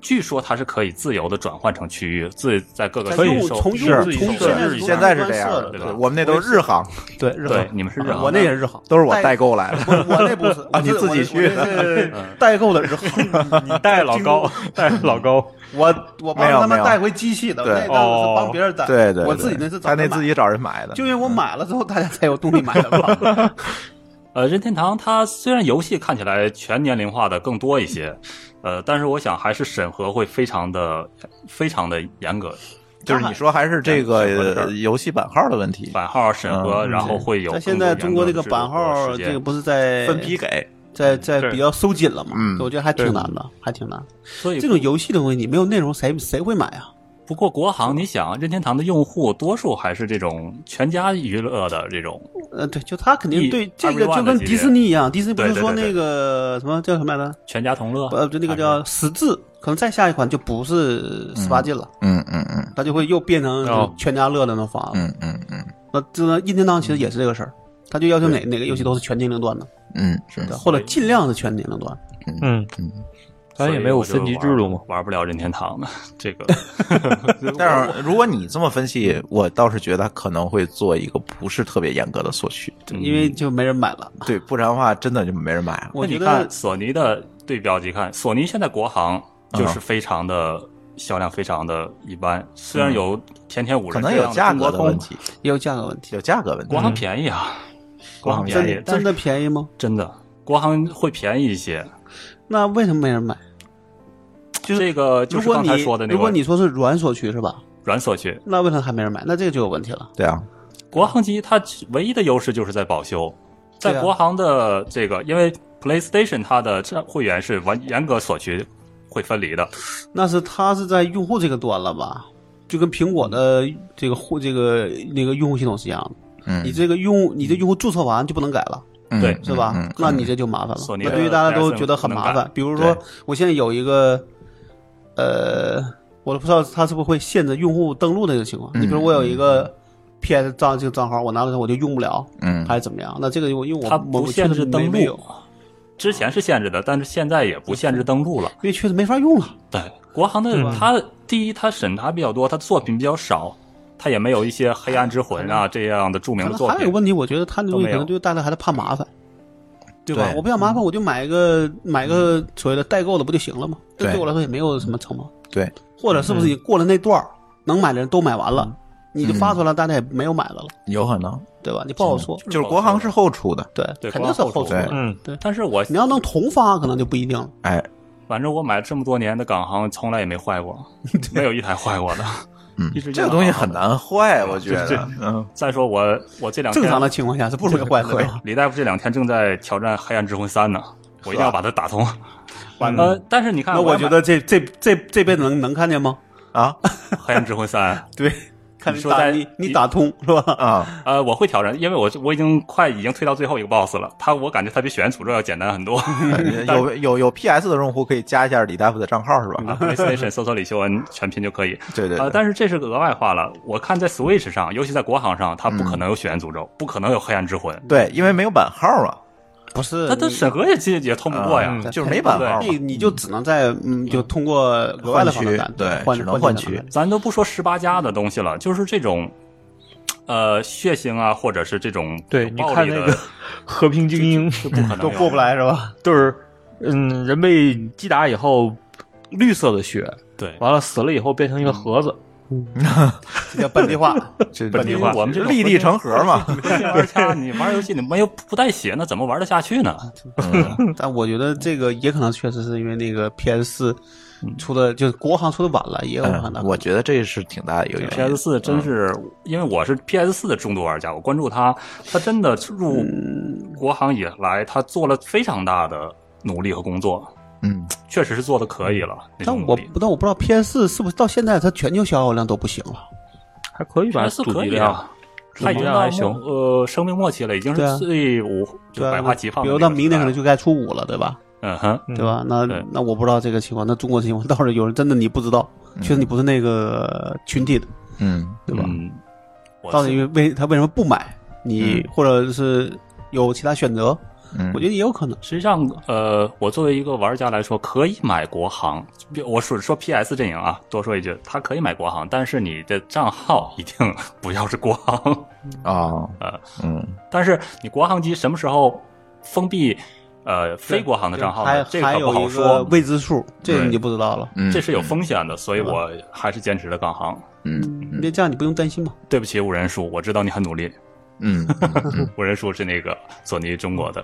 S3: 据说它是可以自由的转换成区域，自在各个
S4: 它
S5: 可以
S3: 区域
S4: 用
S3: 收
S4: 从
S3: 费
S4: 用
S5: 自己
S4: 从
S5: 收
S4: 现在
S5: 是
S4: 是
S1: 现在是这样
S4: 的
S1: 的，，
S3: 对
S1: 对
S3: 吧
S1: 我们那都是日行，
S4: 对，日
S3: 对，
S4: 航，
S3: 你们是这样的
S4: 我那也是日航，
S1: 都是我代购来
S4: (laughs)
S1: 的。
S4: 我我那不是
S1: 啊你自己去的
S4: 的，我这是代购的日航，
S5: 你带老高，带
S4: (laughs)
S5: 老高，
S4: 我我帮
S1: 没有没
S4: 他们
S1: 有
S4: 带回机器的，
S1: 对
S4: 那当时是帮别人带，
S1: 对对，
S4: 我
S1: 对
S4: 自己那是
S1: 他
S4: 找
S1: 那
S4: 人买
S1: 自己找人买的，
S4: 就因为我买了之后，大家才有动力买的吧？
S3: 呃，任天堂它虽然游戏看起来全年龄化的更多一些，呃，但是我想还是审核会非常的、非常的严格，
S1: 就是你说还是这个呃游戏版号的问题，
S3: 版号审核，
S1: 嗯
S3: 然后会有
S4: 但
S3: 更
S4: 现在
S3: 多严格的制度和时间。
S4: 中国这个版号，这个不是在
S1: 分批给。
S4: 在在
S5: 对
S4: 比较收紧了嘛？
S1: 嗯
S4: 所以我觉得还挺难的，还挺难。
S3: 所以
S4: 这种游戏的东西，你没有内容，谁谁会买啊？
S3: 不过国行，你想任天堂的用户多数还是这种全家娱乐的这种，
S4: 呃，对，就他肯定对
S3: 一
S4: 这个
S3: 21
S4: 就跟
S3: 的级别
S4: 迪士尼一样，迪士尼不是
S3: 对对
S4: 说
S3: 对对啊
S4: 那个什么叫什么来着？
S3: 全家同乐。
S4: 呃，就那个叫十字，可能再下一款就不是十八禁了，
S1: 嗯嗯嗯
S4: 它就会又变成
S5: 哦
S4: 全家乐的那种法了。
S1: 嗯嗯嗯，
S3: 嗯
S4: 那这任天堂其实也是这个事儿，他就要求哪哪个游戏都是全年龄段的，
S1: 嗯，是
S4: 或者尽量是全年龄段。
S5: 嗯
S1: 嗯，
S5: 咱也没有分级制度
S3: 所以
S5: 嘛
S3: 我就玩，玩不了任天堂的 (laughs) 这个。
S1: 但是如果你这么分析，我倒是觉得可能会做一个不是特别严格的索取，
S3: 嗯
S4: 因为就没人买了。
S1: 对，不然的话真的就没人买了。
S4: (laughs) 我
S3: 那
S4: 觉
S3: 你
S4: 得
S3: 看索尼的对标级看，索尼现在国行
S4: 嗯
S3: 就是非常的、销量非常的一般，虽然有天天五人
S1: 可能
S3: 这
S1: 有
S3: 样
S1: 价
S3: 中国
S1: 格的问
S3: 通，
S1: 题，
S4: 也有价格问题，
S1: 有价格问题
S3: 国。行便宜啊，国行便宜
S4: 嗯真，
S3: 但
S4: 真
S3: 是
S4: 的便宜吗？
S3: 真的国行会便宜一些。
S4: 那为什么没人买？就是
S3: 这个就
S4: 如
S3: 是
S4: 果
S3: 刚
S4: 你
S3: 才说的那
S4: 如果
S3: 个
S4: 你说是软锁区是吧？
S3: 软锁区，
S4: 那为什么还没人买？那这个就有问题了。
S1: 对啊，
S3: 国行机它唯一的优势就是在保修，
S4: 对啊
S3: 在国行的这个，因为 PlayStation 它的这会员是完严格锁区会分离的，
S4: 那是它是在用户这个端了吧？就跟苹果的这个户这个那个用户系统是一样的，你
S1: 嗯，
S4: 这个用你这用户注册完就不能改了，
S1: 嗯
S3: 对
S4: 是吧？
S1: 嗯嗯
S4: 那你这就麻烦了。
S3: 索尼
S4: 那
S3: 的
S4: 对于大家都
S3: PSN
S4: 觉得很麻
S3: 不能
S4: 烦。比如说
S1: 对，
S4: 我现在有一个，呃，我都不知道它是不是会限制用户登录的这个情况。
S1: 嗯
S4: 你比如我有一个 PS 账这个账号，我拿到它我就用不了，
S1: 嗯，
S4: 还是怎么样？那这个我因为我
S3: 它
S4: 我
S3: 不
S4: 我
S3: 限
S4: 确
S3: 制
S4: 实没
S3: 登
S4: 没有啊
S3: 录，。之前是限制的，但是现在也不限制登录了。
S4: 因为确实没法用了。
S3: 对，国行的
S5: 嗯
S3: 它第一，它审查比较多，它作品比较少，它也没有一些《黑暗之魂啊》这样的著名
S4: 哎可能
S3: 的作
S4: 还有一个
S3: 品。
S4: 问题，我觉得它那东
S3: 都
S4: 西
S3: 没有
S4: 可能对大家还是怕麻烦，对吧？
S1: 对
S4: 我不想麻烦，我就买一个买一个所谓的代购的不就行了吗？这
S1: 对
S4: 对我来说也没有什么成本。
S1: 对，
S4: 或者是不是你过了那段儿，能买的人都买完了，你就发出来，大家也没有买的了，
S1: 有可能
S4: 对吧？你不好说，
S1: 就是国行是后出的，
S4: 对，
S3: 对
S4: 肯定是后出
S1: 对
S4: 的。
S5: 嗯，
S3: 但是我
S4: 你要能同发，可能就不一定了。
S1: 哎，
S3: 反正我买了这么多年的港行，从来也没
S4: (laughs)
S3: 坏过，没有一台坏过的。
S1: 嗯
S3: 一直，
S1: 这个东西很难坏，我觉
S3: 对
S1: 得
S3: 对，
S1: 嗯，
S3: 再说我我这两天哎
S4: 正常的情况下是不会坏的。
S3: 李大夫这两天正在挑战《黑暗之魂三》呢，我一定要把它打通。
S4: 完
S3: 呃，但是你看，
S4: 那我觉
S3: 《
S4: 得这这这这辈子能能看见吗？
S1: 啊
S3: 黑暗之魂三》
S4: 对，看
S3: 你说
S4: 打
S3: 在
S4: 你你
S3: 你
S4: 打通是吧？
S1: 啊，
S3: 呃，我会挑战，因为我我已经快已经推到最后一个 BOSS 了，他我感觉他比血缘诅咒要简单很多。 (laughs) 啊
S1: 有有有 PS 的用户可以加一下李大夫的账号是吧？
S3: PlayStation 搜索李秀恩全拼就可以。
S1: 对对
S3: 呃，
S1: 对，
S3: 但是这是个额外话了。我看在 Switch 上，尤其在国行上，它
S4: 嗯
S3: 不可能有血缘诅咒，不可能有黑暗之魂，
S1: 对，因为没有版号嘛，
S4: 不是
S3: 它的审核也进也通不过呀。
S1: 嗯就是没版号嘛
S4: 你，你就只能在嗯，就通过额外的方式
S1: 换
S4: 干
S1: 区，对
S4: 换
S1: 只能换
S4: 换
S1: 区
S3: 咱都不说十八加的东西了，就是这种，呃，血腥啊，或者是这种
S5: 对，
S3: 有
S5: 你
S3: 暴
S5: 看
S3: 力
S5: 那
S3: 的
S5: 个《和平精英》，
S3: 就不可能
S4: 都过不
S3: 有。
S4: 来是吧？
S5: (laughs) 就是嗯，人被击打以后，绿色的血，
S4: (laughs)
S3: 对，
S5: 完了死了以后变成一个盒子，
S4: 这叫本地化，
S1: 这
S3: 本地化我们这种
S1: 立地成盒嘛，
S3: 玩家你玩游戏你没有不带血，那怎么玩得下去呢？
S4: 但我觉得这个也可能确实是因为那个 PS 四出的，就是国行出的晚了，也有可能。
S1: 嗯我觉得这是挺大的一个原因。
S3: PS 四
S4: 嗯
S3: 真是，因为我是 PS 四的重度玩家，我关注它，它真的入
S4: 嗯
S3: 国行以来，它做了非常大的努力和工作，
S1: 嗯，
S3: 确实是做的可以了。
S4: 嗯
S3: 那种
S4: 但我
S3: 努力
S4: 不但我不知道 PS 四是不是到现在它全球销售量都不行了。
S5: 还可以吧？
S3: PS
S5: 主
S3: 可
S5: 机
S3: 以
S5: 量
S3: 啊，它已经
S5: 还
S3: 到
S5: 行
S3: 末呃生命末期了，已经
S4: 对啊
S3: 是最五就
S4: 对啊
S3: 百花齐放
S4: 比
S3: 的
S4: 如
S3: 那个时代了。
S4: 到明年可能就该出五了，对吧？
S3: 嗯哼，
S5: 嗯
S4: 对吧？那
S3: 对
S4: 那我不知道这个情况，那中国情况倒是有人真的你不知道，确实你不是那个群体的，
S1: 嗯，
S4: 对吧？
S3: 嗯，我嗯
S4: 到底为他为什么不买你，或者是有其他选择？
S1: 嗯
S4: 我觉得也有可能。
S3: 实际上，呃，我作为一个玩家来说，可以买国行。我说说 PS 阵营啊，多说一句，它可以买国行，但是你的账号一定不要是国行。
S1: 啊，
S3: 呃
S1: 嗯，
S3: 但是你国行机什么时候封闭，呃，非国行的账号
S4: 还
S3: 呢？这
S4: 还
S3: 个可
S4: 有
S3: 不好
S4: 一个
S3: 说，
S4: 未知数，这个
S3: 对
S4: 你就不知道了。
S1: 嗯
S3: 这是有风险的，所以我还是坚持了港行。
S1: 嗯
S4: 那这样你不用担心嘛？
S3: 对不起，五人叔，我知道你很努力。
S1: 嗯嗯
S3: 五人叔是那个索尼中国的，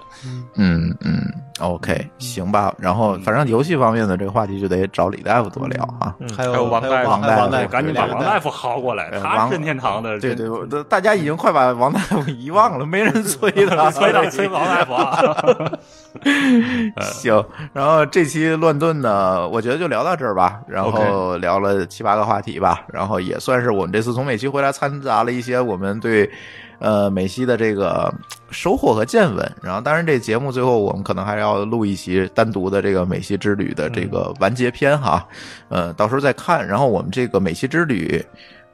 S1: 嗯嗯，OK，行吧。然后反正游戏方面的这个话题就得找李大夫多聊啊。
S5: 嗯
S4: 还有
S5: 有王大
S4: 还有
S5: 夫
S1: 王
S4: 还
S1: 大
S4: 有
S1: 夫
S4: 王大
S1: 对
S4: 夫，
S3: 赶紧把
S4: 对
S3: 王大夫薅过来，
S1: 对
S3: 他
S1: 呃王
S3: 是任天堂的，
S1: 对对，我都大家已经快把王大夫遗忘了，没
S3: (laughs)
S1: 人催他，
S3: 催他催王大夫啊。
S1: (laughs) 行，然后这期乱炖呢，我觉得就聊到这儿吧，然后聊了七八个话题吧，然后也算是我们这次从美西回来掺杂了一些我们对呃美西的这个收获和见闻。然后，当然这节目最后我们可能还要录一期单独的这个美西之旅的这个完结篇哈，呃，到时候再看。然后我们这个美西之旅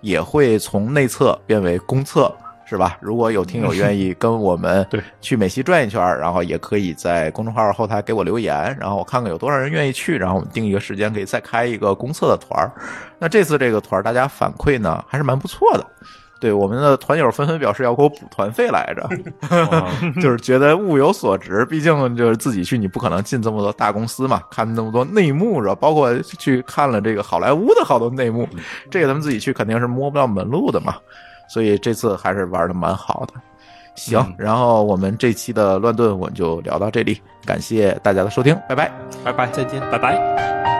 S1: 也会从内测变为公测。是吧？如果有听友愿意跟我们
S5: 对
S1: 去美西转一圈儿，然后也可以在公众号后台给我留言，然后我看看有多少人愿意去，然后我们定一个时间，可以再开一个公测的团儿。那这次这个团儿大家反馈呢还是蛮不错的。对我们的团友纷纷表示要给我补团费来着，就是觉得物有所值， (laughs) 毕竟就是自己去，你不可能进这么多大公司嘛，看那么多内幕，然后包括去看了这个好莱坞的好多内幕，这个咱们自己去肯定是摸不到门路的嘛，所以这次还是玩的蛮好的。行，
S3: 嗯
S1: 然后我们这期的乱炖我们就聊到这里，感谢大家的收听，拜拜。
S4: 拜拜，再见。
S3: 拜拜。